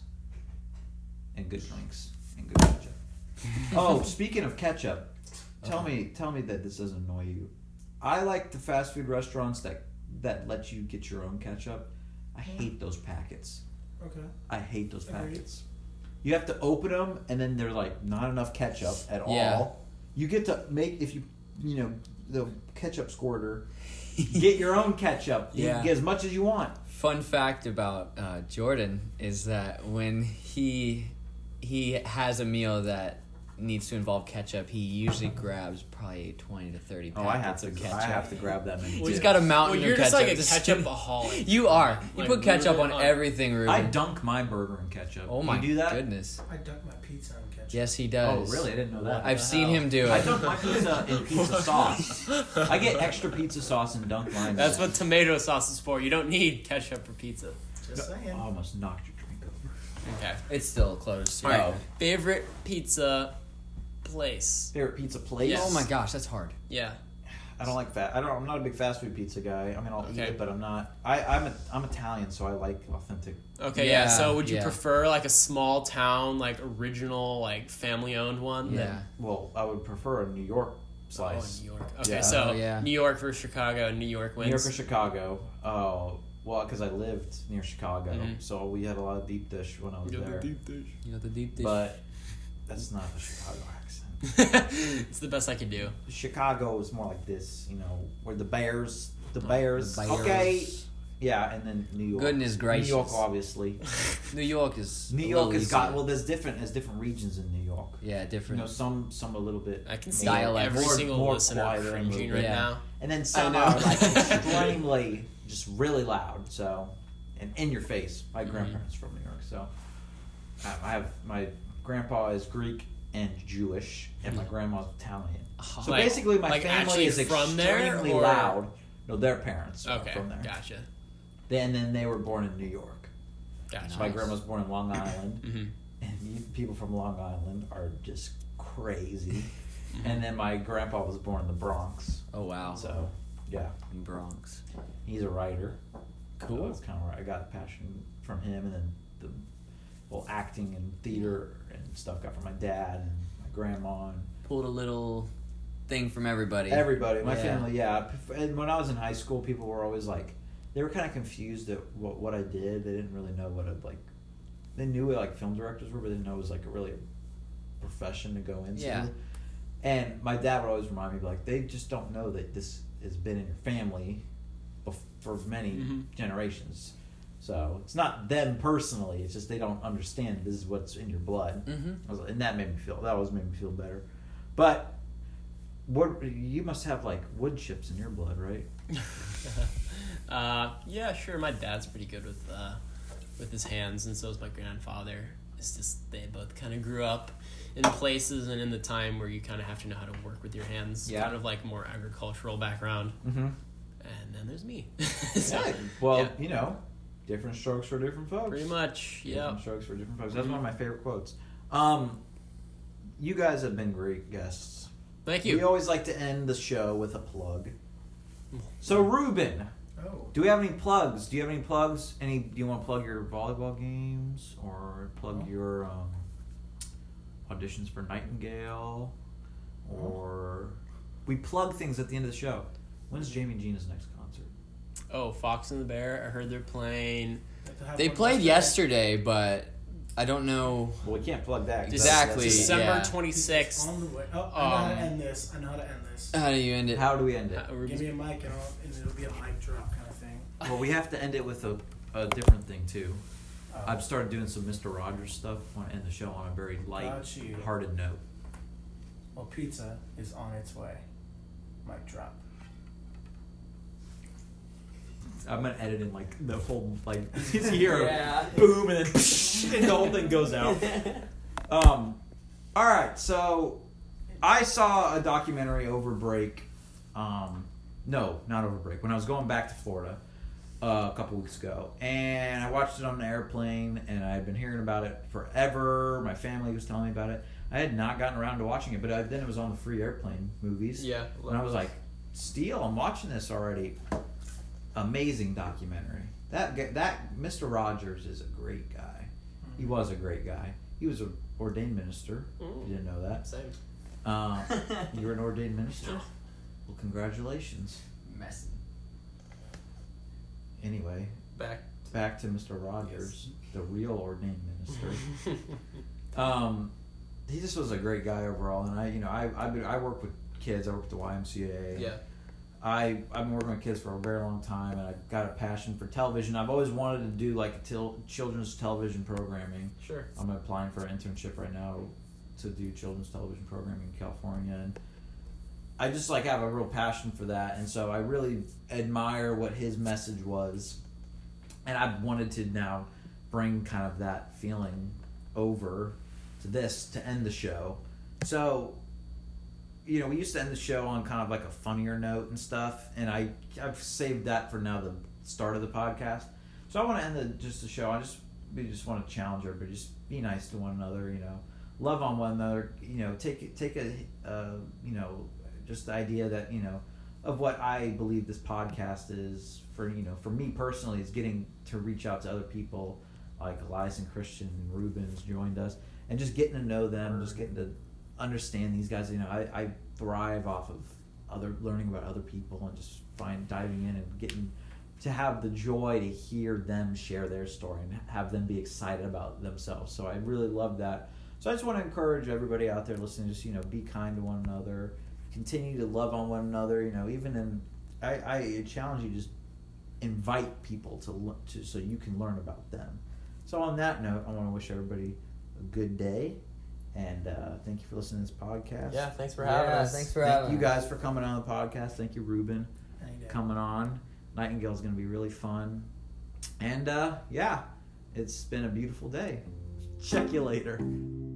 [SPEAKER 1] and good drinks, and good ketchup. oh, speaking of ketchup, tell me, tell me that this doesn't annoy you. I like the fast food restaurants that that let you get your own ketchup. I hate those packets.
[SPEAKER 5] Okay.
[SPEAKER 1] I hate those
[SPEAKER 5] Agreed.
[SPEAKER 1] packets. You have to open them, and then they're like not enough ketchup at
[SPEAKER 3] Yeah.
[SPEAKER 1] all. You get to make if you you know the ketchup squirter. Get your own ketchup. You
[SPEAKER 3] Yeah.
[SPEAKER 1] can get as much as you want.
[SPEAKER 3] Fun fact about uh, Jordan is that when he he has a meal that needs to involve ketchup, he usually grabs probably twenty to thirty
[SPEAKER 1] Oh,
[SPEAKER 3] packets of ketchup.
[SPEAKER 1] grab that many.
[SPEAKER 3] He's got a mountain
[SPEAKER 2] Well,
[SPEAKER 3] of
[SPEAKER 2] you're just like a
[SPEAKER 3] ketchup.
[SPEAKER 2] ketchupaholic.
[SPEAKER 3] You are. You
[SPEAKER 2] Like,
[SPEAKER 3] put ketchup on
[SPEAKER 2] literally on-
[SPEAKER 3] everything, Ruben.
[SPEAKER 1] I dunk my burger in ketchup.
[SPEAKER 3] oh
[SPEAKER 1] You
[SPEAKER 3] my
[SPEAKER 1] do that?
[SPEAKER 3] goodness.
[SPEAKER 5] I dunked my pizza on ketchup.
[SPEAKER 3] Yes, he
[SPEAKER 1] Oh
[SPEAKER 3] does.
[SPEAKER 1] really? I didn't know that.
[SPEAKER 3] I've
[SPEAKER 2] the
[SPEAKER 3] seen
[SPEAKER 2] hell?
[SPEAKER 3] him do
[SPEAKER 1] I
[SPEAKER 3] it.
[SPEAKER 1] dunk my pizza in pizza sauce. I get extra pizza sauce and dunk mine. in.
[SPEAKER 2] That's what tomato sauce is for. You don't need ketchup for pizza.
[SPEAKER 5] Just saying.
[SPEAKER 1] I almost knocked your drink over.
[SPEAKER 2] Okay.
[SPEAKER 3] It's still closed.
[SPEAKER 2] All right.
[SPEAKER 3] Oh.
[SPEAKER 2] Favorite pizza place?
[SPEAKER 1] Favorite pizza place?
[SPEAKER 2] Yes.
[SPEAKER 3] oh my gosh, that's hard.
[SPEAKER 2] Yeah.
[SPEAKER 1] I don't like fat. I don't. I'm not a big fast food pizza guy. I mean, I'll eat
[SPEAKER 2] Okay.
[SPEAKER 1] it, but I'm not. I, I'm a, I'm Italian, so I like authentic.
[SPEAKER 2] Okay. Yeah.
[SPEAKER 3] Yeah,
[SPEAKER 2] So would you
[SPEAKER 3] yeah.
[SPEAKER 2] prefer like a small town, like original, like family owned one? than-
[SPEAKER 3] Yeah.
[SPEAKER 1] Well, I would prefer a New York
[SPEAKER 2] Oh,
[SPEAKER 1] slice.
[SPEAKER 2] New York. Okay.
[SPEAKER 1] Yeah.
[SPEAKER 2] So
[SPEAKER 3] Oh, yeah.
[SPEAKER 2] New York versus Chicago. New York
[SPEAKER 1] New York
[SPEAKER 2] Oh, wins.
[SPEAKER 1] or Chicago? Oh, well, because I lived near Chicago,
[SPEAKER 2] Mhm.
[SPEAKER 1] so we had a lot of deep dish when I was there.
[SPEAKER 3] You got the deep dish.
[SPEAKER 1] But that's not a Chicago accent.
[SPEAKER 2] it's the best I could do.
[SPEAKER 1] Chicago is more like this, you know, where the Bears, the Bears.
[SPEAKER 3] Bears.
[SPEAKER 1] Okay. Yeah, and then New York.
[SPEAKER 3] Goodness gracious.
[SPEAKER 1] New York, obviously.
[SPEAKER 3] New York is.
[SPEAKER 1] New
[SPEAKER 3] a
[SPEAKER 1] York
[SPEAKER 3] little
[SPEAKER 1] has got
[SPEAKER 3] easier.
[SPEAKER 1] well. There's different. There's different regions in New York.
[SPEAKER 3] Yeah,
[SPEAKER 1] You
[SPEAKER 3] different.
[SPEAKER 1] know, some some a little bit.
[SPEAKER 2] I can
[SPEAKER 1] more-
[SPEAKER 2] see
[SPEAKER 3] Dialect.
[SPEAKER 2] every
[SPEAKER 1] more-
[SPEAKER 2] single
[SPEAKER 1] more
[SPEAKER 2] listener
[SPEAKER 1] quieter and
[SPEAKER 2] cringing
[SPEAKER 1] moving.
[SPEAKER 2] right
[SPEAKER 3] Yeah.
[SPEAKER 2] now.
[SPEAKER 1] And then some
[SPEAKER 2] know.
[SPEAKER 1] are like extremely, just really loud. So, and in your face. My
[SPEAKER 2] Mhm.
[SPEAKER 1] grandparents from New York, so I, I have my grandpa is Greek and Jewish, and my grandma's Italian.
[SPEAKER 3] Oh,
[SPEAKER 1] So
[SPEAKER 2] Hmm. Like-
[SPEAKER 1] basically, my
[SPEAKER 2] like
[SPEAKER 1] family
[SPEAKER 2] actually
[SPEAKER 1] is
[SPEAKER 2] from there,
[SPEAKER 1] extremely
[SPEAKER 2] or-
[SPEAKER 1] loud. No, their parents are
[SPEAKER 2] Okay.
[SPEAKER 1] from there.
[SPEAKER 2] Gotcha.
[SPEAKER 1] Then, then they were born in New York.
[SPEAKER 2] Gotcha.
[SPEAKER 1] My
[SPEAKER 3] Nice.
[SPEAKER 1] grandma was born in Long Island,
[SPEAKER 2] hmm
[SPEAKER 1] and you, people from Long Island are just crazy.
[SPEAKER 2] Mm-hmm.
[SPEAKER 1] and then my grandpa was born in the Bronx,
[SPEAKER 3] oh wow.
[SPEAKER 1] so yeah,
[SPEAKER 3] In Bronx.
[SPEAKER 1] he's a writer. So
[SPEAKER 3] Cool.
[SPEAKER 1] that's kind of where I got the passion from him, and then the well acting and theater and stuff got from my dad and my grandma and
[SPEAKER 3] Pulled a little thing from everybody.
[SPEAKER 1] Everybody, my
[SPEAKER 3] Yeah.
[SPEAKER 1] family, yeah. And when I was in high school, people were always like, they were kind of confused at what, what I did. They didn't really know what I'd like. They knew what like film directors were, but they didn't know it was like a really profession to go into.
[SPEAKER 3] Yeah.
[SPEAKER 1] And my dad would always remind me, like, they just don't know that this has been in your family bef- for many
[SPEAKER 3] Mm-hmm.
[SPEAKER 2] Mhm.
[SPEAKER 1] generations. So it's not them personally. It's just they don't understand this is what's in your blood.
[SPEAKER 3] Mm-hmm.
[SPEAKER 1] I was, and that made me feel that was made me feel better. But what you must have like wood chips in your blood, right?
[SPEAKER 2] uh, yeah, sure. My dad's pretty good with uh, with his hands, and so is my grandfather. It's just they both kind of grew up in places and in the time where you kind of have to know how to work with your hands.
[SPEAKER 1] Yeah.
[SPEAKER 2] Kind of like more agricultural background,
[SPEAKER 1] Mm-hmm.
[SPEAKER 2] and then there's me. so,
[SPEAKER 1] Well,
[SPEAKER 2] Yeah.
[SPEAKER 1] you know, different strokes for different folks.
[SPEAKER 2] pretty much, yeah. Mm-hmm.
[SPEAKER 1] Different strokes for different folks. That's one of my favorite quotes. Um, you guys have been great guests.
[SPEAKER 2] Thank
[SPEAKER 1] We
[SPEAKER 2] you.
[SPEAKER 1] always like to end the show with a plug. So Ruben,
[SPEAKER 5] Oh.
[SPEAKER 1] do we have any plugs? Do you have any plugs? Any? Do you want to plug your volleyball games or plug
[SPEAKER 5] Oh.
[SPEAKER 1] your um, auditions for Nightingale? Or we plug things at the end of the show. When's Jamie and Gina's next concert?
[SPEAKER 2] Oh, Fox and the Bear. I heard they're playing.
[SPEAKER 3] They played yesterday, but I don't know.
[SPEAKER 1] Well, we can't plug that. 'cause that's-
[SPEAKER 3] Exactly.
[SPEAKER 1] that's-
[SPEAKER 2] December
[SPEAKER 3] yeah.
[SPEAKER 2] twenty sixth.
[SPEAKER 5] On the way. Oh, I know how to
[SPEAKER 2] Um,
[SPEAKER 5] end this. I know how to end this.
[SPEAKER 1] uh,
[SPEAKER 3] How do you end it?
[SPEAKER 1] How do we end it?
[SPEAKER 5] Give me a mic and, I'll, and it'll be a mic drop kind of thing.
[SPEAKER 1] Well, we have to end it with a, a different thing too.
[SPEAKER 5] Oh.
[SPEAKER 1] I've started doing some Mister Rogers stuff. Want to end the show on a very
[SPEAKER 5] Got you.
[SPEAKER 1] light-hearted note.
[SPEAKER 5] Um, Well, pizza is on its way. Mic drop.
[SPEAKER 1] I'm gonna edit in like the whole like he's here.
[SPEAKER 3] Yeah.
[SPEAKER 1] Boom and then and the whole thing goes out. Um Alright, so I saw a documentary over break. Um no, not over break. When I was going back to Florida uh, a couple weeks ago, and I watched it on an airplane, and I had been hearing about it forever. My family was telling me about it. I had not gotten around to watching it, but I, then it was on the free airplane movies.
[SPEAKER 2] Yeah.
[SPEAKER 1] And I was like, Steel, I'm watching this already. Amazing documentary. That g- that Mr. Rogers is a great guy. He was a great guy. He was an ordained minister.
[SPEAKER 2] Mm.
[SPEAKER 1] You didn't know that.
[SPEAKER 2] Same.
[SPEAKER 1] Um, you were an ordained minister. Well, congratulations.
[SPEAKER 3] Messing.
[SPEAKER 1] Anyway,
[SPEAKER 2] Back.
[SPEAKER 1] back to Mr. Rogers, the real ordained minister. Um, he just was a great guy overall, and I, you know, I I, I work with kids. I work with the YMCA.
[SPEAKER 2] yeah.
[SPEAKER 1] I I've been working with kids for a very long time, and I've got a passion for television. I've always wanted to do like til- children's television programming.
[SPEAKER 2] Sure.
[SPEAKER 1] I'm applying for an internship right now to do children's television programming in California, and I just like have a real passion for that, and so I really admire what his message was, and I've wanted to now bring kind of that feeling over to this to end the show. So, you know, we used to end the show on kind of like a funnier note and stuff, and I I've saved that for now the start of the podcast. So I want to end the just the show. I just we just want to challenge everybody. Just be nice to one another. You know, love on one another. You know, take take a uh, you know just the idea that you know of what I believe this podcast is for. You know, for me personally, is getting to reach out to other people like Elias and Christian and Rubens joined us, and just getting to know them, just getting to understand these guys. You know, I, I thrive off of other learning about other people and just find diving in and getting to have the joy to hear them share their story and have them be excited about themselves. So I really love that. So I just want to encourage everybody out there listening, just you know, be kind to one another, continue to love on one another. You know, even in I, I challenge you just invite people to lo- to so you can learn about them. So on that note, I want to wish everybody a good day, and uh, thank you for listening to this podcast.
[SPEAKER 2] Yeah. Thanks for having
[SPEAKER 3] Yeah,
[SPEAKER 2] us.
[SPEAKER 3] thanks for
[SPEAKER 1] Thank
[SPEAKER 3] having
[SPEAKER 1] you
[SPEAKER 3] us.
[SPEAKER 1] guys for coming on the podcast. Thank you, Ruben coming on. Nightingale's going to be really fun. And uh, yeah, it's been a beautiful day. Check you later.